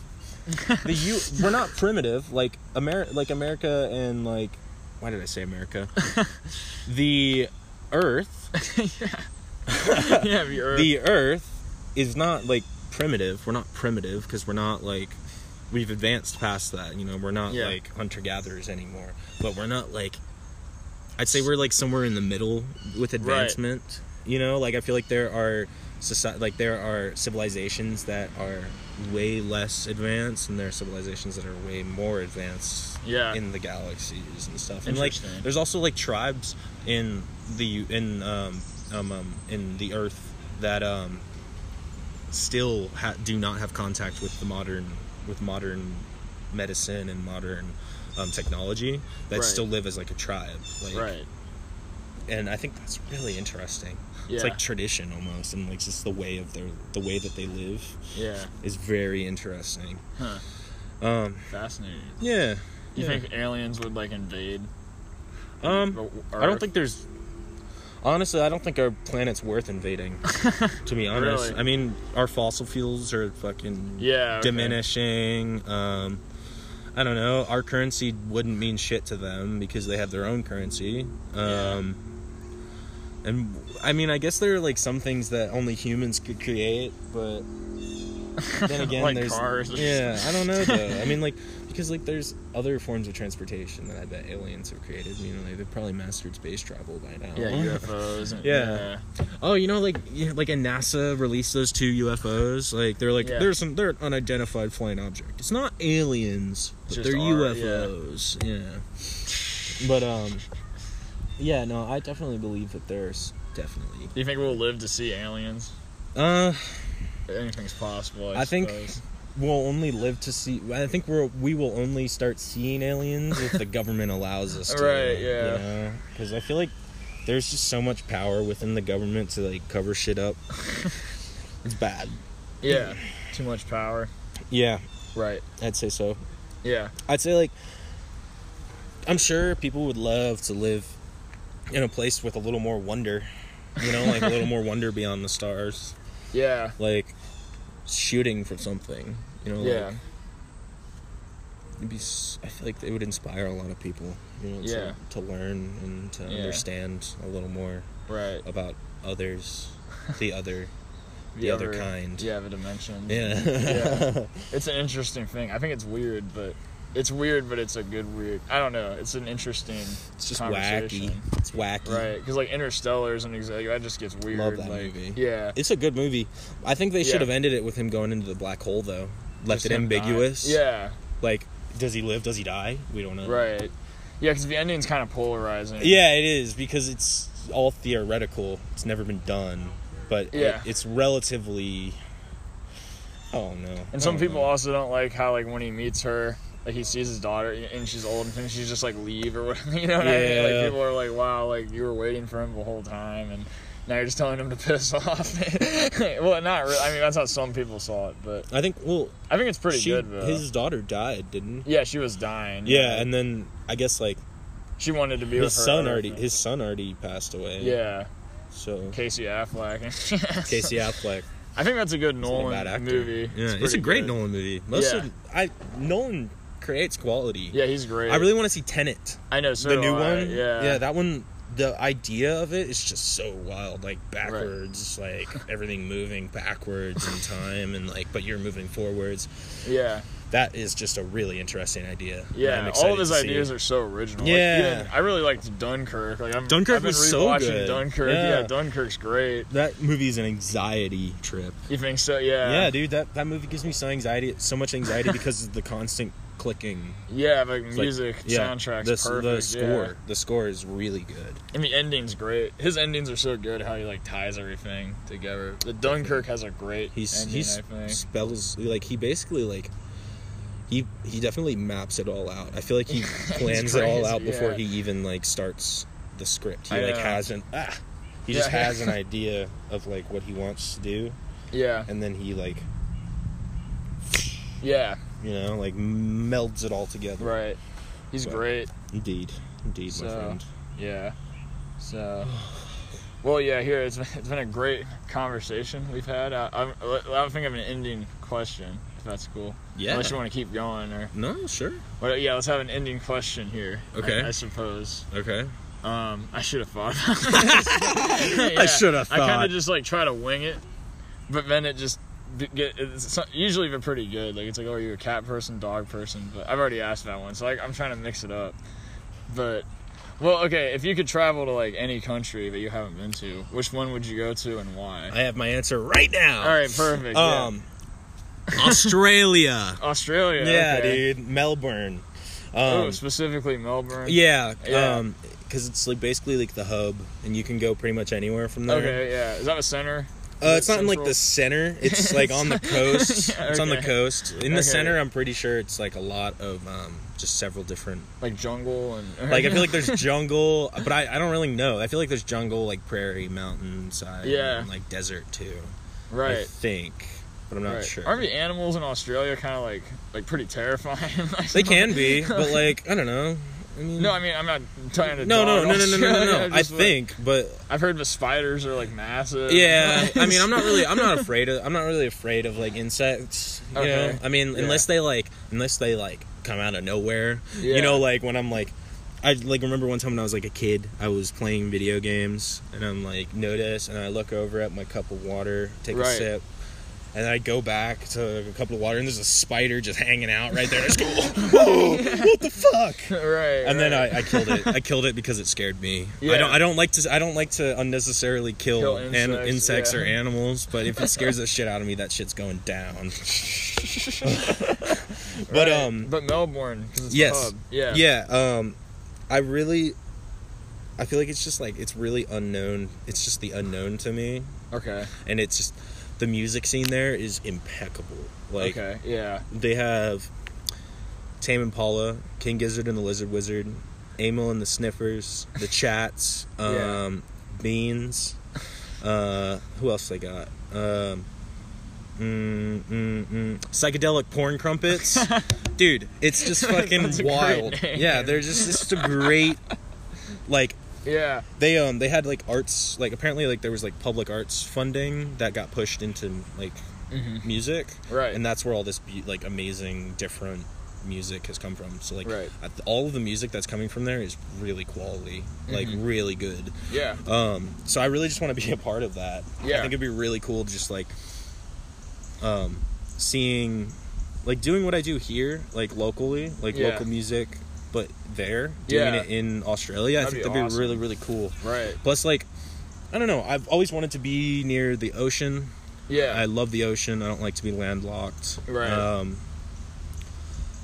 the U. We're not primitive like Amer like America and like. Why did I say America? the Earth. yeah, the Earth. The Earth is not like primitive. We're not primitive because we're not like. We've advanced past that, you know. We're not Yeah. like hunter gatherers anymore, but we're not like. I'd say we're like somewhere in the middle with advancement. You know, like I feel like there are society, like there are civilizations that are way less advanced, and there are civilizations that are way more advanced yeah, in the galaxies and stuff. And like, Interesting. there's also like tribes in the in um um, um in the Earth that um, still ha- do not have contact with the modern with modern medicine and modern um, technology that Right. still live as like a tribe. Like, right. And I think that's really interesting. Yeah. It's like tradition almost, and like just the way of their the way that they live yeah. is very interesting. Huh. Um, Fascinating. yeah. You yeah. think aliens would like invade? Um, the I don't Earth? think there's. Honestly, I don't think our planet's worth invading. to be honest, Really? I mean, our fossil fuels are fucking Yeah. okay. diminishing. Um, I don't know. Our currency wouldn't mean shit to them because they have their own currency. Um, And I mean, I guess there are like some things that only humans could create, but then again, Like there's cars or yeah. I don't know though. I mean, like because like there's other forms of transportation that I bet aliens have created. You know, like, they've probably mastered space travel by now. Yeah, UFOs. And, Yeah. Oh, you know, like yeah, like and NASA released those two UFOs. Like they're like Yeah. there's some they're an unidentified flying object. It's not aliens, but Just they're are, UFOs. Yeah. But um, yeah, no, I definitely believe that there's definitely. Do you think we'll live to see aliens? Uh, Anything's possible. I, I think- suppose. we'll only live to see. I think we're we will only start seeing aliens if the government allows us to. Right, yeah. Because I feel like there's just so much power within the government to like cover shit up. it's bad. Yeah. Too much power. Yeah, Right. I'd say so. Yeah. I'd say like I'm sure people would love to live in a place with a little more wonder. You know, like a little more wonder beyond the stars. Yeah. Like shooting for something. You know, like, Yeah. it'd be s- I feel like it would inspire a lot of people, you know, to, Yeah. to learn and to Yeah. understand a little more Right. about others, the other. The, other kind. Yeah, the dimension. Yeah. Yeah. It's an interesting thing. I think it's weird, but it's weird, but it's a good weird. I don't know. It's an interesting. it's just wacky. Conversation. It's wacky. Right, because like Interstellar is an example that just gets weird. Love that like, movie. Yeah, It's a good movie. I think they Yeah. should have ended it with him going into the black hole though. Left Just it him dying. ambiguous. Yeah, Like, does he live? Does he die? We don't know. right. Yeah, because the ending's kind of polarizing. Yeah, it is because it's all theoretical. It's never been done, but Yeah. it- it's relatively. Oh no. and some people also don't like how like when he meets her, like he sees his daughter and she's old and she's just like leave or whatever. You know what I mean? Yeah. Like people are like, wow, like you were waiting for him the whole time and. Now you're just telling him to piss off. well, not really. I mean, that's how some people saw it, but I think well, I think it's pretty she, good. Though. his daughter died, didn't? yeah, she was dying. Yeah, and then I guess like she wanted to be his with her son other already, friend. his son already passed away. yeah, So Casey Affleck. Casey Affleck. I think that's a good He's not a Nolan bad actor. movie. Yeah, it's, pretty a great good. Nolan movie. Most Yeah. of I Nolan creates quality. Yeah, he's great. I really want to see Tenet, I know. So the do new I. one. Yeah. yeah, that one. The idea of it is just so wild, like backwards, like everything moving backwards in time, and like but you're moving forwards. yeah. That is just a really interesting idea. and I'm Yeah. All excited of his to see. ideas are so original. Like, Yeah. even- I really liked Dunkirk. Like I'm. Dunkirk I've been was so rewatching good. Dunkirk. Yeah. Yeah. Dunkirk's great. That movie is an anxiety trip. You think so? Yeah. yeah, dude, that that movie gives me so anxiety, so much anxiety because of the constant clicking. Yeah, like It's like- music, yeah, soundtrack's the, perfect. The yeah. score, the score is really good. And the ending's great. His endings are so good. How he like ties everything together. The Dunkirk has a great He's ending. he I think. spells like he basically like he he definitely maps it all out. I feel like he plans it all crazy, out before yeah. he even like starts the script. He I like know. has an ah, he Yeah, just yeah. has an idea of like what he wants to do, Yeah. and then he like Yeah. you know like melds it all together. Right. He's But- great. Indeed, indeed, my So- friend. Yeah. So. Well, yeah. Here it's been, it's been a great conversation we've had. I, I, I think of an ending question, if that's cool. Yeah. Unless you want to keep going, or No, sure. well, yeah, let's have an ending question here. Okay. I, I suppose. Okay. Um, I should have thought. About this. I should have I kind thought. of just like try to wing it, but then it just d- get it's so- usually they're pretty good. Like it's like, oh, you're a cat person, dog person. But I've already asked that one, so like I'm trying to mix it up. But well, okay, if you could travel to like any country that you haven't been to, which one would you go to and why? I have my answer right now. All right, perfect. yeah. Oh. Um, Australia. Australia. Yeah, okay. dude, Melbourne. Um, oh, specifically Melbourne. yeah, Yeah. um, because it's like basically like the hub, and you can go pretty much anywhere from there. Okay, yeah. Is that a center? Uh, it's not in like Central? the center. It's like on the coast. Yeah, It's on the okay. coast. In Okay. the center, I'm pretty sure it's like a lot of um, just several different. like jungle and Like I feel like there's jungle, but I, I don't really know. I feel like there's jungle, like prairie, mountainside, Yeah. and like desert too. I right. think, but I'm not right. sure. Aren't the animals in Australia kind of like like pretty terrifying? Like, They can be, but like I don't know. I mean, No, I mean I'm not trying to. no, no, dog no, no, no, no, no, Australia, no. I just, Uh, like, think, but I've heard the spiders are like massive. yeah. I mean, I'm not really, I'm not afraid of, I'm not really afraid of like insects. You Okay. know, I mean, Yeah. unless they like, unless they like come out of nowhere. Yeah. You know, like when I'm like. I like remember one time when I was like a kid, I was playing video games and I'm like notice and I look over at my cup of water, take Right. a sip, and I go back to a cup of water and there's a spider just hanging out right there. I just go, whoa, what the fuck? right. and then right. I, I killed it. I killed it because it scared me. Yeah. I don't. I don't like to. I don't like to unnecessarily kill, Kill an- insects, insects, yeah. or animals. But if it scares the shit out of me, that shit's going down. but Right. um, but Melbourne, 'cause it's yes. the hub. Yeah. yeah. Um, I really, I feel like it's just like it's really unknown. It's just the unknown to me, Okay. and it's just the music scene there is impeccable. Like okay. Yeah. they have Tame Impala, King Gizzard and the Lizard Wizard, Emil and the Sniffers, the Chats, Yeah. um, Beans. Uh, who else they got? Um, mm, mm, mm, psychedelic porn crumpets, dude. It's just fucking That's a great wild. name. Yeah, they're just it's just a great like Yeah. they um they had like arts like apparently like there was like public arts funding that got pushed into like Mhm. music Right. and that's where all this be- like amazing different music has come from so like Right. I- all of the music that's coming from there is really quality like Mm-hmm. really good Yeah. um so i really just want to be a part of that Yeah. i think it'd be really cool to just like um seeing like doing what i do here like locally like Yeah. local music but there doing Yeah. it in australia i That'd think be that'd be awesome. really really cool Right. Plus, like, I don't know. I've always wanted to be near the ocean. I Yeah. love the ocean. I don't like to be landlocked. Right. Um,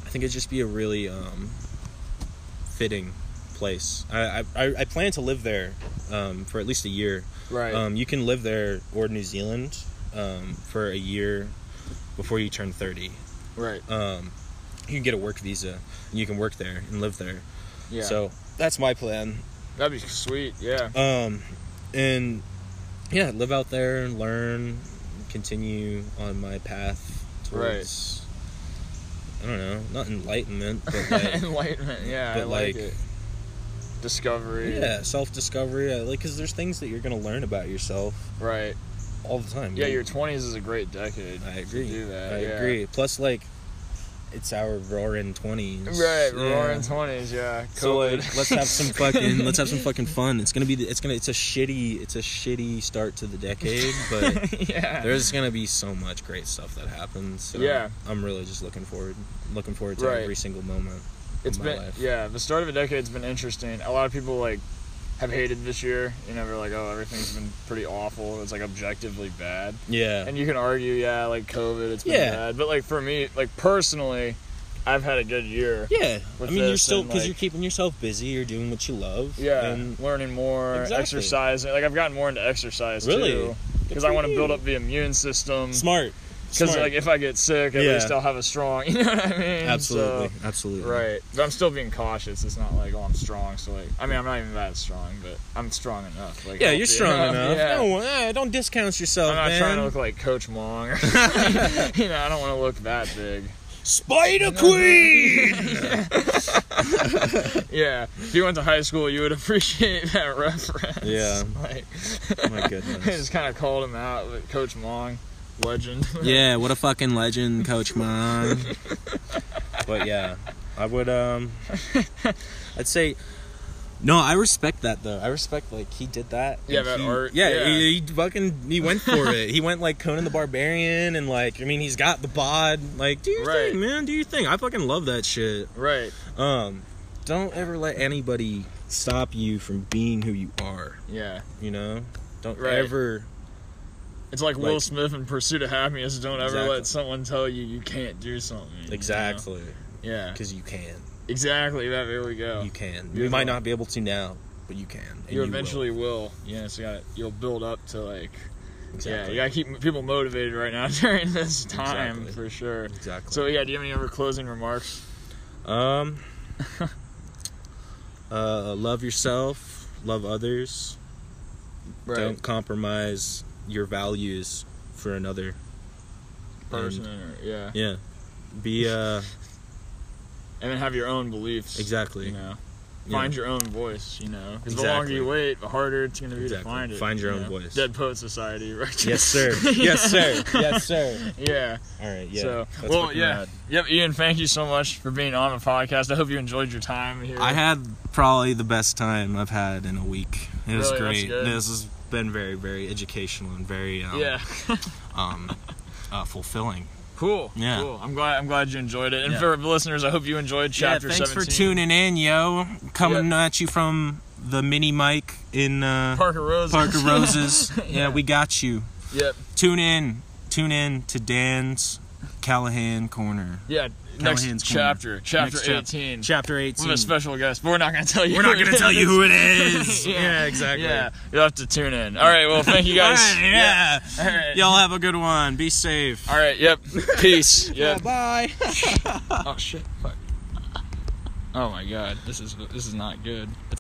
I think it'd just be a really um, fitting place. I, I I plan to live there um, for at least a year. right. Um, you can live there or New Zealand um, for a year before you turn thirty. right. Um, you can get a work visa. And you can work there and live there. Yeah. So that's my plan. That'd be sweet. Yeah. um and yeah live out there and learn continue on my path towards i don't know not enlightenment but like Enlightenment. Yeah. I but, like, like- it. Discovery. yeah self-discovery I like because there's things that you're gonna learn about yourself Right. all the time Yeah. man. Your twenties is a great decade. i agree do that, i yeah. agree plus like it's our roaring 20s Right. Yeah. Roaring twenties. Yeah. so COVID. like let's have some fucking let's have some fucking fun it's gonna be the- it's gonna it's a shitty it's a shitty start to the decade but yeah. There's gonna be so much great stuff that happens. So Yeah. I'm really just looking forward, looking forward to Right. every single moment. It's my been life. yeah. The start of a decade's been interesting. A lot of people like have hated this year. You know, they're like, oh, everything's been pretty awful. It's like objectively bad. Yeah, And you can argue, yeah, like COVID, it's been Yeah. bad. But like for me, like personally, I've had a good year. yeah. With I mean, you're this still and, because like- you're keeping yourself busy. You're doing what you love. Yeah, And learning more, Exactly. exercising. Like I've gotten more into exercise Really? too, Good because I for want to you. build up the immune system. Smart. Because Smart. like if I get sick, at Yeah. least I'll have a strong. You know what I mean? So- absolutely, absolutely. uh, Right, but I'm still being cautious. It's not like oh I'm strong, so like I mean I'm not even that strong, but I'm strong enough. Like Yeah, healthy you're strong enough. Yeah. No, eh, don't discount yourself, I'm not man. trying to look like Coach Mong. Or, you know, I don't want to look that big. Spider Queen. Yeah, if you went to high school, you would appreciate that reference. Yeah. like Oh My I goodness. just kind of called him out. But Coach Mong, legend. Yeah, what a fucking legend, Coach Mon. but yeah, I would um, I'd say. No, I respect that though. I respect like he did that. Yeah, and that he- art, Yeah, yeah. He, he fucking he went for it. he went like Conan the Barbarian and like I mean he's got the bod. Like do your Right. thing, man. Do your thing. I fucking love that shit. Right. Um, don't ever let anybody stop you from being who you are. Yeah. You know, don't Right. ever. It's like, Will Like- Smith in Pursuit of Happiness. Don't ever Exactly. let someone tell you you can't do something. you know? Exactly, Yeah. because you can. Exactly. That. There we go. You can. Beautiful. You might not be able to now, but you can. and you will. eventually will. Yes, you got. You'll build up to like Yeah, Exactly. you gotta keep people motivated right now during this time Exactly. for sure. Exactly. So yeah, do you have any other closing remarks? Um. uh, love yourself. Love others. Don't compromise your values for another. Person, or, yeah, Yeah. Be uh and then have your own beliefs. exactly. You know, Yeah. find your own voice. You know, because the longer Exactly. you wait, the harder it's gonna be to Exactly. find it. Find your you own know? voice. Dead Poet Society, right? Yes sir. yes sir. Yes sir. yeah. All right. Yeah. So, That's well, freaking yeah. rad. Yep, Ian, thank you so much for being on the podcast. I hope you enjoyed your time here. I had probably the best time I've had in a week. It was Really? That's great. good. This has been very, very educational and very um, Yeah. um uh, fulfilling. Cool. Yeah. Cool. I'm glad. I'm glad you enjoyed it. And Yeah. for the listeners, I hope you enjoyed chapter yeah, thanks 17. for tuning in, yo. Coming at you from the mini mic in uh, Parker Rose. Parker Roses. yeah. Yeah. we got you. yep. Tune in. Tune in to Dan's Callahan Corner. Yeah. Callahan's Next Corner. chapter. Chapter Next chap- 18. Chapter With 18. a special guest, but we're not gonna tell you. We're not who it going to tell is. you who it is. Yeah. exactly. Yeah. You'll have to tune in. All right. Well, thank you guys. All right, yeah. All right. Y'all have a good one. Be safe. All right. Yep. Peace. Yep. bye. Oh shit. Fuck. Oh my god. This is this is not good.